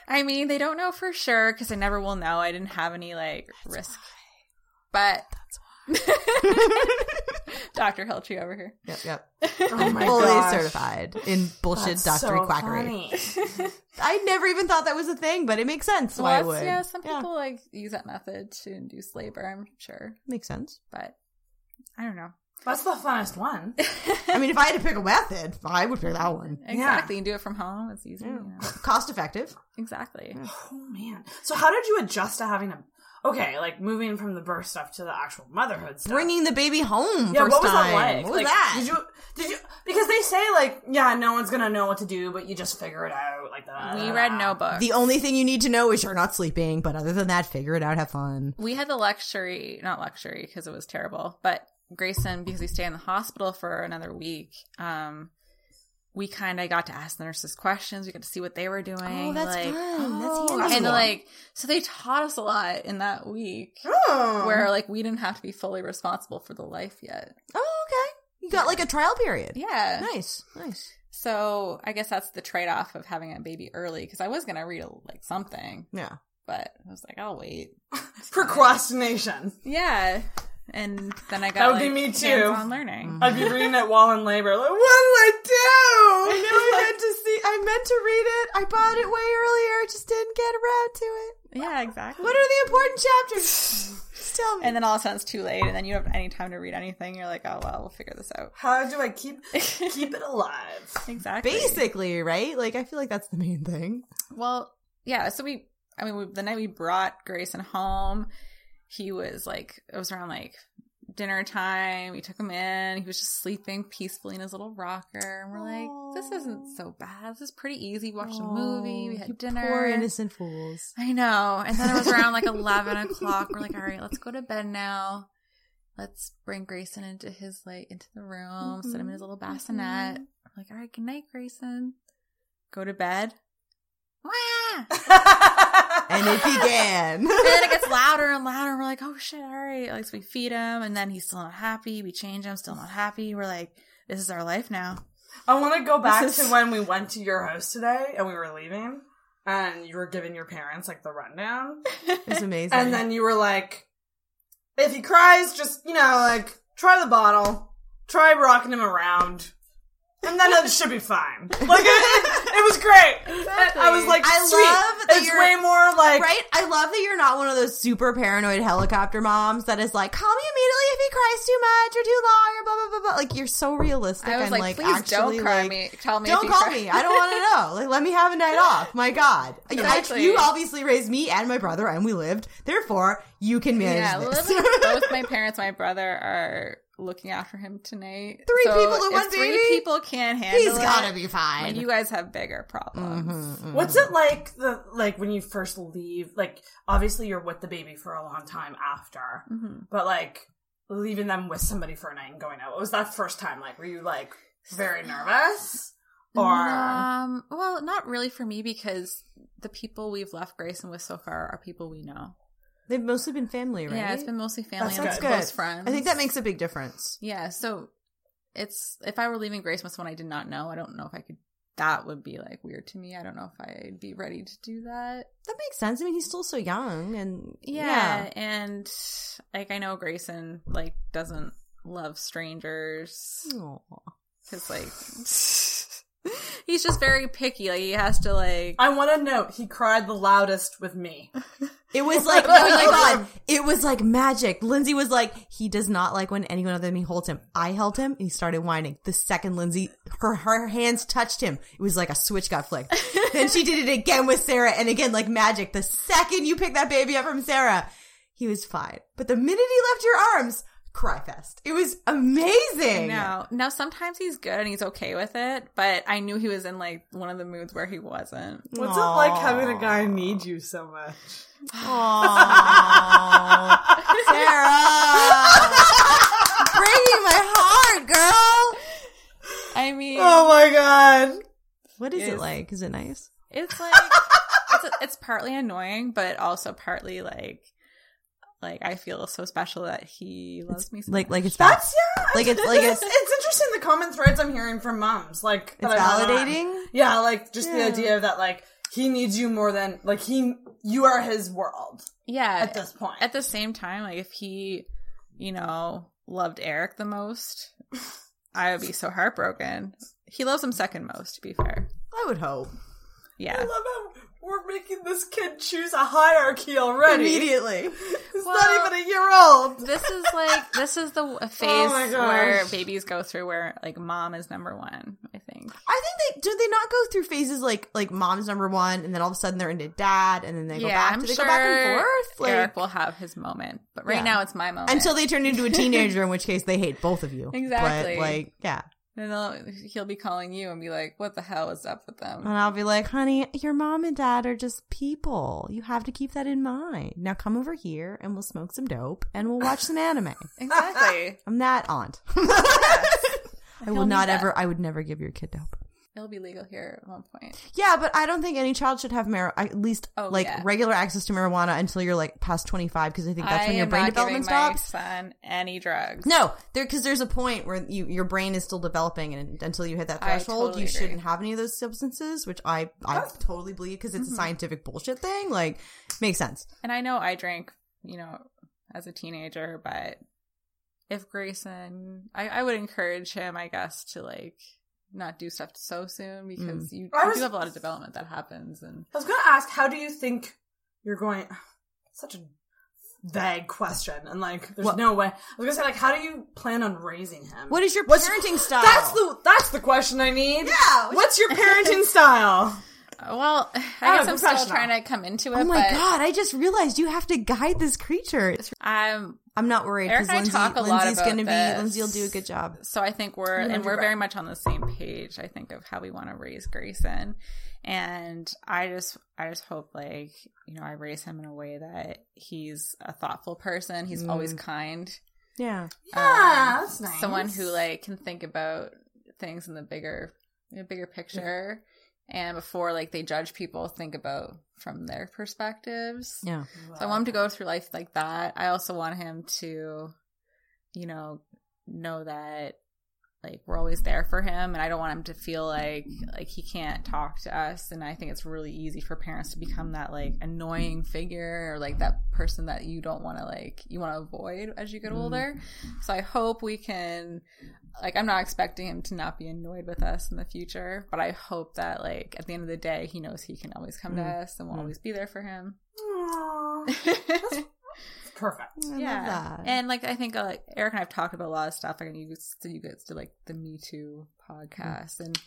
[SPEAKER 10] I mean, they don't know for sure because I never will know. I didn't have any like risk, but that's why. Dr. Helchi over here.
[SPEAKER 8] Yep, yep.
[SPEAKER 10] Oh my
[SPEAKER 8] Fully
[SPEAKER 10] gosh.
[SPEAKER 8] certified in bullshit
[SPEAKER 10] That's
[SPEAKER 8] doctor
[SPEAKER 10] so
[SPEAKER 8] quackery. I never even thought that was a thing, but it makes sense why I
[SPEAKER 10] Well, that's-
[SPEAKER 8] would.
[SPEAKER 10] Yeah, some people like use that method to induce labor, I'm sure.
[SPEAKER 8] Makes sense.
[SPEAKER 10] But I don't know.
[SPEAKER 9] That's the funnest one.
[SPEAKER 8] I mean, if I had to pick a method, I would pick that one.
[SPEAKER 10] Exactly. You do it from home. It's easy.
[SPEAKER 8] Cost effective.
[SPEAKER 10] Exactly.
[SPEAKER 9] Oh man. So how did you adjust to having a okay, like moving from the birth stuff to the actual motherhood stuff?
[SPEAKER 8] Bringing the baby home
[SPEAKER 9] yeah,
[SPEAKER 8] first
[SPEAKER 9] what was
[SPEAKER 8] time.
[SPEAKER 9] that like?
[SPEAKER 8] What was
[SPEAKER 9] Like,
[SPEAKER 8] that?
[SPEAKER 9] Did you did you because they say like, yeah, no one's gonna know what to do, but you just figure it out like that.
[SPEAKER 10] We read no books.
[SPEAKER 8] The only thing you need to know is you're not sleeping, but other than that, figure it out, have fun.
[SPEAKER 10] we had the luxury, not luxury because it was terrible, but Grayson, because we stayed in the hospital for another week, um, we kind of got to ask the nurses questions. We got to see what they were doing.
[SPEAKER 8] Oh, that's
[SPEAKER 10] like,
[SPEAKER 8] fun. That's
[SPEAKER 10] Oh,
[SPEAKER 8] handy.
[SPEAKER 10] And like, so they taught us a lot in that week where like we didn't have to be fully responsible for the life yet.
[SPEAKER 8] Oh, okay. You got like a trial period.
[SPEAKER 10] Yeah.
[SPEAKER 8] Nice, nice.
[SPEAKER 10] So I guess that's the trade off of having a baby early because I was going to read like something,
[SPEAKER 8] Yeah.
[SPEAKER 10] but I was like, I'll wait.
[SPEAKER 9] Procrastination.
[SPEAKER 10] Yeah. And then I got
[SPEAKER 9] That would be
[SPEAKER 10] like,
[SPEAKER 9] me too.
[SPEAKER 10] hands-on learning.
[SPEAKER 9] I'd be reading it while in labor. Like, what?
[SPEAKER 8] I do? I know I meant to see. I meant to read it. I bought it way earlier. Just didn't get around to it.
[SPEAKER 10] Yeah, exactly.
[SPEAKER 8] What are the important chapters? Just tell me.
[SPEAKER 10] and then all of a sudden it's too late, and then you don't have any time to read anything. You're like, oh well, we'll figure this out.
[SPEAKER 9] How do I keep keep it alive?
[SPEAKER 10] Exactly.
[SPEAKER 8] Basically, right? Like I feel like that's the main thing.
[SPEAKER 10] Well, yeah. So we, I mean, we, the night we brought Grayson home, he was like, it was around like dinner time. We took him in. He was just sleeping peacefully in his little rocker, and we're like, this isn't so bad. This is pretty easy. We watched a movie. We had dinner.
[SPEAKER 8] Poor innocent fools.
[SPEAKER 10] I know. And then it was around like 11 o'clock. We're like, all right, let's go to bed now. Let's bring Grayson into his, like, into the room, sit him in his little bassinet. We're like, all right, good night, Grayson. Go to bed. Wah! and
[SPEAKER 8] And it began.
[SPEAKER 10] then it gets louder and louder. We're like, oh shit, all right. Like, so we feed him and then he's still not happy. We change him, still not happy. We're like, this is our life now.
[SPEAKER 9] I want to go back
[SPEAKER 10] This is-
[SPEAKER 9] to when we went to your house today and we were leaving and you were giving your parents like the rundown.
[SPEAKER 8] it's amazing.
[SPEAKER 9] and then you were like, if he cries, just, you know, like, try the bottle, try rocking him around. And then it should be fine. Like it, it, it was great. I- I was like,
[SPEAKER 8] I
[SPEAKER 9] sweet.
[SPEAKER 8] love that
[SPEAKER 9] it's
[SPEAKER 8] you're-
[SPEAKER 9] way more like
[SPEAKER 8] Right? I love that you're not one of those super paranoid helicopter moms that is like, call me immediately if he cries too much or too long or blah blah blah blah. Like you're so realistic.
[SPEAKER 10] I was
[SPEAKER 8] and,
[SPEAKER 10] like, please
[SPEAKER 8] actually,
[SPEAKER 10] don't cry
[SPEAKER 8] like,
[SPEAKER 10] me. Tell me. if
[SPEAKER 8] Don't
[SPEAKER 10] you
[SPEAKER 8] call
[SPEAKER 10] cry.
[SPEAKER 8] me. I don't want to know. Like, let me have a night off. My God, I-
[SPEAKER 10] Exactly.
[SPEAKER 8] you obviously raised me and my brother, and we lived. Therefore, you can manage
[SPEAKER 10] Yeah,
[SPEAKER 8] this.
[SPEAKER 10] literally both my parents, my brother are looking after him tonight.
[SPEAKER 8] Three people to
[SPEAKER 10] if
[SPEAKER 8] one
[SPEAKER 10] three
[SPEAKER 8] baby?
[SPEAKER 10] people can't handle
[SPEAKER 8] He's
[SPEAKER 10] it, I
[SPEAKER 8] gotta be
[SPEAKER 10] mean,
[SPEAKER 8] fine. Mm-hmm,
[SPEAKER 10] you guys have bigger problems.
[SPEAKER 9] What's it like the like when you first leave? Like obviously you're with the baby for a long time after,
[SPEAKER 8] Mm-hmm.
[SPEAKER 9] but like leaving them with somebody for a night and going out. What was that first time like? Were you like very nervous or
[SPEAKER 10] Um, well, not really for me because the people we've left Grayson with so far are people we know.
[SPEAKER 8] They've mostly been family, right?
[SPEAKER 10] Yeah, it's been mostly family
[SPEAKER 8] That
[SPEAKER 10] and
[SPEAKER 8] sounds
[SPEAKER 10] close
[SPEAKER 8] good.
[SPEAKER 10] friends.
[SPEAKER 8] I think that makes a big difference.
[SPEAKER 10] yeah. So it's if I were leaving Grayson with someone I did not know, I don't know if I could. That would be like weird to me. I don't know if I'd be ready to do that.
[SPEAKER 8] That makes sense. I mean, he's still so young, and
[SPEAKER 10] yeah, and like i know grayson like doesn't love strangers
[SPEAKER 8] yeah. Aw.
[SPEAKER 10] because like he's just very picky like he has to like
[SPEAKER 9] I want to note he cried the loudest with me.
[SPEAKER 8] It was like, oh my god, it was like magic. Lindsay was like, he does not like when anyone other than me holds him. I held him and he started whining. The second Lindsay, her, her hands touched him, it was like a switch got flicked. then she did it again with Sarah and again, like magic. The second you pick that baby up from Sarah, he was fine. But the minute he left your arms, cry fest. It was amazing.
[SPEAKER 10] no now sometimes he's good and he's okay with it but i knew he was in like one of the moods where he wasn't
[SPEAKER 9] What's it like having a guy need you so much?
[SPEAKER 8] Aww. Sarah. Breaking my heart, girl.
[SPEAKER 10] i mean
[SPEAKER 9] Oh my god!
[SPEAKER 8] What is it
[SPEAKER 10] Yes.
[SPEAKER 8] like? Is it nice?
[SPEAKER 10] it's like it's, it's partly annoying but also partly like like i feel so special that he loves me so
[SPEAKER 8] like
[SPEAKER 10] much.
[SPEAKER 8] like it's val-
[SPEAKER 9] That's yeah.
[SPEAKER 8] like it's like it's
[SPEAKER 9] it's interesting the common threads I'm hearing from moms. Like that
[SPEAKER 8] It's
[SPEAKER 9] I'm on.
[SPEAKER 8] validating?
[SPEAKER 9] Yeah, like just the idea that like he needs you more than like he you are his world
[SPEAKER 10] yeah
[SPEAKER 9] at this point.
[SPEAKER 10] at the same time, like if he, you know, loved Eric the most, I would be so heartbroken. He loves him second most, to be fair.
[SPEAKER 8] I would hope.
[SPEAKER 10] Yeah.
[SPEAKER 9] I love how we're making this kid choose a hierarchy already.
[SPEAKER 10] Immediately.
[SPEAKER 9] He's not even a year old.
[SPEAKER 10] This is like this is the phase
[SPEAKER 9] my gosh.
[SPEAKER 10] where babies go through where like mom is number one. I think
[SPEAKER 8] I think they do. They not go through phases like like mom's number one, and then all of a sudden they're into dad, and then they go back. do they go back and forth? Like,
[SPEAKER 10] Eric will have his moment, but right
[SPEAKER 8] Yeah.
[SPEAKER 10] now it's my moment.
[SPEAKER 8] until they turn into a teenager, in which case they hate both of you. But,
[SPEAKER 10] Exactly.
[SPEAKER 8] like yeah,
[SPEAKER 10] then they'll- he'll be calling you and be like, "What the hell is up with them?"
[SPEAKER 8] and I'll be like, honey, your mom and dad are just people. You have to keep that in mind. Now come over here, and we'll smoke some dope, and we'll watch some anime.
[SPEAKER 10] Exactly.
[SPEAKER 8] I'm that aunt. I
[SPEAKER 10] He'll
[SPEAKER 8] will
[SPEAKER 10] need
[SPEAKER 8] not
[SPEAKER 10] that.
[SPEAKER 8] ever. I would never give your kid dope.
[SPEAKER 10] It'll be legal here at one point.
[SPEAKER 8] Yeah, but I don't think any child should have mar- at least
[SPEAKER 10] Oh,
[SPEAKER 8] like
[SPEAKER 10] yeah.
[SPEAKER 8] regular access to marijuana until you're like past 25 because I think that's
[SPEAKER 10] I
[SPEAKER 8] when your
[SPEAKER 10] am
[SPEAKER 8] brain
[SPEAKER 10] not
[SPEAKER 8] development
[SPEAKER 10] giving my
[SPEAKER 8] stops.
[SPEAKER 10] son any drugs.
[SPEAKER 8] No, there because there's a point where you your brain is still developing, and until you hit that
[SPEAKER 10] I
[SPEAKER 8] threshold,
[SPEAKER 10] totally
[SPEAKER 8] you
[SPEAKER 10] agree.
[SPEAKER 8] shouldn't have any of those substances. Which I I totally believe because
[SPEAKER 10] Mm-hmm.
[SPEAKER 8] it's a scientific bullshit thing. Like makes sense.
[SPEAKER 10] And I know I drank, you know, as a teenager, but if Grayson, I, I would encourage him, I guess, to like not do stuff so soon because you,
[SPEAKER 9] I
[SPEAKER 10] you
[SPEAKER 9] was-
[SPEAKER 10] do have a lot of development that happens. And
[SPEAKER 9] I was going to ask, how do you think you're going? Such a vague question, and like, there's
[SPEAKER 8] What?
[SPEAKER 9] no way. I was going to say, like, how do you plan on raising him?
[SPEAKER 8] What is your
[SPEAKER 9] What's-
[SPEAKER 8] parenting style?
[SPEAKER 9] That's the that's the question I need.
[SPEAKER 8] Yeah,
[SPEAKER 9] What's your parenting style?
[SPEAKER 10] Uh, well, I
[SPEAKER 9] I'm
[SPEAKER 10] guess I'm still
[SPEAKER 9] professional.
[SPEAKER 10] trying to come into it.
[SPEAKER 8] Oh my
[SPEAKER 10] but,
[SPEAKER 8] god! I just realized you have to guide this creature.
[SPEAKER 10] Um,
[SPEAKER 8] I'm not worried
[SPEAKER 10] Eric
[SPEAKER 8] because
[SPEAKER 10] and I
[SPEAKER 8] Lindsay,
[SPEAKER 10] talk a lot
[SPEAKER 8] Lindsay's
[SPEAKER 10] about
[SPEAKER 8] going to be
[SPEAKER 10] this.
[SPEAKER 8] Lindsay will do a good job.
[SPEAKER 10] so I think we're and we're very much on the same page. I think of how we want to raise Grayson, and I just I just hope like you know I raise him in a way that he's a thoughtful person. He's always kind.
[SPEAKER 8] Yeah.
[SPEAKER 9] Yeah,
[SPEAKER 10] um,
[SPEAKER 9] Ah, that's nice.
[SPEAKER 10] Someone who like can think about things in the bigger, in the bigger picture, and before like they judge people, think about from their perspectives.
[SPEAKER 8] Yeah.
[SPEAKER 10] So I want him to go through life like that. I also want him to, you know, know that like we're always there for him and I don't want him to feel like like he can't talk to us and I think it's really easy for parents to become that like annoying figure or like that person that you don't want to like you want to avoid as you get older. So I hope we can like I'm not expecting him to not be annoyed with us in the future, but I hope that like at the end of the day he knows he can always come to us and we'll always be there for him
[SPEAKER 9] Aw, perfect.
[SPEAKER 8] that.
[SPEAKER 10] and like I think uh, like Eric and I've talked about a lot of stuff. Like you, guys- you guys did like the Me Too podcast, and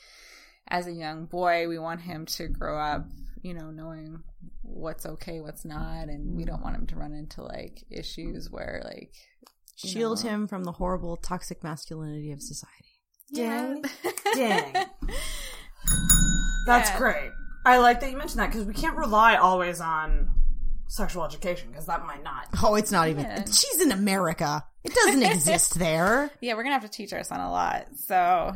[SPEAKER 10] as a young boy, we want him to grow up, you know, knowing what's okay, what's not, and we don't want him to run into like issues where like
[SPEAKER 8] Shield him from the horrible toxic masculinity of society.
[SPEAKER 9] Dang, dang. That's great. I like that you mentioned that because we can't rely always on sexual education because that might not.
[SPEAKER 8] Oh, it's not even.
[SPEAKER 10] Yeah.
[SPEAKER 8] She's in America. It doesn't exist there.
[SPEAKER 10] yeah, we're gonna have to teach our son a lot. So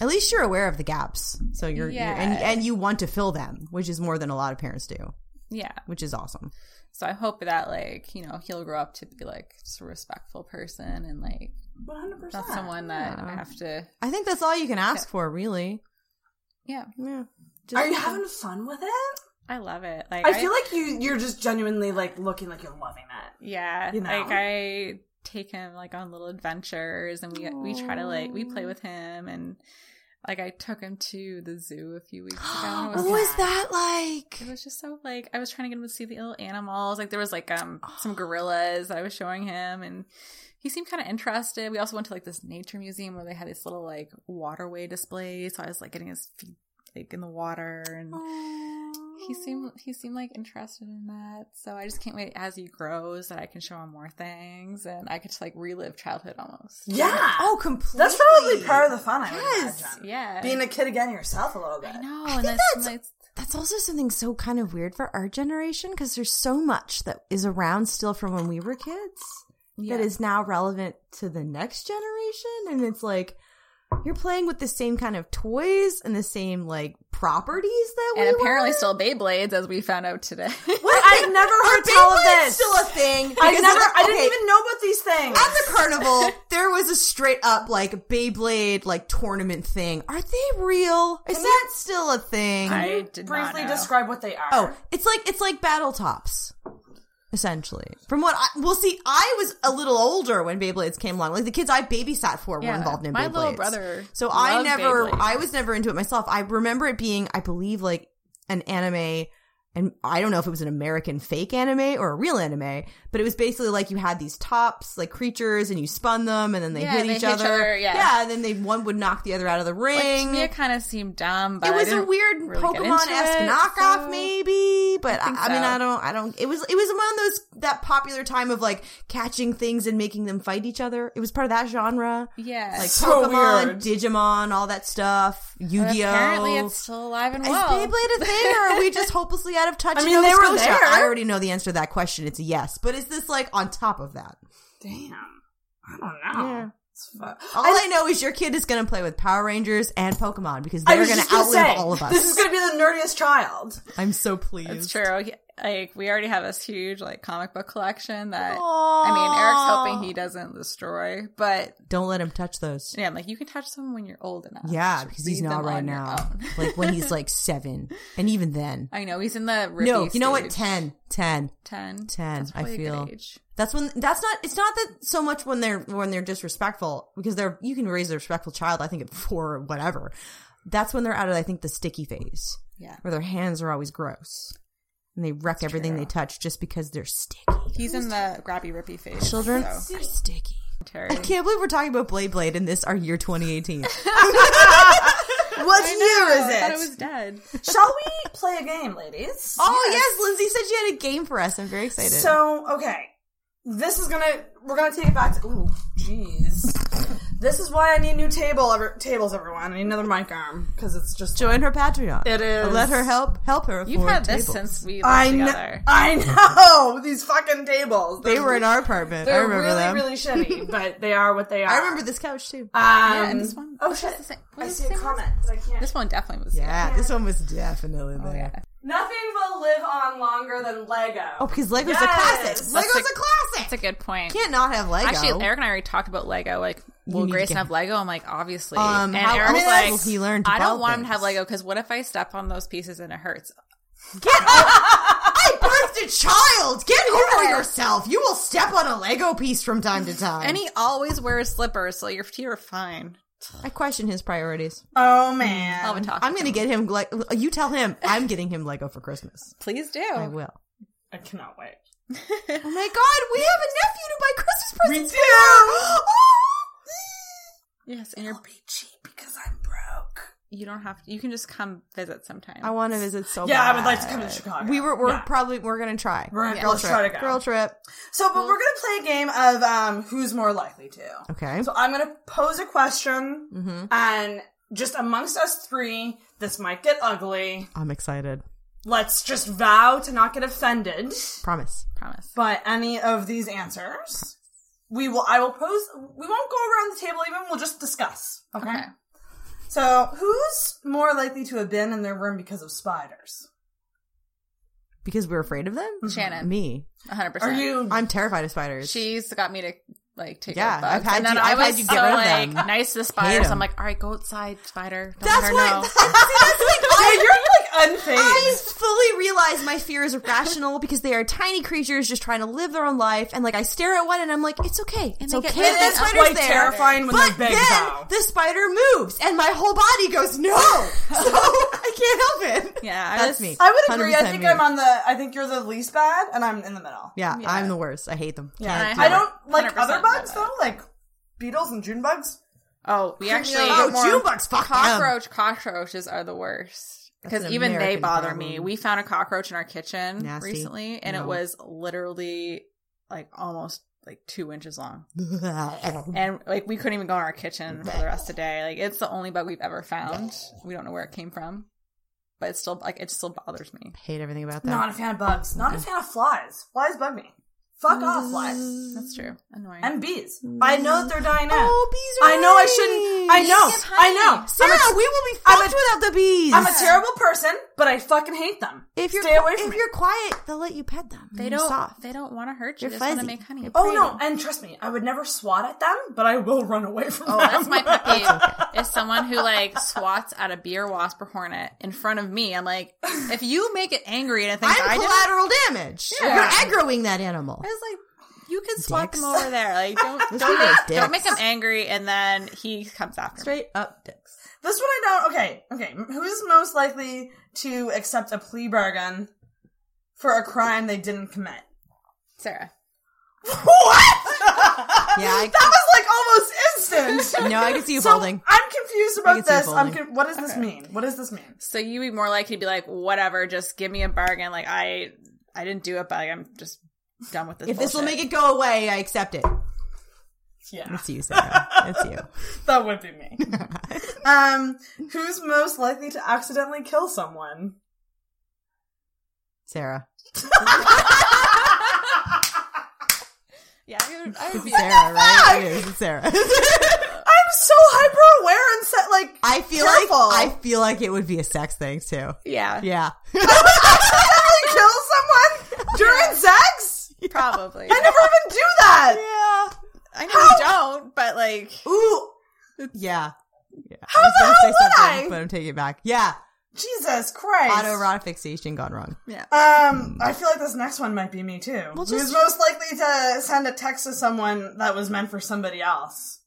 [SPEAKER 8] At least you're aware of the gaps. So you're, you're and,
[SPEAKER 10] Yeah.
[SPEAKER 8] and you want to fill them, which is more than a lot of parents do,
[SPEAKER 10] yeah,
[SPEAKER 8] which is awesome.
[SPEAKER 10] so I hope that like you know he'll grow up to be like just a respectful person and like
[SPEAKER 9] One hundred percent.
[SPEAKER 10] not someone that I have to
[SPEAKER 8] I think that's all you can ask for, really.
[SPEAKER 10] yeah.
[SPEAKER 8] Yeah. Just,
[SPEAKER 9] Are you having fun with it?
[SPEAKER 10] I love it. Like
[SPEAKER 9] I feel like you you're just genuinely like looking like you're loving it.
[SPEAKER 10] Yeah,
[SPEAKER 9] You know?
[SPEAKER 10] like I take him like on little adventures, and we we try to like we play with him, and like I took him to the zoo a few weeks ago. It
[SPEAKER 8] what
[SPEAKER 10] was,
[SPEAKER 8] was that like?
[SPEAKER 10] it was just so like I was trying to get him to see the little animals. Like there was like um some gorillas that I was showing him, and he seemed kind of interested. We also went to like this nature museum where they had this little like waterway display, so I was like getting his feet like in the water and. He seemed he seemed like interested in that, so I just can't wait as he grows that I can show him more things and I could just like relive childhood almost.
[SPEAKER 9] Yeah.
[SPEAKER 8] Oh, completely.
[SPEAKER 9] That's probably part of the fun. I would
[SPEAKER 8] Yes.
[SPEAKER 9] imagine.
[SPEAKER 10] Yeah,
[SPEAKER 9] Being a kid again yourself a little bit.
[SPEAKER 10] I know,
[SPEAKER 8] think
[SPEAKER 10] and that's,
[SPEAKER 8] that's-
[SPEAKER 10] like,
[SPEAKER 8] That's also something so kind of weird for our generation because there's so much that is around still from when we were kids
[SPEAKER 10] Yeah.
[SPEAKER 8] that is now relevant to the next generation. And it's like, you're playing with the same kind of toys and the same like properties that we
[SPEAKER 10] and apparently
[SPEAKER 8] were.
[SPEAKER 10] still Beyblades as we found out today.
[SPEAKER 9] What? I've never heard tell of
[SPEAKER 8] Beyblade's
[SPEAKER 9] this.
[SPEAKER 8] still a thing.
[SPEAKER 9] I
[SPEAKER 8] because
[SPEAKER 9] never.
[SPEAKER 8] it's-
[SPEAKER 9] I didn't
[SPEAKER 8] okay,
[SPEAKER 9] even know about these things.
[SPEAKER 8] At the carnival, there was a straight up like Beyblade like tournament thing. Are they real? Is that still a thing?
[SPEAKER 10] I did not
[SPEAKER 9] Briefly
[SPEAKER 10] know.
[SPEAKER 9] describe what they are.
[SPEAKER 8] Oh, it's like it's like Battle Tops. essentially. From what I well, see, I was a little older when Beyblades came along. Like the kids I babysat for
[SPEAKER 10] Yeah.
[SPEAKER 8] were involved in Beyblades.
[SPEAKER 10] My little brother
[SPEAKER 8] So I
[SPEAKER 10] loved
[SPEAKER 8] never,
[SPEAKER 10] Beyblades.
[SPEAKER 8] I was never into it myself. I remember it being, I believe, like an anime. And I don't know if it was an American fake anime or a real anime, but it was basically like you had these tops, like creatures, and you spun them, and then they
[SPEAKER 10] Yeah,
[SPEAKER 8] hit
[SPEAKER 10] they
[SPEAKER 8] each
[SPEAKER 10] hit each
[SPEAKER 8] other.
[SPEAKER 10] other, yeah.
[SPEAKER 8] and then they one would knock the other out of the
[SPEAKER 10] Like, to
[SPEAKER 8] ring.
[SPEAKER 10] me, it kind of seemed dumb, but
[SPEAKER 8] it
[SPEAKER 10] I
[SPEAKER 8] was a
[SPEAKER 10] didn't
[SPEAKER 8] weird
[SPEAKER 10] really get into
[SPEAKER 8] Pokemon esque
[SPEAKER 10] it,
[SPEAKER 8] knockoff,
[SPEAKER 10] so-
[SPEAKER 8] maybe. But I,
[SPEAKER 10] think
[SPEAKER 8] I mean,
[SPEAKER 10] so.
[SPEAKER 8] I don't, I don't. It was, it was among those that popular time of like catching things and making them fight each other. It was part of that genre.
[SPEAKER 10] Yeah.
[SPEAKER 8] like
[SPEAKER 10] So
[SPEAKER 8] Pokemon,
[SPEAKER 10] weird.
[SPEAKER 8] Digimon, all that stuff. Yu
[SPEAKER 10] But
[SPEAKER 8] Gi Oh.
[SPEAKER 10] Apparently, it's still alive and
[SPEAKER 8] Is
[SPEAKER 10] well.
[SPEAKER 8] Beyblade a thing, or are we just hopelessly out of touch?
[SPEAKER 9] I
[SPEAKER 8] in
[SPEAKER 9] mean,
[SPEAKER 8] Nova
[SPEAKER 9] they were
[SPEAKER 8] Scotia?
[SPEAKER 9] there.
[SPEAKER 8] I already know the answer to that question. It's a yes. But is this like on top of that?
[SPEAKER 9] Damn. I don't know. It's fu-
[SPEAKER 8] All I, know is your kid is going to play with Power Rangers and Pokemon because
[SPEAKER 9] I
[SPEAKER 8] they're
[SPEAKER 9] was
[SPEAKER 8] going
[SPEAKER 9] just
[SPEAKER 8] to
[SPEAKER 9] gonna
[SPEAKER 8] outlive
[SPEAKER 9] say,
[SPEAKER 8] all of us.
[SPEAKER 9] This is going to be the nerdiest child.
[SPEAKER 8] I'm so pleased.
[SPEAKER 10] It's true. He- Like we already have this huge like comic book collection that
[SPEAKER 8] Aw.
[SPEAKER 10] I mean Eric's hoping he doesn't destroy, but
[SPEAKER 8] Don't let him touch those.
[SPEAKER 10] yeah, I'm like you can touch them when you're old enough.
[SPEAKER 8] Yeah,
[SPEAKER 10] Just
[SPEAKER 8] because he's
[SPEAKER 10] read
[SPEAKER 8] not
[SPEAKER 10] them
[SPEAKER 8] right
[SPEAKER 10] on your
[SPEAKER 8] now.
[SPEAKER 10] own.
[SPEAKER 8] like when he's like seven. And even then.
[SPEAKER 10] I know he's in the rippy
[SPEAKER 8] No, you know what?
[SPEAKER 10] stage.
[SPEAKER 8] 10. 10.
[SPEAKER 10] 10.
[SPEAKER 8] 10,
[SPEAKER 10] That's
[SPEAKER 8] I
[SPEAKER 10] probably a good
[SPEAKER 8] feel.
[SPEAKER 10] age.
[SPEAKER 8] That's when that's not it's not that so much when they're when they're disrespectful because they're you can raise a respectful child I think at 4 or whatever. That's when they're out of I think the sticky phase.
[SPEAKER 10] Yeah.
[SPEAKER 8] Where their hands are always gross. And they wreck everything they touch just because they're sticky.
[SPEAKER 10] He's in the grabby rippy phase.
[SPEAKER 8] Children
[SPEAKER 10] so,
[SPEAKER 8] are sticky.
[SPEAKER 10] Terry.
[SPEAKER 8] I can't believe we're talking about Blade Blade in this our year 2018.
[SPEAKER 9] What
[SPEAKER 10] I
[SPEAKER 9] year
[SPEAKER 10] know,
[SPEAKER 9] is
[SPEAKER 10] Oh, I thought it
[SPEAKER 9] it?
[SPEAKER 10] was dead.
[SPEAKER 9] Shall we play a game, ladies?
[SPEAKER 8] oh yes, Lindsay said she had a game for us. I'm very excited.
[SPEAKER 9] So okay, this is gonna we're gonna take it back to ooh jeez. this is why I need new table ever, tables, everyone. I need another mic arm because it's just
[SPEAKER 8] join her Patreon.
[SPEAKER 9] It is.
[SPEAKER 8] Let her help help her.
[SPEAKER 10] You've
[SPEAKER 8] afford
[SPEAKER 10] had this
[SPEAKER 8] tables.
[SPEAKER 10] since we lived
[SPEAKER 9] I know,
[SPEAKER 10] together.
[SPEAKER 9] I know these fucking tables.
[SPEAKER 8] They
[SPEAKER 9] They're-
[SPEAKER 8] were in our apartment. I
[SPEAKER 9] They're
[SPEAKER 8] remember
[SPEAKER 9] really
[SPEAKER 8] them.
[SPEAKER 9] really shitty, but they are what they are.
[SPEAKER 8] I remember this couch too.
[SPEAKER 9] Um,
[SPEAKER 10] Yeah, and this one.
[SPEAKER 9] Oh
[SPEAKER 10] This
[SPEAKER 9] shit!
[SPEAKER 10] was the same-
[SPEAKER 9] I
[SPEAKER 10] was
[SPEAKER 9] see
[SPEAKER 10] the
[SPEAKER 9] a
[SPEAKER 10] same
[SPEAKER 9] comment. but I can't.
[SPEAKER 10] This one definitely was dead.
[SPEAKER 8] Yeah, this one was definitely
[SPEAKER 10] Oh,
[SPEAKER 8] there.
[SPEAKER 9] Nothing will live on longer than Lego.
[SPEAKER 8] Oh, because Lego's
[SPEAKER 9] Yes!
[SPEAKER 8] a classic.
[SPEAKER 9] That's
[SPEAKER 8] Lego's
[SPEAKER 10] like-
[SPEAKER 8] a classic.
[SPEAKER 10] That's a good point.
[SPEAKER 8] Can't not have Lego.
[SPEAKER 10] Actually, Eric and I already talked about Lego. Like, will
[SPEAKER 8] need to
[SPEAKER 10] Grayson
[SPEAKER 8] get-
[SPEAKER 10] have Lego? I'm like, obviously.
[SPEAKER 8] Um,
[SPEAKER 10] and
[SPEAKER 8] how
[SPEAKER 10] Eric's
[SPEAKER 8] else
[SPEAKER 10] like,
[SPEAKER 8] will he learn to
[SPEAKER 10] I don't
[SPEAKER 8] build
[SPEAKER 10] want him to have
[SPEAKER 8] things?
[SPEAKER 10] Lego because what if I step on those pieces and it hurts?
[SPEAKER 8] Oh. Get o- I birthed a child. Get over yourself. You will step on a Lego piece from time to time.
[SPEAKER 10] And he always wears slippers, so your feet are fine.
[SPEAKER 8] I question his priorities.
[SPEAKER 9] Oh man.
[SPEAKER 10] I'll talk.
[SPEAKER 8] I'm gonna get him. Like you tell him, I'm getting him Lego for Christmas.
[SPEAKER 10] Please do.
[SPEAKER 9] Oh.
[SPEAKER 8] I will.
[SPEAKER 9] I cannot wait.
[SPEAKER 8] Oh my God, we have a nephew to buy Christmas presents for.
[SPEAKER 10] Yes, and you're,
[SPEAKER 9] Be cheap because I'm broke.
[SPEAKER 10] you don't have. You can just come visit sometime.
[SPEAKER 8] I want to visit so.
[SPEAKER 9] Yeah,
[SPEAKER 8] bad.
[SPEAKER 9] I would like to come to Chicago.
[SPEAKER 8] We were. We're
[SPEAKER 9] Yeah.
[SPEAKER 8] probably. We're gonna try.
[SPEAKER 9] We're gonna
[SPEAKER 8] girl
[SPEAKER 9] let's
[SPEAKER 8] trip.
[SPEAKER 9] try to go.
[SPEAKER 8] Girl trip.
[SPEAKER 9] So, but we're gonna play a game of um, who's more likely to.
[SPEAKER 8] Okay. Mm-hmm.
[SPEAKER 9] So I'm gonna pose a question, and just amongst us three, this might get ugly.
[SPEAKER 8] I'm excited.
[SPEAKER 9] Let's just vow to not get offended
[SPEAKER 8] Promise.
[SPEAKER 10] promise.
[SPEAKER 9] by any of these answers. We will. I will pose. We won't go around the table. Even we'll just discuss. Okay.
[SPEAKER 10] Okay.
[SPEAKER 9] So, who's more likely to have been in their room because of spiders?
[SPEAKER 8] Because we're afraid of them.
[SPEAKER 10] Shannon.
[SPEAKER 8] Me.
[SPEAKER 10] 100.
[SPEAKER 9] Are
[SPEAKER 10] percent
[SPEAKER 9] you?
[SPEAKER 8] I'm terrified of spiders.
[SPEAKER 10] She's got me to like take
[SPEAKER 8] Yeah,
[SPEAKER 10] out bugs.
[SPEAKER 8] I've had
[SPEAKER 10] and then
[SPEAKER 8] you-
[SPEAKER 10] I
[SPEAKER 8] I've had
[SPEAKER 10] was
[SPEAKER 8] you get
[SPEAKER 10] so,
[SPEAKER 8] rid of
[SPEAKER 10] like
[SPEAKER 8] them.
[SPEAKER 10] nice to the spiders.
[SPEAKER 8] them.
[SPEAKER 10] I'm like, all right, go outside, spider. Don't
[SPEAKER 8] That's
[SPEAKER 10] let her know.
[SPEAKER 8] what. See, that's like
[SPEAKER 9] Yeah,
[SPEAKER 8] I.
[SPEAKER 9] you're like unfazed.
[SPEAKER 8] I fully realize my fear is irrational because they are tiny creatures just trying to live their own life, and like I stare at one and I'm like, it's okay, it's
[SPEAKER 10] they get
[SPEAKER 8] okay.
[SPEAKER 10] big
[SPEAKER 8] that
[SPEAKER 9] It
[SPEAKER 10] That
[SPEAKER 9] is
[SPEAKER 10] is
[SPEAKER 8] spider's
[SPEAKER 9] quite
[SPEAKER 8] there.
[SPEAKER 9] terrifying when
[SPEAKER 8] But
[SPEAKER 9] they bang
[SPEAKER 8] then
[SPEAKER 9] out.
[SPEAKER 8] the spider moves, and my whole body goes no. So I can't help it.
[SPEAKER 10] Yeah, I
[SPEAKER 8] that's
[SPEAKER 10] was-
[SPEAKER 8] me.
[SPEAKER 9] I would agree. I
[SPEAKER 8] 100%
[SPEAKER 9] think
[SPEAKER 8] me.
[SPEAKER 9] I'm on the. I think you're the least bad, and I'm in the middle.
[SPEAKER 8] Yeah, I'm the worst. I hate them. Yeah,
[SPEAKER 9] I don't like
[SPEAKER 10] 100%
[SPEAKER 9] other bugs
[SPEAKER 10] bad.
[SPEAKER 9] though, like beetles and June bugs.
[SPEAKER 10] Oh, we actually.
[SPEAKER 8] Oh,
[SPEAKER 10] get more-
[SPEAKER 8] June bugs, fuck them.
[SPEAKER 10] cockroach. Cockroaches are the worst because
[SPEAKER 8] an
[SPEAKER 10] even they
[SPEAKER 8] American
[SPEAKER 10] bother
[SPEAKER 8] problem.
[SPEAKER 10] me. We found a cockroach in our kitchen
[SPEAKER 8] Nasty.
[SPEAKER 10] recently, and
[SPEAKER 8] No.
[SPEAKER 10] it was literally like almost like two inches long,
[SPEAKER 8] Mm.
[SPEAKER 10] and like we couldn't even go in our kitchen for the rest of the day. Like it's the only bug we've ever found. We don't know where it came from, but it's still like it still bothers me.
[SPEAKER 8] hate everything about that.
[SPEAKER 9] Not a fan of bugs. Not a fan of flies. Flies bug me. Fuck off, flies
[SPEAKER 10] That's
[SPEAKER 8] Mm.
[SPEAKER 10] true. Annoying.
[SPEAKER 9] and bees. I know that they're dying out.
[SPEAKER 8] Oh, bees are
[SPEAKER 9] I know I shouldn't. I
[SPEAKER 8] nice.
[SPEAKER 9] know. I know.
[SPEAKER 8] Sarah,
[SPEAKER 9] I'm a,
[SPEAKER 8] we will be
[SPEAKER 9] I'm a-
[SPEAKER 8] fucked without the bees.
[SPEAKER 9] I'm a terrible person. but I fucking hate them.
[SPEAKER 8] If you're
[SPEAKER 9] Stay away
[SPEAKER 8] if
[SPEAKER 9] from me.
[SPEAKER 8] you're quiet, they'll let you pet them.
[SPEAKER 10] They
[SPEAKER 8] You're
[SPEAKER 10] don't.
[SPEAKER 8] Soft.
[SPEAKER 10] They don't want to hurt you.
[SPEAKER 8] You're
[SPEAKER 10] They just want to
[SPEAKER 8] fuzzy.
[SPEAKER 10] make honey.
[SPEAKER 8] You're
[SPEAKER 9] Oh no, and trust me, I would never swat at them, but I will run away from
[SPEAKER 10] Oh,
[SPEAKER 9] them.
[SPEAKER 10] that's my pet peeve. Is someone who like swats at a beer wasp or hornet in front of me. I'm like, if you make it angry and it thinks
[SPEAKER 8] I'm
[SPEAKER 10] I did it,
[SPEAKER 8] collateral damage.
[SPEAKER 10] Yeah.
[SPEAKER 8] You're aggroing that animal.
[SPEAKER 10] I was like, you can swat
[SPEAKER 8] Dicks.
[SPEAKER 10] them over there. Like, don't
[SPEAKER 8] Those
[SPEAKER 10] don't
[SPEAKER 8] people are
[SPEAKER 10] make, don't make
[SPEAKER 8] dicks.
[SPEAKER 10] them angry, and then he comes after. me.
[SPEAKER 8] Straight up dicks.
[SPEAKER 9] This one I don't. Okay, okay. Who's most likely to accept a plea bargain for a crime they didn't commit?
[SPEAKER 10] Sarah.
[SPEAKER 9] What?
[SPEAKER 8] Yeah, I-
[SPEAKER 9] Oh, that was like almost instant.
[SPEAKER 8] No, I can see you
[SPEAKER 9] so
[SPEAKER 8] folding.
[SPEAKER 9] I'm confused
[SPEAKER 8] I can
[SPEAKER 9] about
[SPEAKER 8] see you
[SPEAKER 9] this. I'm
[SPEAKER 8] folding.
[SPEAKER 9] con- what does this mean? What does this mean?
[SPEAKER 10] So you'd be more likely to be like, whatever, just give me a bargain. Like I, I didn't do it, but like, I'm just done with this.
[SPEAKER 8] If this will make it go away, I accept it.
[SPEAKER 9] Yeah,
[SPEAKER 8] That's you, Sarah. That's you.
[SPEAKER 9] that would be me. um, who's most likely to accidentally kill someone?
[SPEAKER 8] Sarah.
[SPEAKER 10] yeah, I would, I would be.
[SPEAKER 8] Sarah, right? It is, it's Sarah.
[SPEAKER 9] I'm so hyper aware and set like
[SPEAKER 8] I feel
[SPEAKER 9] Careful.
[SPEAKER 8] like I feel like it would be a sex thing too.
[SPEAKER 10] Yeah,
[SPEAKER 8] Yeah.
[SPEAKER 9] accidentally kill someone during sex.
[SPEAKER 10] probably.
[SPEAKER 9] I never even do that.
[SPEAKER 8] Yeah.
[SPEAKER 10] I know you don't, but like,
[SPEAKER 9] Ooh,
[SPEAKER 8] Yeah. yeah.
[SPEAKER 9] How the hell
[SPEAKER 8] gonna
[SPEAKER 9] would I?
[SPEAKER 8] but I'm taking it back. Yeah.
[SPEAKER 9] Jesus Christ.
[SPEAKER 8] Autoerotic fixation gone wrong.
[SPEAKER 9] Um, I feel like this next one might be me too. Who's
[SPEAKER 8] just-
[SPEAKER 9] most likely to send a text to someone that was meant for somebody else?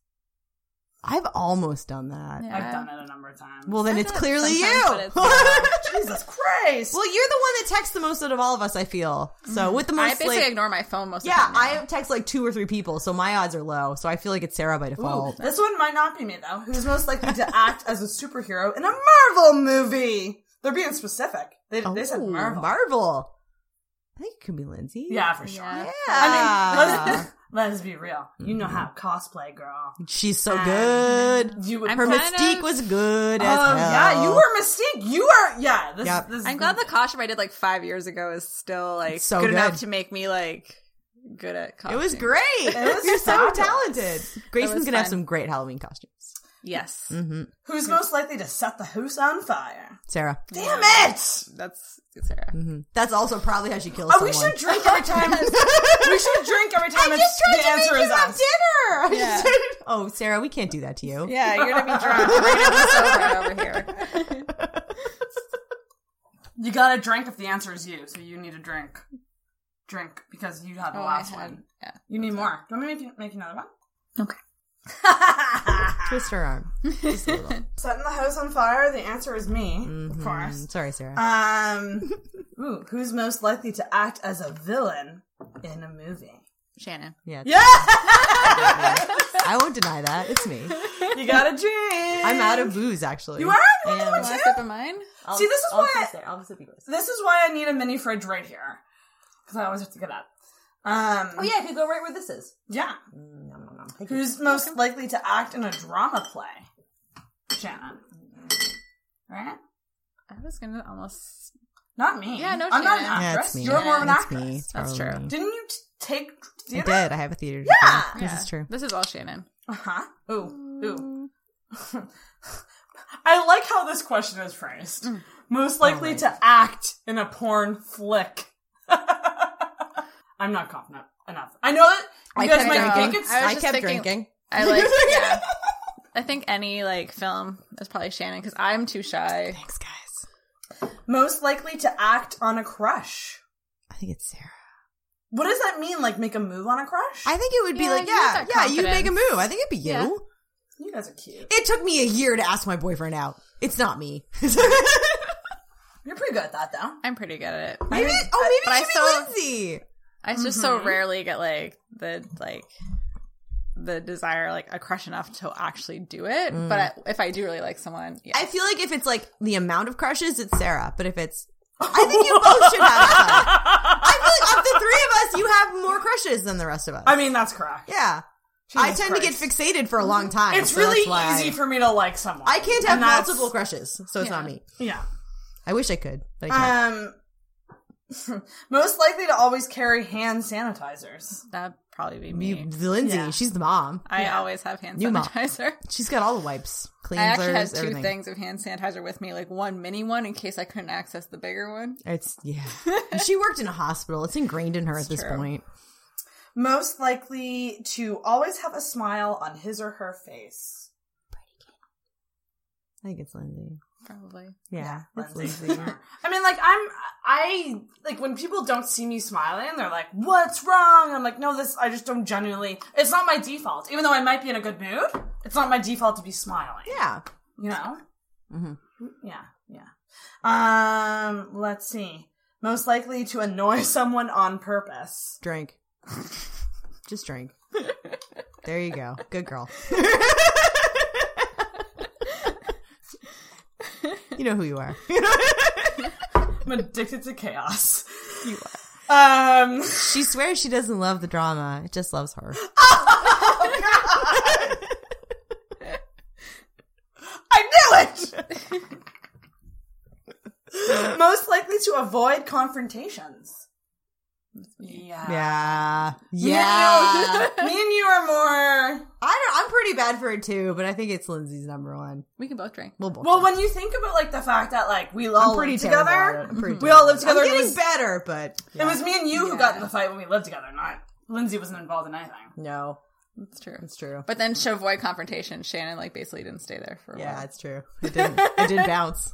[SPEAKER 8] I've almost done that.
[SPEAKER 9] I've done it a number of times.
[SPEAKER 8] Well, then it's
[SPEAKER 10] done it
[SPEAKER 8] clearly you.
[SPEAKER 10] sometimes, but
[SPEAKER 9] Jesus Christ!
[SPEAKER 8] well, you're the one that texts the most out of all of us. I feel so with the
[SPEAKER 10] I
[SPEAKER 8] most.
[SPEAKER 10] basically
[SPEAKER 8] like,
[SPEAKER 10] ignore my phone most.
[SPEAKER 8] yeah,
[SPEAKER 10] of the time now.
[SPEAKER 8] I text like two or three people, so my odds are low. So I feel like it's Sarah by
[SPEAKER 9] Ooh,
[SPEAKER 8] default.
[SPEAKER 9] this one might not be me though. Who's most likely to act as a superhero in a Marvel movie? They're being specific. They, they said
[SPEAKER 8] Ooh,
[SPEAKER 9] Marvel.
[SPEAKER 8] Oh, Marvel. I think it could be Lindsay.
[SPEAKER 9] yeah, for sure.
[SPEAKER 10] Yeah.
[SPEAKER 9] I mean,
[SPEAKER 8] Yeah. Mm-hmm.
[SPEAKER 9] let's, let's be real. You know how cosplay, girl.
[SPEAKER 8] she's so good.
[SPEAKER 9] You would.
[SPEAKER 10] I'm
[SPEAKER 8] Her
[SPEAKER 10] kind
[SPEAKER 8] mystique
[SPEAKER 10] of-
[SPEAKER 8] was good as
[SPEAKER 9] Oh
[SPEAKER 8] hell.
[SPEAKER 9] yeah, you were Mystique. You are. Yeah. This,
[SPEAKER 8] Yep.
[SPEAKER 9] this
[SPEAKER 10] I'm glad the costume I did like five years ago is still like
[SPEAKER 8] So
[SPEAKER 10] good, enough
[SPEAKER 8] good.
[SPEAKER 10] to make me like good at.
[SPEAKER 8] It
[SPEAKER 10] Costume.
[SPEAKER 8] was great.
[SPEAKER 9] was
[SPEAKER 8] You're so
[SPEAKER 9] fabulous.
[SPEAKER 8] talented. Grayson's
[SPEAKER 10] was
[SPEAKER 8] gonna have
[SPEAKER 10] fun.
[SPEAKER 8] some great Halloween costumes.
[SPEAKER 10] Yes,
[SPEAKER 8] Mm-hmm.
[SPEAKER 9] Who's most likely to set the house on fire?
[SPEAKER 8] Sarah.
[SPEAKER 9] Damn it!
[SPEAKER 10] that's Sarah.
[SPEAKER 8] That's also probably how she kills
[SPEAKER 9] Oh,
[SPEAKER 8] someone.
[SPEAKER 9] we should drink every time. we should drink every time if
[SPEAKER 8] just tried
[SPEAKER 9] the
[SPEAKER 8] to
[SPEAKER 9] answer
[SPEAKER 8] make
[SPEAKER 9] is
[SPEAKER 8] you have
[SPEAKER 9] us.
[SPEAKER 8] dinner.
[SPEAKER 10] Yeah.
[SPEAKER 8] oh, Sarah, we can't do that to you.
[SPEAKER 10] Yeah, you're gonna be drunk. We're gonna be sober over here.
[SPEAKER 9] You gotta drink if the answer is you, so you need to drink. Drink because you had the
[SPEAKER 10] Oh, I
[SPEAKER 9] last
[SPEAKER 10] had-
[SPEAKER 9] one.
[SPEAKER 10] yeah.
[SPEAKER 9] You need more. Do you want me to make, make another one?
[SPEAKER 10] Okay.
[SPEAKER 8] Twist her arm. Just a little.
[SPEAKER 9] Setting the house on fire. The answer is me,
[SPEAKER 10] Mm-hmm.
[SPEAKER 9] of course.
[SPEAKER 8] Mm, Sorry, Sarah.
[SPEAKER 9] Um, ooh, who's most likely to act as a villain in a movie?
[SPEAKER 10] Shannon.
[SPEAKER 8] yeah.
[SPEAKER 9] Yeah,
[SPEAKER 8] I won't deny that. It's me.
[SPEAKER 9] you gotta drink.
[SPEAKER 8] I'm out of booze, actually.
[SPEAKER 9] You are? You want
[SPEAKER 8] Yeah.
[SPEAKER 9] another
[SPEAKER 10] You
[SPEAKER 9] one
[SPEAKER 10] want a
[SPEAKER 9] too?
[SPEAKER 10] sip of mine?
[SPEAKER 9] See, this is why. Oh, I-
[SPEAKER 8] I'll sip yours.
[SPEAKER 9] This is why I need a mini fridge right here because I always have to get up. Um,
[SPEAKER 8] Oh, yeah, I could go right where this is.
[SPEAKER 9] yeah.
[SPEAKER 10] Mm,
[SPEAKER 9] Who's most likely to act in a drama play? Shannon.
[SPEAKER 10] Mm-hmm.
[SPEAKER 9] Right?
[SPEAKER 10] I was gonna almost.
[SPEAKER 9] Not me.
[SPEAKER 10] Yeah, no,
[SPEAKER 9] I'm not an
[SPEAKER 10] Shannon.
[SPEAKER 8] Yeah,
[SPEAKER 9] actress.
[SPEAKER 8] it's me.
[SPEAKER 9] You're more of an
[SPEAKER 8] It's
[SPEAKER 9] actress.
[SPEAKER 8] me. It's
[SPEAKER 10] That's
[SPEAKER 8] probably
[SPEAKER 10] true.
[SPEAKER 8] me.
[SPEAKER 9] Didn't you t- take
[SPEAKER 8] I
[SPEAKER 9] theater?
[SPEAKER 8] did. I have a theater degree. Yeah. This
[SPEAKER 10] Yeah.
[SPEAKER 8] is true.
[SPEAKER 10] This is all Shannon.
[SPEAKER 9] Uh huh. Ooh, ooh. I like how this question is phrased.
[SPEAKER 10] Mm.
[SPEAKER 9] Most likely to act in a porn flick. I'm not confident enough. I know that you guys
[SPEAKER 8] kept
[SPEAKER 9] might
[SPEAKER 10] drinking.
[SPEAKER 9] think it's
[SPEAKER 10] I was
[SPEAKER 8] I
[SPEAKER 10] just
[SPEAKER 8] kept
[SPEAKER 10] thinking-
[SPEAKER 8] drinking.
[SPEAKER 10] I like. Yeah. I think any like film is probably Shannon because I'm too shy.
[SPEAKER 8] Thanks, guys.
[SPEAKER 9] most likely to act on a crush.
[SPEAKER 8] I think it's Sarah.
[SPEAKER 9] What does that mean? Like make a move on a crush?
[SPEAKER 8] I think it would be
[SPEAKER 10] Yeah,
[SPEAKER 8] like,
[SPEAKER 10] you got
[SPEAKER 8] yeah, yeah, you make a
[SPEAKER 10] confidence.
[SPEAKER 8] move. I think it'd be you.
[SPEAKER 10] Yeah.
[SPEAKER 9] you guys are cute.
[SPEAKER 8] It took me a year to ask my boyfriend out. It's not me. maybe,
[SPEAKER 9] You're pretty good at that though.
[SPEAKER 10] I'm pretty good at it.
[SPEAKER 8] oh,
[SPEAKER 10] but I
[SPEAKER 8] maybe it
[SPEAKER 10] saw-
[SPEAKER 8] should be Lindsay.
[SPEAKER 10] I just
[SPEAKER 8] Mm-hmm.
[SPEAKER 10] so rarely get like the like the desire like a crush enough to actually do it.
[SPEAKER 8] Mm.
[SPEAKER 10] But I, if I do really like someone, yeah.
[SPEAKER 8] I feel like if it's like the amount of crushes, it's Sarah. But if it's, I think you both should have. Some. I feel like of the three of us, you have more crushes than the rest of us.
[SPEAKER 9] I mean that's correct.
[SPEAKER 8] yeah, I tend to get fixated for a long time.
[SPEAKER 9] It's
[SPEAKER 8] so
[SPEAKER 9] really
[SPEAKER 8] that's why
[SPEAKER 9] easy for me to like someone.
[SPEAKER 8] I can't have
[SPEAKER 9] And that's-
[SPEAKER 8] multiple crushes, so it's not me.
[SPEAKER 9] Yeah.
[SPEAKER 8] I wish I could, but I can't.
[SPEAKER 9] Um Most likely to always carry hand sanitizers.
[SPEAKER 10] That'd probably be
[SPEAKER 8] me. Lindsay, she's the mom.
[SPEAKER 10] I always have hand
[SPEAKER 8] New mom.
[SPEAKER 10] sanitizer.
[SPEAKER 8] She's got all the wipes, cleansers,
[SPEAKER 10] I actually had two
[SPEAKER 8] everything.
[SPEAKER 10] things of hand sanitizer with me, like one mini one in case I couldn't access the bigger one.
[SPEAKER 8] It's yeah. she worked in a hospital. It's ingrained in her at this
[SPEAKER 10] true.
[SPEAKER 8] point.
[SPEAKER 9] Most likely to always have a smile on his or her face.
[SPEAKER 8] I think it's Lindsay.
[SPEAKER 10] Probably.
[SPEAKER 8] Yeah, it's
[SPEAKER 9] Lindsay.
[SPEAKER 8] Lindsay.
[SPEAKER 9] I mean, like I'm, I like when people don't see me smiling, they're like, "What's wrong?" I'm like, "No, this. I just don't genuinely. It's not my default. Even though I might be in a good mood, it's not my default to be smiling.
[SPEAKER 8] yeah.
[SPEAKER 9] You know?
[SPEAKER 8] Mm-hmm.
[SPEAKER 9] Yeah, yeah. Um, let's see. Most likely to annoy someone on purpose.
[SPEAKER 8] Drink. Just drink. There you go. Good girl. you know who you are.
[SPEAKER 9] I'm addicted to chaos. You are. Um.
[SPEAKER 8] She swears she doesn't love the drama. It just loves her.
[SPEAKER 9] I knew it! Most likely to avoid confrontations. Yeah.
[SPEAKER 8] Yeah.
[SPEAKER 9] Me and
[SPEAKER 8] Yeah.
[SPEAKER 9] you- Me and you are more.
[SPEAKER 8] I don't I'm pretty bad for it too, but I think it's Lindsay's number one.
[SPEAKER 10] We can both drink.
[SPEAKER 8] We'll both
[SPEAKER 9] Well, when you think about like the fact that like we all
[SPEAKER 8] I'm pretty
[SPEAKER 9] lived
[SPEAKER 8] terrible
[SPEAKER 9] together,
[SPEAKER 8] at it. I'm pretty
[SPEAKER 9] we all lived
[SPEAKER 8] I'm
[SPEAKER 9] together.
[SPEAKER 8] getting
[SPEAKER 9] it, was,
[SPEAKER 8] better, but
[SPEAKER 9] it was me and you who got in the fight when we lived together. Not Lindsay wasn't involved in anything.
[SPEAKER 8] no,
[SPEAKER 10] That's true.
[SPEAKER 8] it's true.
[SPEAKER 10] But then to avoid confrontation, Shannon like basically didn't stay there for a
[SPEAKER 8] Yeah,
[SPEAKER 10] while.
[SPEAKER 8] it's true. It didn't. It did bounce.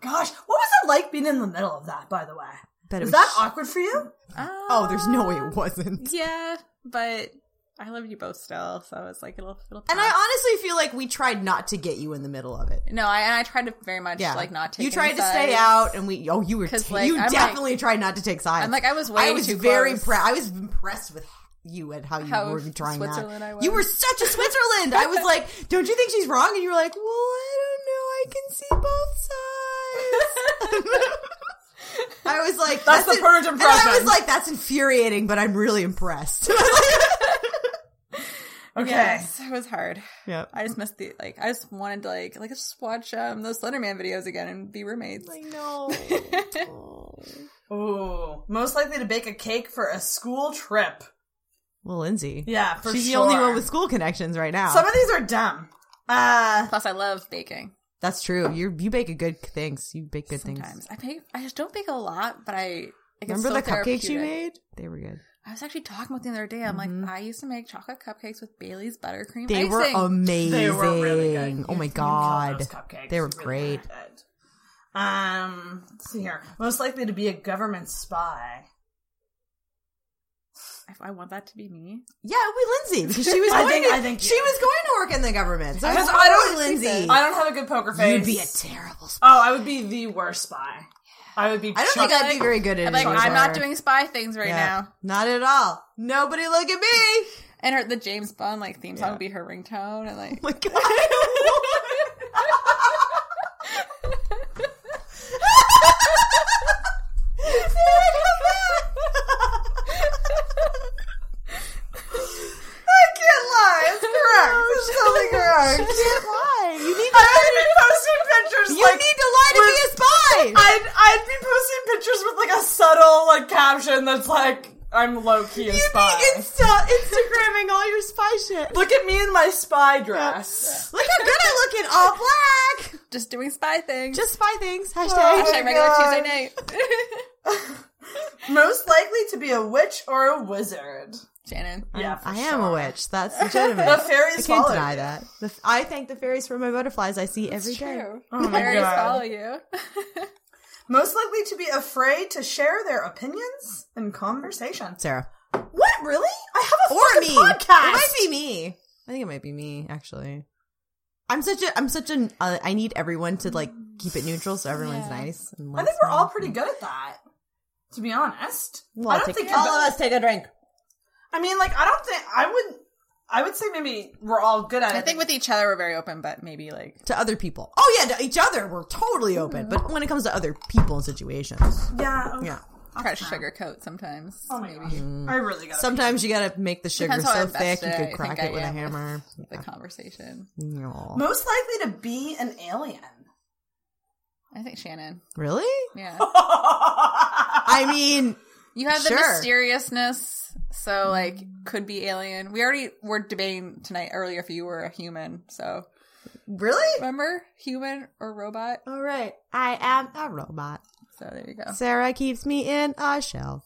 [SPEAKER 9] Gosh, what was it like being in the middle of that? By the way,
[SPEAKER 8] But it
[SPEAKER 9] was
[SPEAKER 8] was
[SPEAKER 9] that awkward for you?
[SPEAKER 8] Oh, there's no way it wasn't.
[SPEAKER 10] Yeah, but I love you both still, so it's like it'll it'll. pass.
[SPEAKER 8] And I honestly feel like we tried not to get you in the middle of it.
[SPEAKER 10] no, I and I tried to very much
[SPEAKER 8] Yeah,
[SPEAKER 10] like not take.
[SPEAKER 8] You tried
[SPEAKER 10] any
[SPEAKER 8] to stay
[SPEAKER 10] sides.
[SPEAKER 8] out, and we. Oh, you were.
[SPEAKER 10] 'Cause,
[SPEAKER 8] ta-
[SPEAKER 10] like,
[SPEAKER 8] you
[SPEAKER 10] I'm, like-
[SPEAKER 8] definitely tried not to take sides.
[SPEAKER 10] I'm like, I was way
[SPEAKER 8] I was
[SPEAKER 10] too
[SPEAKER 8] very.
[SPEAKER 10] close.
[SPEAKER 8] Pre- I was impressed with you and how you
[SPEAKER 10] How
[SPEAKER 8] were trying
[SPEAKER 10] Switzerland
[SPEAKER 8] that.
[SPEAKER 10] I
[SPEAKER 8] You were
[SPEAKER 10] was.
[SPEAKER 8] such a Switzerland. I was like, don't you think she's wrong? And you were like, well, I don't know. I can see both sides. I was like,
[SPEAKER 9] That's the purge
[SPEAKER 8] And I was
[SPEAKER 9] impression.
[SPEAKER 8] like, that's infuriating, but I'm really impressed.
[SPEAKER 9] Okay,
[SPEAKER 10] Yes, it was hard.
[SPEAKER 8] yep.
[SPEAKER 10] I just missed the like. I just wanted to like like just watch um those Slenderman videos again and be roommates.
[SPEAKER 8] I know.
[SPEAKER 9] Ooh, most likely to bake a cake for a school trip.
[SPEAKER 8] Well, Lindsay.
[SPEAKER 9] Yeah, for
[SPEAKER 8] She's
[SPEAKER 9] sure.
[SPEAKER 8] the only one with school connections right now.
[SPEAKER 9] Some of these are dumb. Uh,
[SPEAKER 10] Plus, I love baking.
[SPEAKER 8] That's true. You you bake a good things. You bake good
[SPEAKER 10] Sometimes
[SPEAKER 8] things.
[SPEAKER 10] I bake. I just don't bake a lot, but I like, it's
[SPEAKER 8] Remember
[SPEAKER 10] so
[SPEAKER 8] the cupcakes you
[SPEAKER 10] therapeutic.
[SPEAKER 8] made? They were good.
[SPEAKER 10] I was actually talking about the other day. I'm like, I used to make chocolate cupcakes with Bailey's buttercream.
[SPEAKER 8] They
[SPEAKER 10] icing.
[SPEAKER 8] were amazing.
[SPEAKER 9] they were really good.
[SPEAKER 8] Oh
[SPEAKER 9] You-
[SPEAKER 8] my
[SPEAKER 9] you killed
[SPEAKER 8] god,
[SPEAKER 9] those cupcakes.
[SPEAKER 8] they were
[SPEAKER 9] You really
[SPEAKER 8] great.
[SPEAKER 9] did. Um, let's see here. Most likely to be a government spy.
[SPEAKER 10] If I want that to be me,
[SPEAKER 8] Yeah, it would be Lindsay because she was.
[SPEAKER 9] I
[SPEAKER 8] going
[SPEAKER 9] think-
[SPEAKER 8] to,
[SPEAKER 9] I think-
[SPEAKER 8] she was going to work in the government. So
[SPEAKER 9] Because
[SPEAKER 8] it's
[SPEAKER 9] I don't
[SPEAKER 8] probably Lindsay.
[SPEAKER 9] I don't have a good poker face.
[SPEAKER 8] You'd be a terrible. Spy.
[SPEAKER 9] oh, I would be the worst spy. I would be.
[SPEAKER 8] I don't think
[SPEAKER 9] Chuck-
[SPEAKER 8] I'd be very good at
[SPEAKER 10] I'm
[SPEAKER 8] it.
[SPEAKER 10] like, I'm not
[SPEAKER 8] either.
[SPEAKER 10] doing spy things right
[SPEAKER 8] Yeah.
[SPEAKER 10] now.
[SPEAKER 8] Not at all. Nobody look at me.
[SPEAKER 10] And her the James Bond like theme song would be her ringtone, and like
[SPEAKER 8] Oh my god.
[SPEAKER 9] I can't lie. It's correct. It's totally correct.
[SPEAKER 8] can't lie. You need
[SPEAKER 9] I would be posting pictures.
[SPEAKER 8] You
[SPEAKER 9] like,
[SPEAKER 8] need to lie to be a spy.
[SPEAKER 9] I'd I'd be posting pictures with like a subtle like caption that's like I'm low key a
[SPEAKER 8] You'd
[SPEAKER 9] spy.
[SPEAKER 8] be Insta- Instagramming all your spy shit.
[SPEAKER 9] Look at me in my spy dress.
[SPEAKER 8] Look how good I look in all black.
[SPEAKER 10] just doing spy things.
[SPEAKER 8] Just spy things. Oh Hashtag.
[SPEAKER 10] Hashtag regular
[SPEAKER 9] God.
[SPEAKER 10] Tuesday night.
[SPEAKER 9] Most likely to be a witch or a wizard.
[SPEAKER 10] Shannon,
[SPEAKER 9] Yeah, for
[SPEAKER 8] I am
[SPEAKER 9] sure.
[SPEAKER 8] a witch. That's legitimate.
[SPEAKER 9] The fairies
[SPEAKER 8] I can't
[SPEAKER 9] followed
[SPEAKER 8] deny
[SPEAKER 9] you.
[SPEAKER 8] that. The f- I thank the fairies for my butterflies I see every day.
[SPEAKER 10] true.
[SPEAKER 9] Oh my
[SPEAKER 10] Fairies
[SPEAKER 9] God.
[SPEAKER 10] follow you.
[SPEAKER 9] Most likely to be afraid to share their opinions in conversation.
[SPEAKER 8] Sarah.
[SPEAKER 9] What really? I have a
[SPEAKER 8] Or
[SPEAKER 9] fucking
[SPEAKER 8] me. It
[SPEAKER 9] podcast.
[SPEAKER 8] might be me. I think it might be me, actually. I'm such a I'm such an uh, I need everyone to like keep it neutral so everyone's nice. And
[SPEAKER 9] I think we're all pretty good at that. To be honest, I don't think
[SPEAKER 8] all of us take a drink.
[SPEAKER 9] I mean, like, I don't think I would. I would say maybe we're all good at it.
[SPEAKER 10] I think with each other we're very open, but maybe like
[SPEAKER 8] to other people. Oh yeah, to each other we're totally open, but when it comes to other people and situations,
[SPEAKER 9] yeah, okay.
[SPEAKER 8] yeah. Mm.
[SPEAKER 10] try to sugarcoat sometimes.
[SPEAKER 9] Oh my gosh, I really got it.
[SPEAKER 8] Sometimes you gotta make the sugar
[SPEAKER 10] Depends how
[SPEAKER 8] so
[SPEAKER 10] invested
[SPEAKER 8] thick you
[SPEAKER 10] I
[SPEAKER 8] could
[SPEAKER 10] think
[SPEAKER 8] crack
[SPEAKER 10] I
[SPEAKER 8] it with a
[SPEAKER 10] am with-
[SPEAKER 8] hammer.
[SPEAKER 10] The conversation.
[SPEAKER 8] No.
[SPEAKER 9] Most likely to be an alien.
[SPEAKER 10] I think Shannon.
[SPEAKER 8] Really?
[SPEAKER 10] Yeah.
[SPEAKER 8] I mean,
[SPEAKER 10] You have the
[SPEAKER 8] Sure. Mm.
[SPEAKER 10] mysteriousness, so like could be alien. We already were debating tonight earlier if you were a human. So
[SPEAKER 8] really,
[SPEAKER 10] remember human or robot?
[SPEAKER 8] all right. I am a robot.
[SPEAKER 10] So there you go.
[SPEAKER 8] Sarah keeps me in a shell.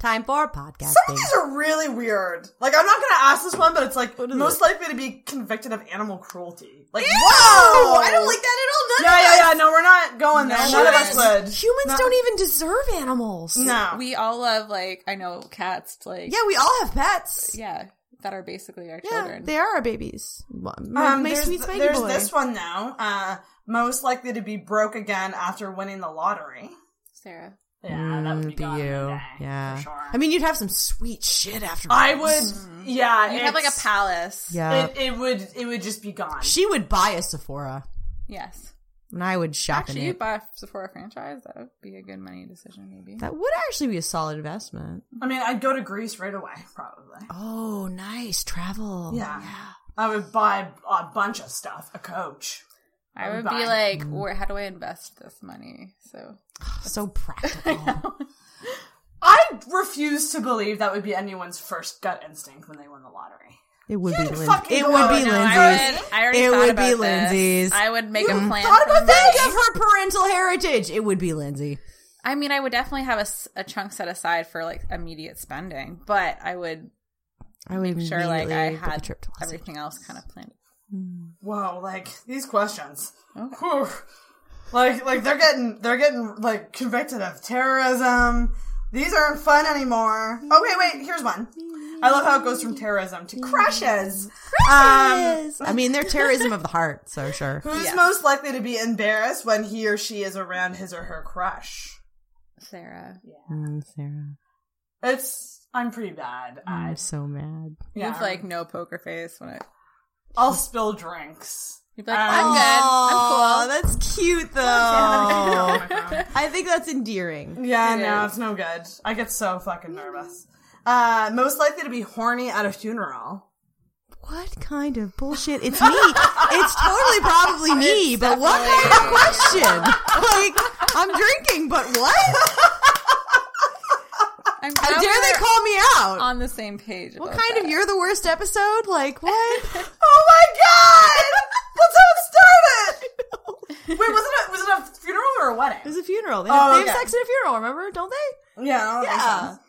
[SPEAKER 8] Time for podcasting.
[SPEAKER 9] Some of these are really weird. Like, I'm not gonna ask this one, but it's like most likely to be convicted of animal cruelty. Like, whoa!
[SPEAKER 8] Whoa! I don't like that at all. None
[SPEAKER 9] Yeah,
[SPEAKER 8] of us.
[SPEAKER 9] yeah, yeah. No, we're not going there. None of us would.
[SPEAKER 8] Humans don't even deserve animals.
[SPEAKER 9] No.
[SPEAKER 10] We all love like I know cats like
[SPEAKER 8] Yeah, we all have pets.
[SPEAKER 10] yeah, that are basically our
[SPEAKER 8] Yeah,
[SPEAKER 10] children.
[SPEAKER 8] they are our babies.
[SPEAKER 9] Um,
[SPEAKER 8] my
[SPEAKER 9] there's
[SPEAKER 8] sweet
[SPEAKER 9] th-
[SPEAKER 8] Spaggy
[SPEAKER 9] there's
[SPEAKER 8] boy.
[SPEAKER 9] this one now. Uh, most likely to be broke again after winning the lottery.
[SPEAKER 10] Sarah.
[SPEAKER 9] Yeah, that would
[SPEAKER 8] Mm, be you. yeah. I mean, you'd have some sweet shit after.
[SPEAKER 9] I would.
[SPEAKER 8] Mm-hmm.
[SPEAKER 9] Yeah,
[SPEAKER 10] You have like a
[SPEAKER 9] it's-
[SPEAKER 10] palace.
[SPEAKER 8] Yeah.
[SPEAKER 9] It, it would. It would just be gone.
[SPEAKER 8] she would buy a Sephora,
[SPEAKER 10] Yes.
[SPEAKER 8] and I would shop
[SPEAKER 10] Actually,
[SPEAKER 8] in
[SPEAKER 10] you
[SPEAKER 8] it.
[SPEAKER 10] buy a Sephora franchise. That would be a good money decision, maybe.
[SPEAKER 8] that would actually be a solid investment.
[SPEAKER 9] I mean, I'd go to Greece right away, probably.
[SPEAKER 8] Oh, nice travel.
[SPEAKER 9] Yeah. I would buy a bunch of stuff. A coach.
[SPEAKER 10] I would
[SPEAKER 9] Fine.
[SPEAKER 10] be like, where? How do I invest this money? So
[SPEAKER 8] so practical.
[SPEAKER 9] I refuse to believe that would be anyone's first gut instinct when they win the lottery.
[SPEAKER 8] It would be.
[SPEAKER 9] You'd
[SPEAKER 8] Lin-
[SPEAKER 9] fucking
[SPEAKER 8] it
[SPEAKER 9] go
[SPEAKER 8] would
[SPEAKER 9] in
[SPEAKER 8] be
[SPEAKER 9] there.
[SPEAKER 8] Lindsay's.
[SPEAKER 10] I would. I already
[SPEAKER 8] It
[SPEAKER 10] thought
[SPEAKER 8] would
[SPEAKER 10] about
[SPEAKER 8] be
[SPEAKER 10] this.
[SPEAKER 8] Lindsay's.
[SPEAKER 10] I would make a plan.
[SPEAKER 8] Thought
[SPEAKER 10] for
[SPEAKER 8] about
[SPEAKER 10] my-
[SPEAKER 8] that of her parental heritage. It would be Lindsay.
[SPEAKER 10] I mean, I would definitely have a, s- a chunk set aside for like immediate spending, but I would
[SPEAKER 8] I would
[SPEAKER 10] make sure like I
[SPEAKER 8] immediately book a
[SPEAKER 10] had
[SPEAKER 8] trip to Los
[SPEAKER 10] everything else kind of planned.
[SPEAKER 9] Whoa, like these questions. Whew. Like like they're getting they're getting like convicted of terrorism. These aren't fun anymore. Oh wait, wait, here's one. I love how it goes from terrorism to crushes. Um,
[SPEAKER 8] Angeles. I mean, they're terrorism of the heart, so sure.
[SPEAKER 9] who's
[SPEAKER 10] Yes.
[SPEAKER 9] most likely to be embarrassed when he or she is around his or her crush?
[SPEAKER 10] Sarah,
[SPEAKER 8] Mm, Sarah,
[SPEAKER 9] It's I'm pretty bad. I,
[SPEAKER 8] I'm so mad.
[SPEAKER 10] you
[SPEAKER 9] yeah,
[SPEAKER 10] have Mm. like no poker face when I.
[SPEAKER 9] I'll spill drinks.
[SPEAKER 10] You'd be like,
[SPEAKER 9] Um,
[SPEAKER 10] I'm
[SPEAKER 8] Oh. Aw,
[SPEAKER 10] good. I'm cool.
[SPEAKER 8] that's cute though. I think that's endearing.
[SPEAKER 9] Yeah,
[SPEAKER 10] It
[SPEAKER 9] no,
[SPEAKER 10] is.
[SPEAKER 9] it's no good. I get so fucking nervous. Uh, most likely to be horny at a funeral.
[SPEAKER 8] What kind of bullshit? It's me. it's totally probably me, but what kind of question? Like, I'm drinking, but what?
[SPEAKER 10] I'm
[SPEAKER 8] How
[SPEAKER 10] glad
[SPEAKER 8] dare they
[SPEAKER 10] we're
[SPEAKER 8] call me out?
[SPEAKER 10] on the same page?
[SPEAKER 8] What
[SPEAKER 10] about
[SPEAKER 8] kind
[SPEAKER 10] that.
[SPEAKER 8] of you're the worst episode? Like, what?
[SPEAKER 9] Oh my god! That's how it started. Wait, was it a was it a funeral or a
[SPEAKER 8] It
[SPEAKER 9] wedding?
[SPEAKER 8] was a funeral. They have,
[SPEAKER 9] Oh,
[SPEAKER 8] they have
[SPEAKER 9] okay.
[SPEAKER 8] sex at a funeral, remember? Don't they?
[SPEAKER 9] Yeah, that
[SPEAKER 8] Yeah.
[SPEAKER 9] makes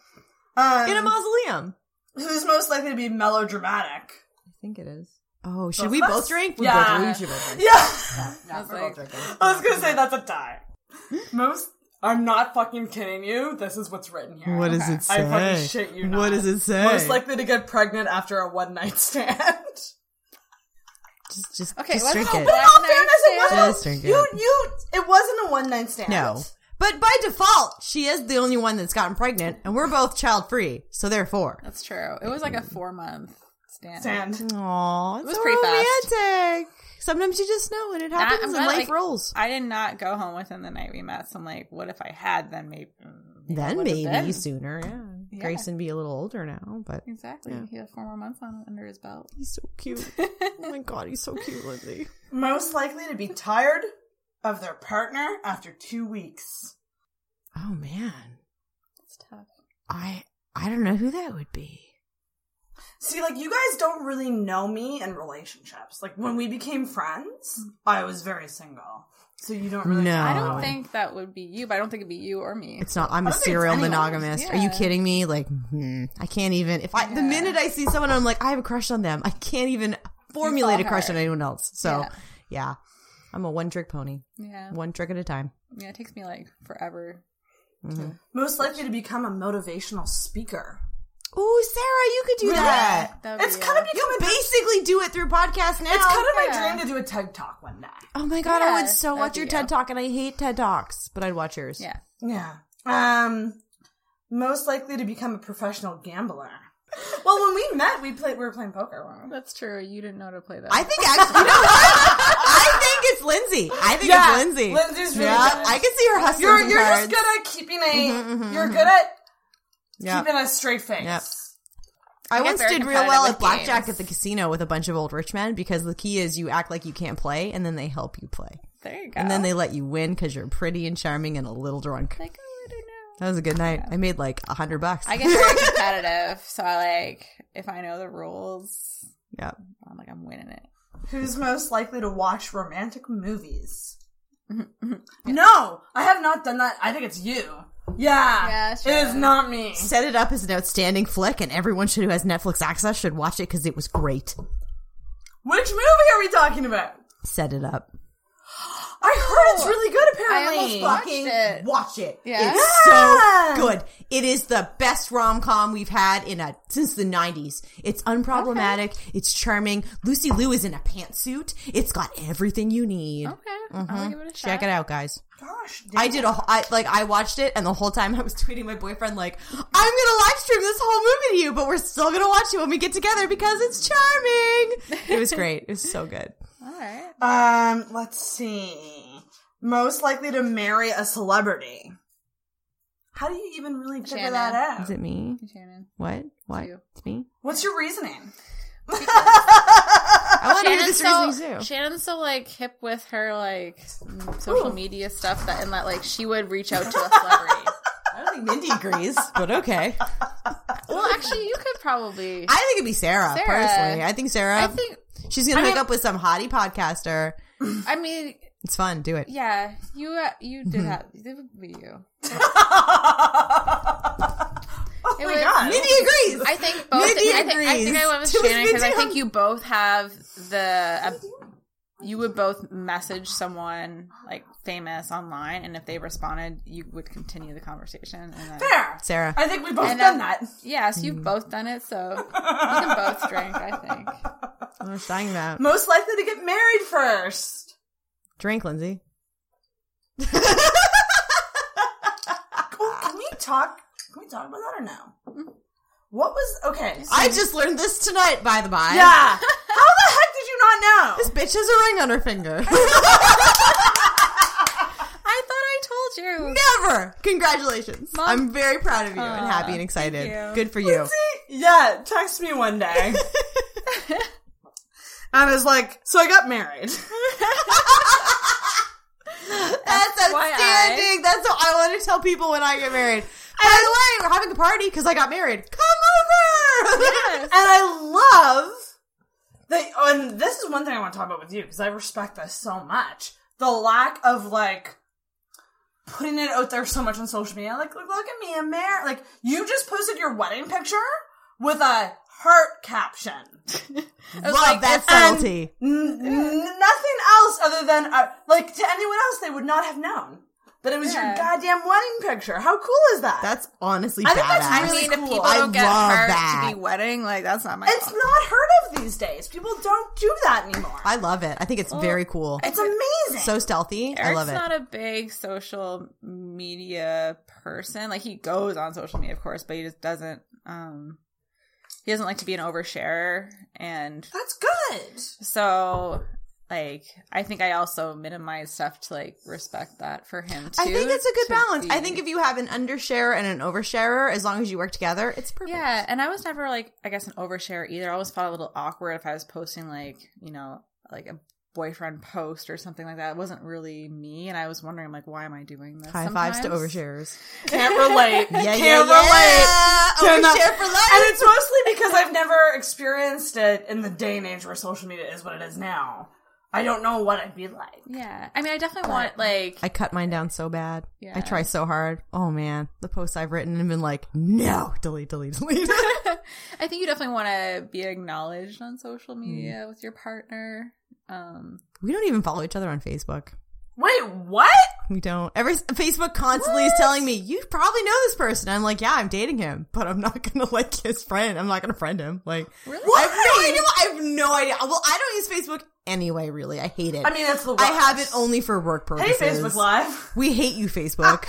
[SPEAKER 9] sense.
[SPEAKER 8] In a
[SPEAKER 9] Um,
[SPEAKER 8] mausoleum.
[SPEAKER 9] who's most likely to be melodramatic?
[SPEAKER 8] I think it is. Oh, should
[SPEAKER 9] Both
[SPEAKER 8] we
[SPEAKER 9] of
[SPEAKER 8] both
[SPEAKER 9] us?
[SPEAKER 8] drink? We
[SPEAKER 9] Yeah.
[SPEAKER 8] both, we should both drink.
[SPEAKER 9] Yeah,
[SPEAKER 10] I was like,
[SPEAKER 9] I was gonna say that's a tie. Most, I'm not fucking kidding you. This is what's written here.
[SPEAKER 8] What does it
[SPEAKER 9] I fucking
[SPEAKER 8] say?
[SPEAKER 9] shit you not.
[SPEAKER 8] What does it say?
[SPEAKER 9] Most likely to get pregnant after a one night stand.
[SPEAKER 8] Just, just,
[SPEAKER 10] okay,
[SPEAKER 8] just
[SPEAKER 10] let's
[SPEAKER 8] drink
[SPEAKER 10] go
[SPEAKER 8] it.
[SPEAKER 10] back
[SPEAKER 9] all
[SPEAKER 10] now,
[SPEAKER 9] fairness, it
[SPEAKER 10] Sarah.
[SPEAKER 9] wasn't.
[SPEAKER 8] Just drink
[SPEAKER 9] You,
[SPEAKER 8] it.
[SPEAKER 9] you. It wasn't a one night stand.
[SPEAKER 8] No. But by default, she is the only one that's gotten pregnant, and we're both child free. So therefore,
[SPEAKER 10] That's true. It was like a
[SPEAKER 8] Mm.
[SPEAKER 10] four month stand.
[SPEAKER 9] Stand.
[SPEAKER 8] Aww, it
[SPEAKER 10] was
[SPEAKER 8] so
[SPEAKER 10] pretty fast.
[SPEAKER 8] romantic. Sometimes you just know when it
[SPEAKER 10] I-
[SPEAKER 8] happens,
[SPEAKER 10] I'm
[SPEAKER 8] and
[SPEAKER 10] glad,
[SPEAKER 8] life
[SPEAKER 10] like,
[SPEAKER 8] rolls.
[SPEAKER 10] I did not go home within the night we met, so I'm like, what if I had? Then maybe.
[SPEAKER 8] Then
[SPEAKER 10] would've
[SPEAKER 8] maybe
[SPEAKER 10] been.
[SPEAKER 8] sooner. Yeah.
[SPEAKER 10] Yeah.
[SPEAKER 8] Grayson be a little older now, but
[SPEAKER 10] Exactly. He had four more months on under his belt.
[SPEAKER 8] he's so cute. oh my god, he's so cute, Lindsay.
[SPEAKER 9] Most likely to be tired of their partner after two weeks.
[SPEAKER 8] Oh man,
[SPEAKER 10] It's tough.
[SPEAKER 8] I I don't know who that would be.
[SPEAKER 9] See, like you guys don't really know me in relationships. Like when we became friends, I was very single, so you don't really.
[SPEAKER 8] No.
[SPEAKER 10] I
[SPEAKER 8] Oh.
[SPEAKER 10] don't think that would be you, but I don't think it'd be you or me.
[SPEAKER 8] It's not. I'm
[SPEAKER 9] I
[SPEAKER 8] a
[SPEAKER 9] don't think
[SPEAKER 8] serial
[SPEAKER 9] it's anyone.
[SPEAKER 8] monogamist. Are you
[SPEAKER 10] Yeah.
[SPEAKER 8] kidding me? Like, hmm, I can't even. If I the
[SPEAKER 10] Yeah.
[SPEAKER 8] minute I see someone, I'm like, I have a crush on them. I can't even formulate a
[SPEAKER 10] her.
[SPEAKER 8] crush on anyone else. So, yeah,
[SPEAKER 10] Yeah.
[SPEAKER 8] I'm a one trick pony,
[SPEAKER 10] Yeah.
[SPEAKER 8] one trick at a time.
[SPEAKER 10] Yeah, it takes me like forever.
[SPEAKER 9] Most likely to become a motivational speaker.
[SPEAKER 8] Ooh, Sarah, you could do that.
[SPEAKER 10] That would
[SPEAKER 9] It's
[SPEAKER 10] be
[SPEAKER 9] kind of
[SPEAKER 10] it.
[SPEAKER 9] become a,
[SPEAKER 8] Basically, do it through podcast now.
[SPEAKER 9] it's kind of
[SPEAKER 10] Yeah.
[SPEAKER 9] my dream to do a TED talk one day.
[SPEAKER 8] oh my god, I
[SPEAKER 10] Yeah,
[SPEAKER 8] would so
[SPEAKER 10] that'd
[SPEAKER 8] watch
[SPEAKER 10] be
[SPEAKER 8] your
[SPEAKER 10] you.
[SPEAKER 8] TED talk, and I hate TED talks, but I'd watch yours.
[SPEAKER 10] Yeah.
[SPEAKER 9] Yeah. Um, most likely to become a professional gambler. Well, when we met, we played. We were playing poker. Weren't we?
[SPEAKER 10] That's true. You didn't know how to play that.
[SPEAKER 8] I think actually, you know what? I think it's Lindsay. I think
[SPEAKER 9] Yeah,
[SPEAKER 8] it's Lindsay.
[SPEAKER 9] Lindsay's really
[SPEAKER 8] yeah,
[SPEAKER 9] good.
[SPEAKER 8] I can see her hustling.
[SPEAKER 9] You're
[SPEAKER 8] some
[SPEAKER 9] you're just
[SPEAKER 8] cards. Mm-hmm,
[SPEAKER 9] good at keeping a. you're good at
[SPEAKER 8] Yeah.
[SPEAKER 9] keeping a straight face.
[SPEAKER 8] Yep. I
[SPEAKER 10] get
[SPEAKER 8] once
[SPEAKER 10] very
[SPEAKER 8] did real well
[SPEAKER 10] competitive
[SPEAKER 8] at
[SPEAKER 10] with
[SPEAKER 8] blackjack
[SPEAKER 10] games.
[SPEAKER 8] at the casino with a bunch of old rich men because the key is you act like you can't play and then they help you play.
[SPEAKER 10] There you go.
[SPEAKER 8] And then they let you win because you're pretty and charming and a little drunk.
[SPEAKER 10] Like, oh,
[SPEAKER 8] That was a good night. I made like a hundred bucks.
[SPEAKER 10] I get very competitive, so I like if I know the rules,
[SPEAKER 8] yeah.
[SPEAKER 10] I'm like I'm winning it.
[SPEAKER 9] Who's most likely to watch romantic movies?
[SPEAKER 8] Mm-hmm,
[SPEAKER 9] no, I have not done that. I think it's you. Yeah,
[SPEAKER 10] that's
[SPEAKER 9] it is
[SPEAKER 10] right.
[SPEAKER 9] not me.
[SPEAKER 8] Set it up as an outstanding flick, and everyone should, who has Netflix access should watch it because it was great.
[SPEAKER 9] Which movie are we talking about?
[SPEAKER 8] Set it up.
[SPEAKER 9] I heard it's really good.
[SPEAKER 10] Oh, I almost
[SPEAKER 9] Apparently,
[SPEAKER 10] watched it.
[SPEAKER 8] Watch it.
[SPEAKER 10] Yeah. Ah!
[SPEAKER 8] It's so good. It is the best rom com we've had in a since the nineties. It's unproblematic. It's charming. Lucy Liu is in a pantsuit. It's got everything you need.
[SPEAKER 10] Okay,
[SPEAKER 8] Mm-hmm.
[SPEAKER 10] I'll give it a shot.
[SPEAKER 8] Check it out, guys.
[SPEAKER 9] Gosh,
[SPEAKER 8] I did a wh- I like I watched it and the whole time I was tweeting my boyfriend like I'm gonna live stream this whole movie to you, but we're still gonna watch it when we get together because it's charming. It was great. It was so good.
[SPEAKER 10] All right.
[SPEAKER 9] Um, let's see. Most likely to marry a celebrity. How do you even really figure
[SPEAKER 10] Shannon.
[SPEAKER 9] that out?
[SPEAKER 8] Is it me?
[SPEAKER 10] Shannon.
[SPEAKER 8] What? What?
[SPEAKER 10] you.
[SPEAKER 8] It's me.
[SPEAKER 9] What's your reasoning?
[SPEAKER 8] I want to hear
[SPEAKER 10] Shannon's
[SPEAKER 8] this
[SPEAKER 10] so,
[SPEAKER 8] reasoning too.
[SPEAKER 10] Shannon's so like hip with her like mm, social media stuff that and that like she would reach out to a celebrity.
[SPEAKER 8] I don't think Mindy agrees, but okay.
[SPEAKER 10] well, actually, you could probably.
[SPEAKER 8] I think it'd be Sarah,
[SPEAKER 10] Sarah.
[SPEAKER 8] personally. I think Sarah.
[SPEAKER 10] I think.
[SPEAKER 8] she's gonna
[SPEAKER 10] I
[SPEAKER 8] hook
[SPEAKER 10] mean-
[SPEAKER 8] up with some hottie podcaster.
[SPEAKER 10] I mean,
[SPEAKER 8] It's fun. Do it.
[SPEAKER 10] yeah, you uh, you did have it would be you. oh my god!
[SPEAKER 8] Mindy agrees.
[SPEAKER 10] I think both. I
[SPEAKER 8] Mindy
[SPEAKER 10] think, I think I went with
[SPEAKER 8] agrees.
[SPEAKER 10] Shannon because I think you both have the. uh, you would both message someone like famous online, and if they responded, you would continue the conversation. And then,
[SPEAKER 9] Fair.
[SPEAKER 8] Sarah.
[SPEAKER 9] I think we both
[SPEAKER 10] And,
[SPEAKER 9] done
[SPEAKER 10] um,
[SPEAKER 9] that.
[SPEAKER 10] Yeah, so you've both done it, so you can both drink. I think.
[SPEAKER 8] I was talking about
[SPEAKER 9] Most likely to get married first.
[SPEAKER 8] drink, Lindsay.
[SPEAKER 9] Oh, can we talk? Can we talk about that or no? Hmm? What was okay?
[SPEAKER 8] I just learned this tonight, by the by.
[SPEAKER 9] yeah. How the heck did you not know?
[SPEAKER 8] This bitch has a ring on her finger.
[SPEAKER 10] I thought I told you.
[SPEAKER 8] Never. Congratulations.
[SPEAKER 10] Mom.
[SPEAKER 8] I'm very proud of you and happy and excited.
[SPEAKER 10] you.
[SPEAKER 8] Good for you.
[SPEAKER 9] Yeah, text me one day. and it's like, so I got married.
[SPEAKER 8] That's
[SPEAKER 10] FYI.
[SPEAKER 8] outstanding. That's what I want to tell people when I get married. By the way, we're having a party because I got married. Come over.
[SPEAKER 9] And I love that. oh, And this is one thing I want to talk about with you because I respect this so much. The lack of like putting it out there so much on social media. Like, look, look at me, I'm married. Like, you just posted your wedding picture with a heart caption.
[SPEAKER 8] Love that
[SPEAKER 10] um,
[SPEAKER 8] subtlety.
[SPEAKER 9] N- n- nothing else other than uh, like to anyone else, they would not have known that it was your
[SPEAKER 10] Yeah.
[SPEAKER 9] goddamn wedding picture. How cool is that?
[SPEAKER 8] That's honestly
[SPEAKER 9] I
[SPEAKER 8] badass.
[SPEAKER 9] think that's
[SPEAKER 10] I
[SPEAKER 9] really
[SPEAKER 10] mean,
[SPEAKER 9] cool.
[SPEAKER 10] if people
[SPEAKER 8] I
[SPEAKER 10] don't get
[SPEAKER 8] love
[SPEAKER 10] hurt
[SPEAKER 8] that.
[SPEAKER 10] to be wedding, like that's not my.
[SPEAKER 9] it's
[SPEAKER 10] fault.
[SPEAKER 9] not heard of these days. People don't do that anymore.
[SPEAKER 8] I love it. I think it's very cool.
[SPEAKER 9] it's amazing.
[SPEAKER 8] so stealthy. I love
[SPEAKER 10] Eric's
[SPEAKER 8] it.
[SPEAKER 10] not a big social media person. Like he goes on social media, of course, but he just doesn't. um He doesn't like to be an oversharer, and
[SPEAKER 9] That's good.
[SPEAKER 10] so like I think I also minimize stuff to like respect that for him too.
[SPEAKER 8] I think it's a good
[SPEAKER 10] to
[SPEAKER 8] balance. I
[SPEAKER 10] be-
[SPEAKER 8] think if you have an undershare and an oversharer, as long as you work together, it's perfect.
[SPEAKER 10] yeah, and I was never like I guess an oversharer either. I always felt a little awkward if I was posting like you know like a boyfriend post or something like that. It wasn't really me, and I was wondering like why am I doing this?
[SPEAKER 8] High fives to
[SPEAKER 10] sometimes?
[SPEAKER 8] oversharers.
[SPEAKER 9] Can't relate.
[SPEAKER 8] Yeah,
[SPEAKER 9] Can't
[SPEAKER 8] yeah, yeah.
[SPEAKER 9] relate. Cannot-
[SPEAKER 8] Overshare for life.
[SPEAKER 9] And it's mostly because I've never experienced it in the day and age where social media is what it is now. I don't know what I'd be like.
[SPEAKER 10] Yeah, I mean, I definitely want like
[SPEAKER 8] I cut mine down so bad.
[SPEAKER 10] Yeah.
[SPEAKER 8] I try so hard. Oh man, the posts I've written and been like, no, delete, delete, delete.
[SPEAKER 10] I think you definitely want to be acknowledged on social media
[SPEAKER 9] Mm.
[SPEAKER 10] with your partner. Um,
[SPEAKER 8] we don't even follow each other on Facebook.
[SPEAKER 9] Wait, what?
[SPEAKER 8] We don't. Every Facebook constantly is telling me you probably know this person. I'm like, yeah, I'm dating him, but I'm not gonna like his friend. I'm not gonna friend him. Like, I have no idea. I have no idea. Well, I don't use Facebook anyway. Really, I hate it.
[SPEAKER 9] I mean, that's the worst.
[SPEAKER 8] I have it only for work
[SPEAKER 9] Hey,
[SPEAKER 8] purposes.
[SPEAKER 9] Facebook Live.
[SPEAKER 8] We hate you, Facebook.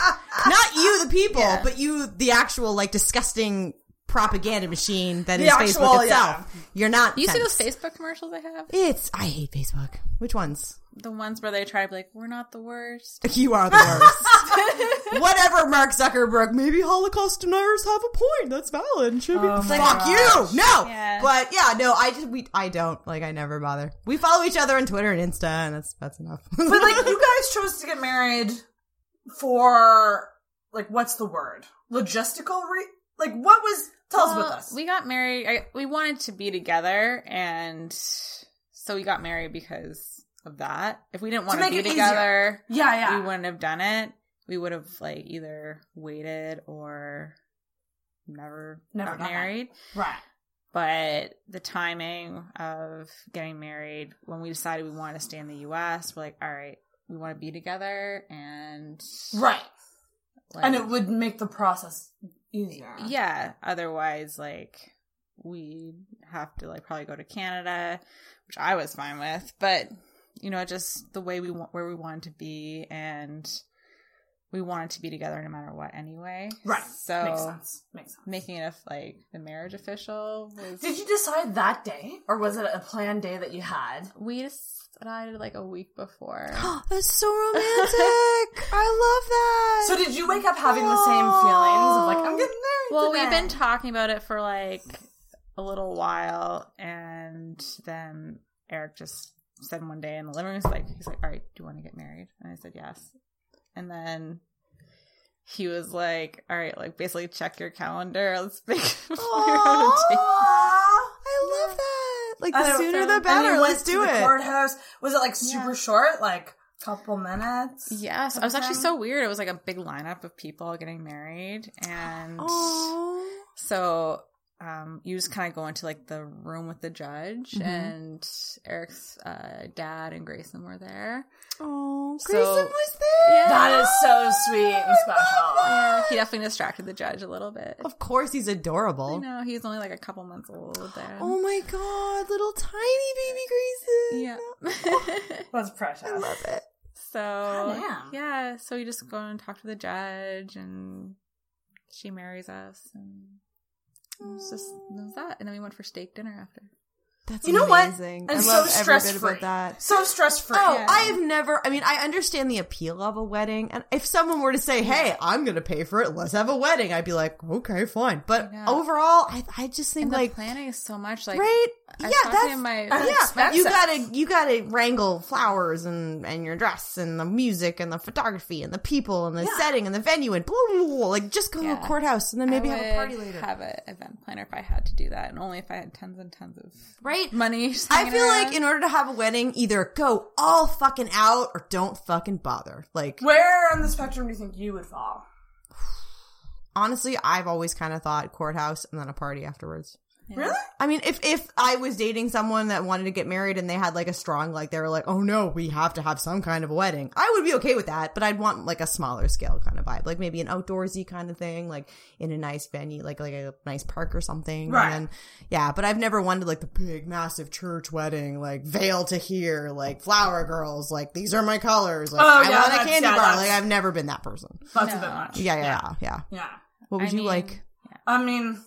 [SPEAKER 8] Not you, the people, but you, the actual like disgusting propaganda machine that is
[SPEAKER 9] actual,
[SPEAKER 8] Facebook itself.
[SPEAKER 9] yeah.
[SPEAKER 8] You're not.
[SPEAKER 10] you see
[SPEAKER 8] thanks.
[SPEAKER 10] those Facebook commercials I have?
[SPEAKER 8] It's I hate Facebook. Which ones?
[SPEAKER 10] The ones where they try to be like, "We're not the worst."
[SPEAKER 8] You are the worst. Whatever, Mark Zuckerberg. Maybe Holocaust deniers have a point. That's valid. Should be.
[SPEAKER 10] Oh
[SPEAKER 8] It's
[SPEAKER 10] my
[SPEAKER 8] like, fuck
[SPEAKER 10] gosh.
[SPEAKER 8] you. No.
[SPEAKER 10] Yeah.
[SPEAKER 8] But yeah, no. I just we I don't like. I never bother. We follow each other on Twitter and Insta, and that's that's enough.
[SPEAKER 9] but like you guys chose to get married for like what's the word? Logistical re like what was tell us
[SPEAKER 10] Well,
[SPEAKER 9] about us.
[SPEAKER 10] We got married. I, we wanted to be together, and so we got married because of that. If we didn't
[SPEAKER 9] To
[SPEAKER 10] want to,
[SPEAKER 9] make
[SPEAKER 10] be
[SPEAKER 9] it
[SPEAKER 10] together,
[SPEAKER 9] easier. Yeah, yeah.
[SPEAKER 10] we wouldn't have done it. We would have like either waited or never,
[SPEAKER 9] Never
[SPEAKER 10] got
[SPEAKER 9] got
[SPEAKER 10] married.
[SPEAKER 9] Right.
[SPEAKER 10] But the timing of getting married, when we decided we wanted to stay in the U.S., we're like, all right, we want to be together, and
[SPEAKER 9] Right. and it
[SPEAKER 10] like-
[SPEAKER 9] would make the process easier.
[SPEAKER 10] yeah otherwise like we have to like probably go to canada which i was fine with but you know just the way we want where we wanted to be and we wanted to be together no matter what anyway
[SPEAKER 9] Right.
[SPEAKER 10] so
[SPEAKER 9] Makes sense. Makes sense.
[SPEAKER 10] making it like the marriage official was
[SPEAKER 9] Did you decide that day, or was it a planned day that you had?
[SPEAKER 10] We decided like a week before.
[SPEAKER 8] That's so romantic. I love that.
[SPEAKER 9] So did you wake up having the same feelings of like I'm getting married?
[SPEAKER 10] well we've
[SPEAKER 9] today?
[SPEAKER 10] been talking about it for like a little while and then eric just said one day in the living room he's like he's like all right do you want to get married and i said yes and then he was like all right like basically check your calendar let's make figure out a date."
[SPEAKER 8] I love that. Like the sooner the better. Let's do it.
[SPEAKER 9] courthouse. Was it like super short, like couple minutes?
[SPEAKER 10] Yes, I was actually so weird. It was like a big lineup of people getting married, and so um, you just kind of go into like the room with the judge,
[SPEAKER 8] Mhm.
[SPEAKER 10] and Eric's uh, dad and Grayson were there.
[SPEAKER 8] Oh,
[SPEAKER 10] So-
[SPEAKER 8] Grayson was there.
[SPEAKER 9] That is so sweet and special.
[SPEAKER 10] Yeah, Uh, he definitely distracted the judge a little bit.
[SPEAKER 8] Of course, he's
[SPEAKER 10] You
[SPEAKER 8] adorable.
[SPEAKER 10] know, he's only like a couple months old. Then.
[SPEAKER 8] Oh my god, little tiny baby Grayson.
[SPEAKER 10] yeah.
[SPEAKER 9] That's precious.
[SPEAKER 8] I love it.
[SPEAKER 10] So
[SPEAKER 9] Goddamn.
[SPEAKER 10] yeah, so we just go and talk to the judge, and she marries us, and it was just it was that. And then we went for steak dinner after.
[SPEAKER 8] That's
[SPEAKER 9] You know what?
[SPEAKER 8] amazing.
[SPEAKER 9] And
[SPEAKER 8] I
[SPEAKER 9] so
[SPEAKER 8] love every bit
[SPEAKER 9] stress-free.
[SPEAKER 8] about that.
[SPEAKER 9] So stress free.
[SPEAKER 8] Oh,
[SPEAKER 10] Yeah.
[SPEAKER 8] I've never. I mean, I understand the appeal of a wedding, and if someone were to say, "Hey, I'm going to pay for it. Let's have a wedding," I'd be like, "Okay, fine." But
[SPEAKER 10] Yeah.
[SPEAKER 8] overall, I, I just think
[SPEAKER 10] And
[SPEAKER 8] like
[SPEAKER 10] the planning is so much like
[SPEAKER 8] right?
[SPEAKER 10] I
[SPEAKER 8] yeah,
[SPEAKER 10] was talking
[SPEAKER 8] that's uh,
[SPEAKER 10] to my-
[SPEAKER 8] yeah.
[SPEAKER 9] Expensive.
[SPEAKER 8] You gotta you gotta wrangle flowers and and your dress and the music and the photography and the people and the setting and the venue and blah, blah, blah, blah. like just go to
[SPEAKER 10] Yeah.
[SPEAKER 8] a courthouse and then maybe
[SPEAKER 10] I
[SPEAKER 8] have a party
[SPEAKER 10] would
[SPEAKER 8] later.
[SPEAKER 10] Have an event planner if I had to do that, and only if I had tons and tons of
[SPEAKER 8] Right.
[SPEAKER 10] money. just
[SPEAKER 8] I
[SPEAKER 10] hanging
[SPEAKER 8] feel
[SPEAKER 10] around.
[SPEAKER 8] like in order to have a wedding, either go all fucking out or don't fucking bother. Like
[SPEAKER 9] Where on the spectrum do you think you would fall?
[SPEAKER 8] honestly, I've always kind of thought courthouse and then a party afterwards.
[SPEAKER 9] Really?
[SPEAKER 8] I mean, if if I was dating someone that wanted to get married and they had like a strong, like they were like, oh no, we have to have some kind of a wedding, I would be okay with that. But I'd want like a smaller scale kind of vibe, like maybe an outdoorsy kind of thing, like in a nice venue, like like a nice park or something.
[SPEAKER 9] Right.
[SPEAKER 8] And then, yeah, but I've never wanted like the big, massive church wedding, like veil to here, like flower girls, like these are my colors, like
[SPEAKER 9] Oh,
[SPEAKER 8] I
[SPEAKER 9] yeah,
[SPEAKER 8] want a
[SPEAKER 9] that's-
[SPEAKER 8] candy
[SPEAKER 9] yeah,
[SPEAKER 8] bar.
[SPEAKER 9] that's-
[SPEAKER 8] Like I've never been that person.
[SPEAKER 9] That's a bit much.
[SPEAKER 8] Yeah, yeah, yeah, yeah.
[SPEAKER 9] Yeah.
[SPEAKER 8] What would
[SPEAKER 10] I
[SPEAKER 8] you
[SPEAKER 10] mean,
[SPEAKER 8] like?
[SPEAKER 9] I mean,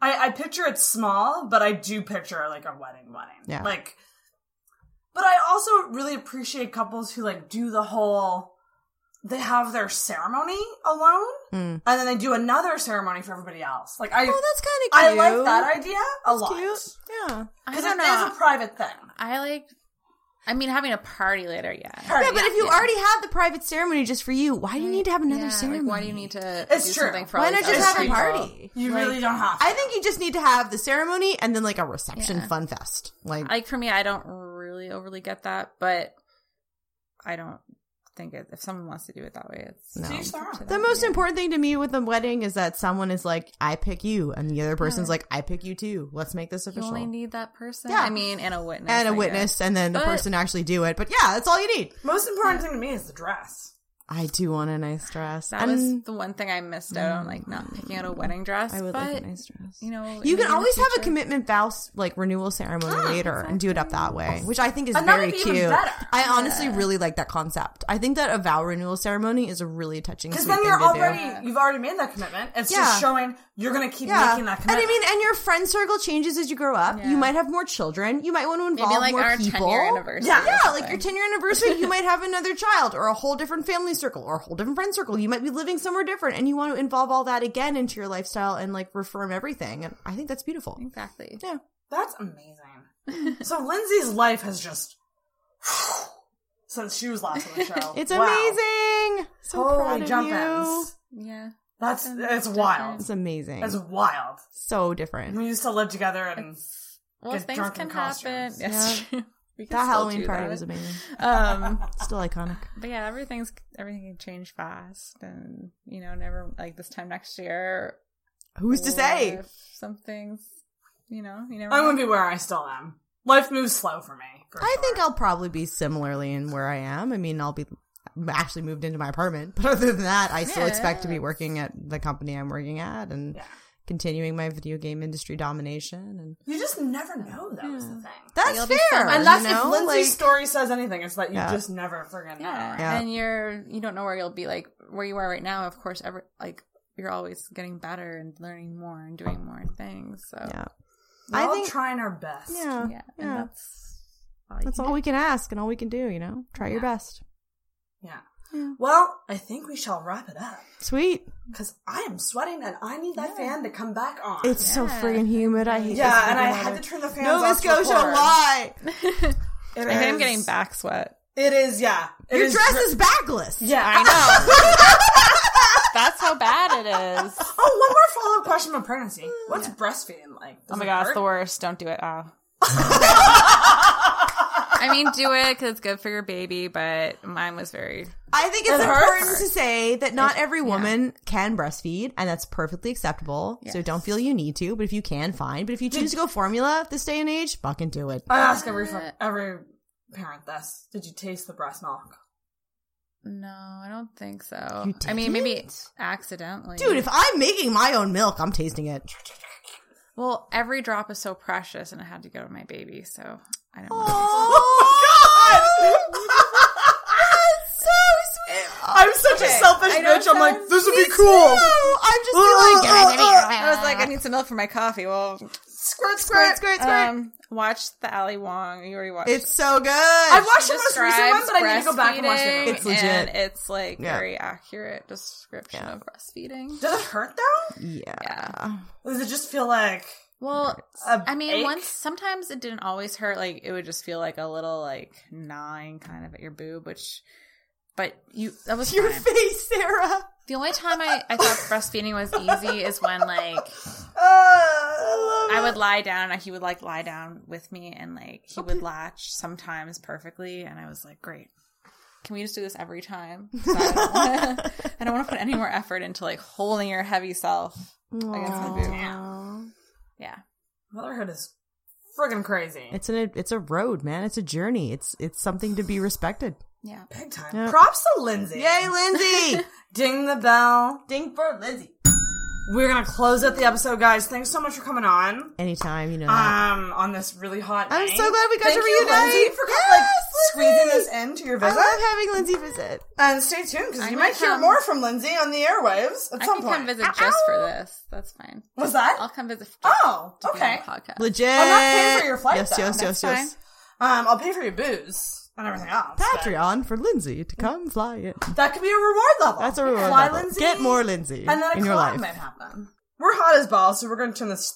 [SPEAKER 9] I, I picture it small, but I do picture like a wedding, wedding.
[SPEAKER 8] Yeah.
[SPEAKER 9] Like, but I also really appreciate couples who like do the whole. They have their ceremony alone, and then they do another ceremony for everybody else. Like I,
[SPEAKER 8] Hmm. Oh, that's kind of
[SPEAKER 9] I
[SPEAKER 8] cute.
[SPEAKER 9] like that idea a lot
[SPEAKER 8] Cute. Yeah.
[SPEAKER 10] I
[SPEAKER 9] because
[SPEAKER 10] don't
[SPEAKER 9] it
[SPEAKER 10] know.
[SPEAKER 9] is a private thing.
[SPEAKER 10] I like. I mean, having a party later, yeah.
[SPEAKER 9] Party.
[SPEAKER 8] Yeah, but if you already have the private ceremony just for you, why do you need to have another
[SPEAKER 10] Yeah,
[SPEAKER 8] ceremony?
[SPEAKER 10] Like, why do you need to
[SPEAKER 9] It's
[SPEAKER 10] do
[SPEAKER 9] true.
[SPEAKER 10] something for
[SPEAKER 8] Why
[SPEAKER 10] all
[SPEAKER 8] not
[SPEAKER 10] these
[SPEAKER 8] just
[SPEAKER 10] other
[SPEAKER 8] have a
[SPEAKER 10] people?
[SPEAKER 8] party?
[SPEAKER 9] you
[SPEAKER 8] Like,
[SPEAKER 9] really don't have. To.
[SPEAKER 8] I think you just need to have the ceremony and then like a reception
[SPEAKER 10] Yeah.
[SPEAKER 8] fun fest. Like,
[SPEAKER 10] Like for me, I don't really overly get that, but I don't think it, if someone wants to do it that way, it's
[SPEAKER 8] No.
[SPEAKER 10] it's
[SPEAKER 8] To
[SPEAKER 9] each their
[SPEAKER 10] up to
[SPEAKER 9] own.
[SPEAKER 8] the
[SPEAKER 10] them,
[SPEAKER 8] most
[SPEAKER 10] yeah.
[SPEAKER 8] important thing to me with a wedding is that someone is like, "I pick you," and the other person's like, "I pick you too." Let's make this
[SPEAKER 10] You
[SPEAKER 8] official.
[SPEAKER 10] only need that person.
[SPEAKER 8] Yeah.
[SPEAKER 10] I mean, and a witness.
[SPEAKER 8] and a
[SPEAKER 10] I
[SPEAKER 8] witness,
[SPEAKER 10] guess.
[SPEAKER 8] and then the
[SPEAKER 10] But-
[SPEAKER 8] person actually do it. But yeah, that's all you need.
[SPEAKER 9] most important thing to me is the dress.
[SPEAKER 8] I do want a nice dress.
[SPEAKER 10] That
[SPEAKER 8] and Mm.
[SPEAKER 10] was the one thing I missed out on, like not picking out a wedding dress.
[SPEAKER 8] I would
[SPEAKER 10] but,
[SPEAKER 8] like a nice dress.
[SPEAKER 10] You know,
[SPEAKER 8] You
[SPEAKER 10] maybe
[SPEAKER 8] can
[SPEAKER 10] in the
[SPEAKER 8] always have a
[SPEAKER 10] future. Ah,
[SPEAKER 8] commitment vow s- like renewal ceremony later and do it up that way, which I think is
[SPEAKER 9] And that
[SPEAKER 8] very
[SPEAKER 9] would be
[SPEAKER 8] cute.
[SPEAKER 9] even better.
[SPEAKER 8] I honestly really like that concept. I think that a vow renewal ceremony is a really touching.
[SPEAKER 9] Because
[SPEAKER 8] Because
[SPEAKER 9] then you're
[SPEAKER 8] thing
[SPEAKER 9] already
[SPEAKER 8] to do.
[SPEAKER 9] you've already made that commitment. It's
[SPEAKER 8] Yeah.
[SPEAKER 9] just showing you're gonna keep
[SPEAKER 8] Yeah,
[SPEAKER 9] making
[SPEAKER 8] and
[SPEAKER 9] that
[SPEAKER 8] I
[SPEAKER 9] commitment.
[SPEAKER 8] mean, and your friend circle changes as you grow up. You might have more children. You might want to involve
[SPEAKER 10] like,
[SPEAKER 8] more
[SPEAKER 10] our 10-year
[SPEAKER 8] people.
[SPEAKER 10] anniversary
[SPEAKER 8] yeah,
[SPEAKER 10] or
[SPEAKER 8] yeah, like
[SPEAKER 10] something.
[SPEAKER 8] your ten year anniversary, you might have another child or a whole different family family circle or a whole different friend circle. You might be living somewhere different and you want to involve all that again into your lifestyle and like reform everything. And I think that's beautiful.
[SPEAKER 10] Exactly.
[SPEAKER 8] Yeah.
[SPEAKER 9] That's amazing. so Lindsay's life has just since she was last on the show.
[SPEAKER 8] It's
[SPEAKER 9] Wow.
[SPEAKER 8] amazing. So
[SPEAKER 9] Holy
[SPEAKER 8] proud of
[SPEAKER 9] jump
[SPEAKER 8] you.
[SPEAKER 9] ends.
[SPEAKER 10] Yeah.
[SPEAKER 9] That's it's wild.
[SPEAKER 8] It's amazing.
[SPEAKER 9] It's wild.
[SPEAKER 8] So different.
[SPEAKER 9] We used to live together and
[SPEAKER 10] Well,
[SPEAKER 9] get
[SPEAKER 10] things
[SPEAKER 9] drunk
[SPEAKER 10] can
[SPEAKER 9] in costumes.
[SPEAKER 10] happen. Yes.
[SPEAKER 8] Yeah.
[SPEAKER 10] We can
[SPEAKER 8] That
[SPEAKER 10] still
[SPEAKER 8] Halloween
[SPEAKER 10] do
[SPEAKER 8] party
[SPEAKER 10] that.
[SPEAKER 8] was amazing.
[SPEAKER 10] Um,
[SPEAKER 8] Still iconic.
[SPEAKER 10] but yeah, everything's everything can change fast, and you know, never like this time next year.
[SPEAKER 8] Who's to
[SPEAKER 10] what
[SPEAKER 8] say?
[SPEAKER 10] if Something's, you know, you never.
[SPEAKER 9] I
[SPEAKER 10] know.
[SPEAKER 9] wouldn't be where I still am. Life moves slow for me. for
[SPEAKER 8] I
[SPEAKER 9] sure.
[SPEAKER 8] think I'll probably be similarly in where I am. I mean, I'll be I'm actually moved into my apartment, but other than that, I still
[SPEAKER 10] Yeah.
[SPEAKER 8] expect to be working at the company I'm working at and continuing my video game industry domination. And
[SPEAKER 9] You just never know, though, is the thing.
[SPEAKER 8] Hmm. That's
[SPEAKER 10] You'll be
[SPEAKER 8] fair.
[SPEAKER 10] somewhere,
[SPEAKER 8] you
[SPEAKER 9] And that's
[SPEAKER 8] know?
[SPEAKER 9] if Lindsay's
[SPEAKER 8] Like-
[SPEAKER 9] story says anything, it's that you
[SPEAKER 8] Yeah.
[SPEAKER 9] just never friggin' know.
[SPEAKER 10] Yeah.
[SPEAKER 8] Yeah.
[SPEAKER 10] and you're you don't know where you'll be like where you are right now. Of course, every like you're always getting better and learning more and doing more things. So
[SPEAKER 8] Yeah.
[SPEAKER 9] We're
[SPEAKER 8] I
[SPEAKER 9] all
[SPEAKER 8] think-
[SPEAKER 9] trying our best.
[SPEAKER 8] Yeah.
[SPEAKER 10] yeah, and
[SPEAKER 8] Yeah.
[SPEAKER 10] that's all you
[SPEAKER 8] That's
[SPEAKER 10] can
[SPEAKER 8] all
[SPEAKER 10] do.
[SPEAKER 8] we can ask and all we can do, you know? Try your best.
[SPEAKER 9] Yeah. Well, I think we shall wrap it up
[SPEAKER 8] Sweet.
[SPEAKER 9] because I am sweating and I need that fan to come back on.
[SPEAKER 8] It's so friggin' humid. I hate
[SPEAKER 9] yeah,
[SPEAKER 8] this
[SPEAKER 9] and I
[SPEAKER 8] friggin'
[SPEAKER 9] had
[SPEAKER 8] weather.
[SPEAKER 9] to turn the fans
[SPEAKER 8] Nova
[SPEAKER 9] off. to
[SPEAKER 8] Scotia,
[SPEAKER 9] record.
[SPEAKER 8] why?
[SPEAKER 9] It
[SPEAKER 10] I think I'm
[SPEAKER 9] is-
[SPEAKER 10] getting back sweat.
[SPEAKER 9] It is, yeah. It
[SPEAKER 8] Your
[SPEAKER 9] is
[SPEAKER 8] dress
[SPEAKER 9] dr-
[SPEAKER 8] is backless.
[SPEAKER 9] Yeah. Oh,
[SPEAKER 10] I know. That's how bad it is.
[SPEAKER 9] Oh, one more follow up question about pregnancy. What's breastfeeding like? Does
[SPEAKER 10] Oh my
[SPEAKER 9] it
[SPEAKER 10] god, it's
[SPEAKER 9] hurt?
[SPEAKER 10] the worst. Don't do it. Oh. I mean, do it because it's good for your baby, but mine was very.
[SPEAKER 8] I think it's
[SPEAKER 9] It hurts.
[SPEAKER 8] important to say that not every woman can breastfeed, and that's perfectly acceptable. So
[SPEAKER 10] Yes.
[SPEAKER 8] don't feel you need to, but if you can, fine. But if you choose to go formula this day and age, fucking do it.
[SPEAKER 9] I ask every fu- every parent this: Did you taste the breast milk?
[SPEAKER 10] No, I don't think so.
[SPEAKER 8] You
[SPEAKER 10] I mean, maybe
[SPEAKER 8] didn't?
[SPEAKER 10] accidentally.
[SPEAKER 8] Dude, if I'm making my own milk, I'm tasting it.
[SPEAKER 10] well, every drop is so precious, and I had to go to my baby, so I don't. know.
[SPEAKER 8] Oh, That's so sweet.
[SPEAKER 9] I'm such a selfish bitch. I'm like, this would be cool. Uh,
[SPEAKER 8] No, I'm just feeling like,
[SPEAKER 10] I was like, I need some milk for my coffee. Well,
[SPEAKER 9] Squirt,
[SPEAKER 8] squirt, squirt, squirt.
[SPEAKER 10] um, watch the Ali Wong. You already watched.
[SPEAKER 8] it's
[SPEAKER 10] it.
[SPEAKER 8] so good.
[SPEAKER 9] I watched the most recent one,
[SPEAKER 10] describes
[SPEAKER 9] but I need to go back and watch
[SPEAKER 10] breastfeeding,
[SPEAKER 9] it.
[SPEAKER 8] It's legit.
[SPEAKER 10] And it's like
[SPEAKER 8] Yeah.
[SPEAKER 10] very accurate description
[SPEAKER 8] Yeah.
[SPEAKER 10] of breastfeeding.
[SPEAKER 9] Does it hurt though?
[SPEAKER 8] yeah.
[SPEAKER 10] Yeah.
[SPEAKER 9] Does it just feel like?
[SPEAKER 10] Well,
[SPEAKER 9] A
[SPEAKER 10] I mean,
[SPEAKER 9] ache?
[SPEAKER 10] once sometimes it didn't always hurt. Like it would just feel like a little like gnawing kind of at your boob, which. But you that was
[SPEAKER 8] Your
[SPEAKER 10] fine.
[SPEAKER 8] face, Sarah.
[SPEAKER 10] the only time I I thought breastfeeding was easy is when like
[SPEAKER 9] Uh,
[SPEAKER 10] I would lie down and he would like lie down with me and like he would latch sometimes perfectly and I was like great. Can we just do this every time? 'Cause I don't wanna- I don't want to put any more effort into like holding your heavy self against my boob. Yeah.
[SPEAKER 9] Motherhood is friggin' crazy.
[SPEAKER 8] It's an it's a road, man. It's a journey. It's it's something to be respected.
[SPEAKER 10] Yeah.
[SPEAKER 9] Big time.
[SPEAKER 8] Yeah.
[SPEAKER 9] Props to Lindsay.
[SPEAKER 8] Yay, Lindsay!
[SPEAKER 9] Ding the bell.
[SPEAKER 8] Ding for Lindsay.
[SPEAKER 9] We're gonna close up the episode, guys. Thanks so much for coming on.
[SPEAKER 8] Anytime, you know. that.
[SPEAKER 9] Um, on this really hot.
[SPEAKER 8] I'm
[SPEAKER 9] night.
[SPEAKER 8] so glad we got
[SPEAKER 9] Thank
[SPEAKER 8] to
[SPEAKER 9] you,
[SPEAKER 8] reunite.
[SPEAKER 9] Lindsay, for like
[SPEAKER 8] Yes,
[SPEAKER 9] squeezing
[SPEAKER 8] Lindsay.
[SPEAKER 9] this into your
[SPEAKER 8] I
[SPEAKER 9] visit.
[SPEAKER 8] love having Lindsay visit.
[SPEAKER 9] And stay tuned because you
[SPEAKER 10] might
[SPEAKER 9] might hear
[SPEAKER 10] come.
[SPEAKER 9] more from Lindsay on the airwaves at
[SPEAKER 10] I
[SPEAKER 9] some
[SPEAKER 10] can
[SPEAKER 9] point.
[SPEAKER 10] come visit just for this. That's fine.
[SPEAKER 9] What's that?
[SPEAKER 10] I'll come visit. For
[SPEAKER 9] Oh,
[SPEAKER 10] to be on
[SPEAKER 9] okay.
[SPEAKER 10] the podcast.
[SPEAKER 8] Legit.
[SPEAKER 9] I'm not paying for your flight,
[SPEAKER 8] Yes,
[SPEAKER 9] though.
[SPEAKER 8] yes, yes,
[SPEAKER 10] That's
[SPEAKER 8] yes.
[SPEAKER 9] Um, I'll pay for your booze and everything else. but
[SPEAKER 8] Patreon for Lindsay to come fly in.
[SPEAKER 9] That could be a reward level.
[SPEAKER 8] That's a reward.
[SPEAKER 9] Fly
[SPEAKER 8] level.
[SPEAKER 9] Lindsay.
[SPEAKER 8] Get more Lindsay
[SPEAKER 9] And then a
[SPEAKER 8] in your
[SPEAKER 9] collab
[SPEAKER 8] life.
[SPEAKER 9] might happen. We're hot as balls, so we're going to turn this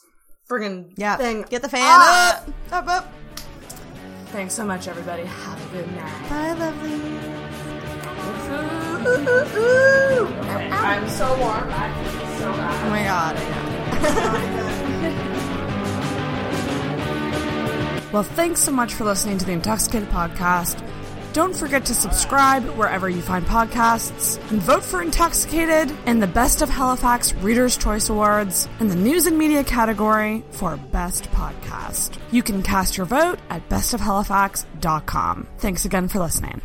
[SPEAKER 9] friggin'
[SPEAKER 8] Yeah.
[SPEAKER 9] thing.
[SPEAKER 8] Get the fan
[SPEAKER 9] up.
[SPEAKER 8] up. Up, up.
[SPEAKER 9] Thanks so much, everybody. Have a good night.
[SPEAKER 8] Bye, lovely.
[SPEAKER 9] Okay, I'm so warm. I feel so bad.
[SPEAKER 8] Oh my god, I know.
[SPEAKER 13] Well, thanks so much for listening to the Intoxicated Podcast. Don't forget to subscribe wherever you find podcasts and vote for Intoxicated in the Best of Halifax Reader's Choice Awards in the News and Media category for Best Podcast. You can cast your vote at bestofhalifax.com. Thanks again for listening.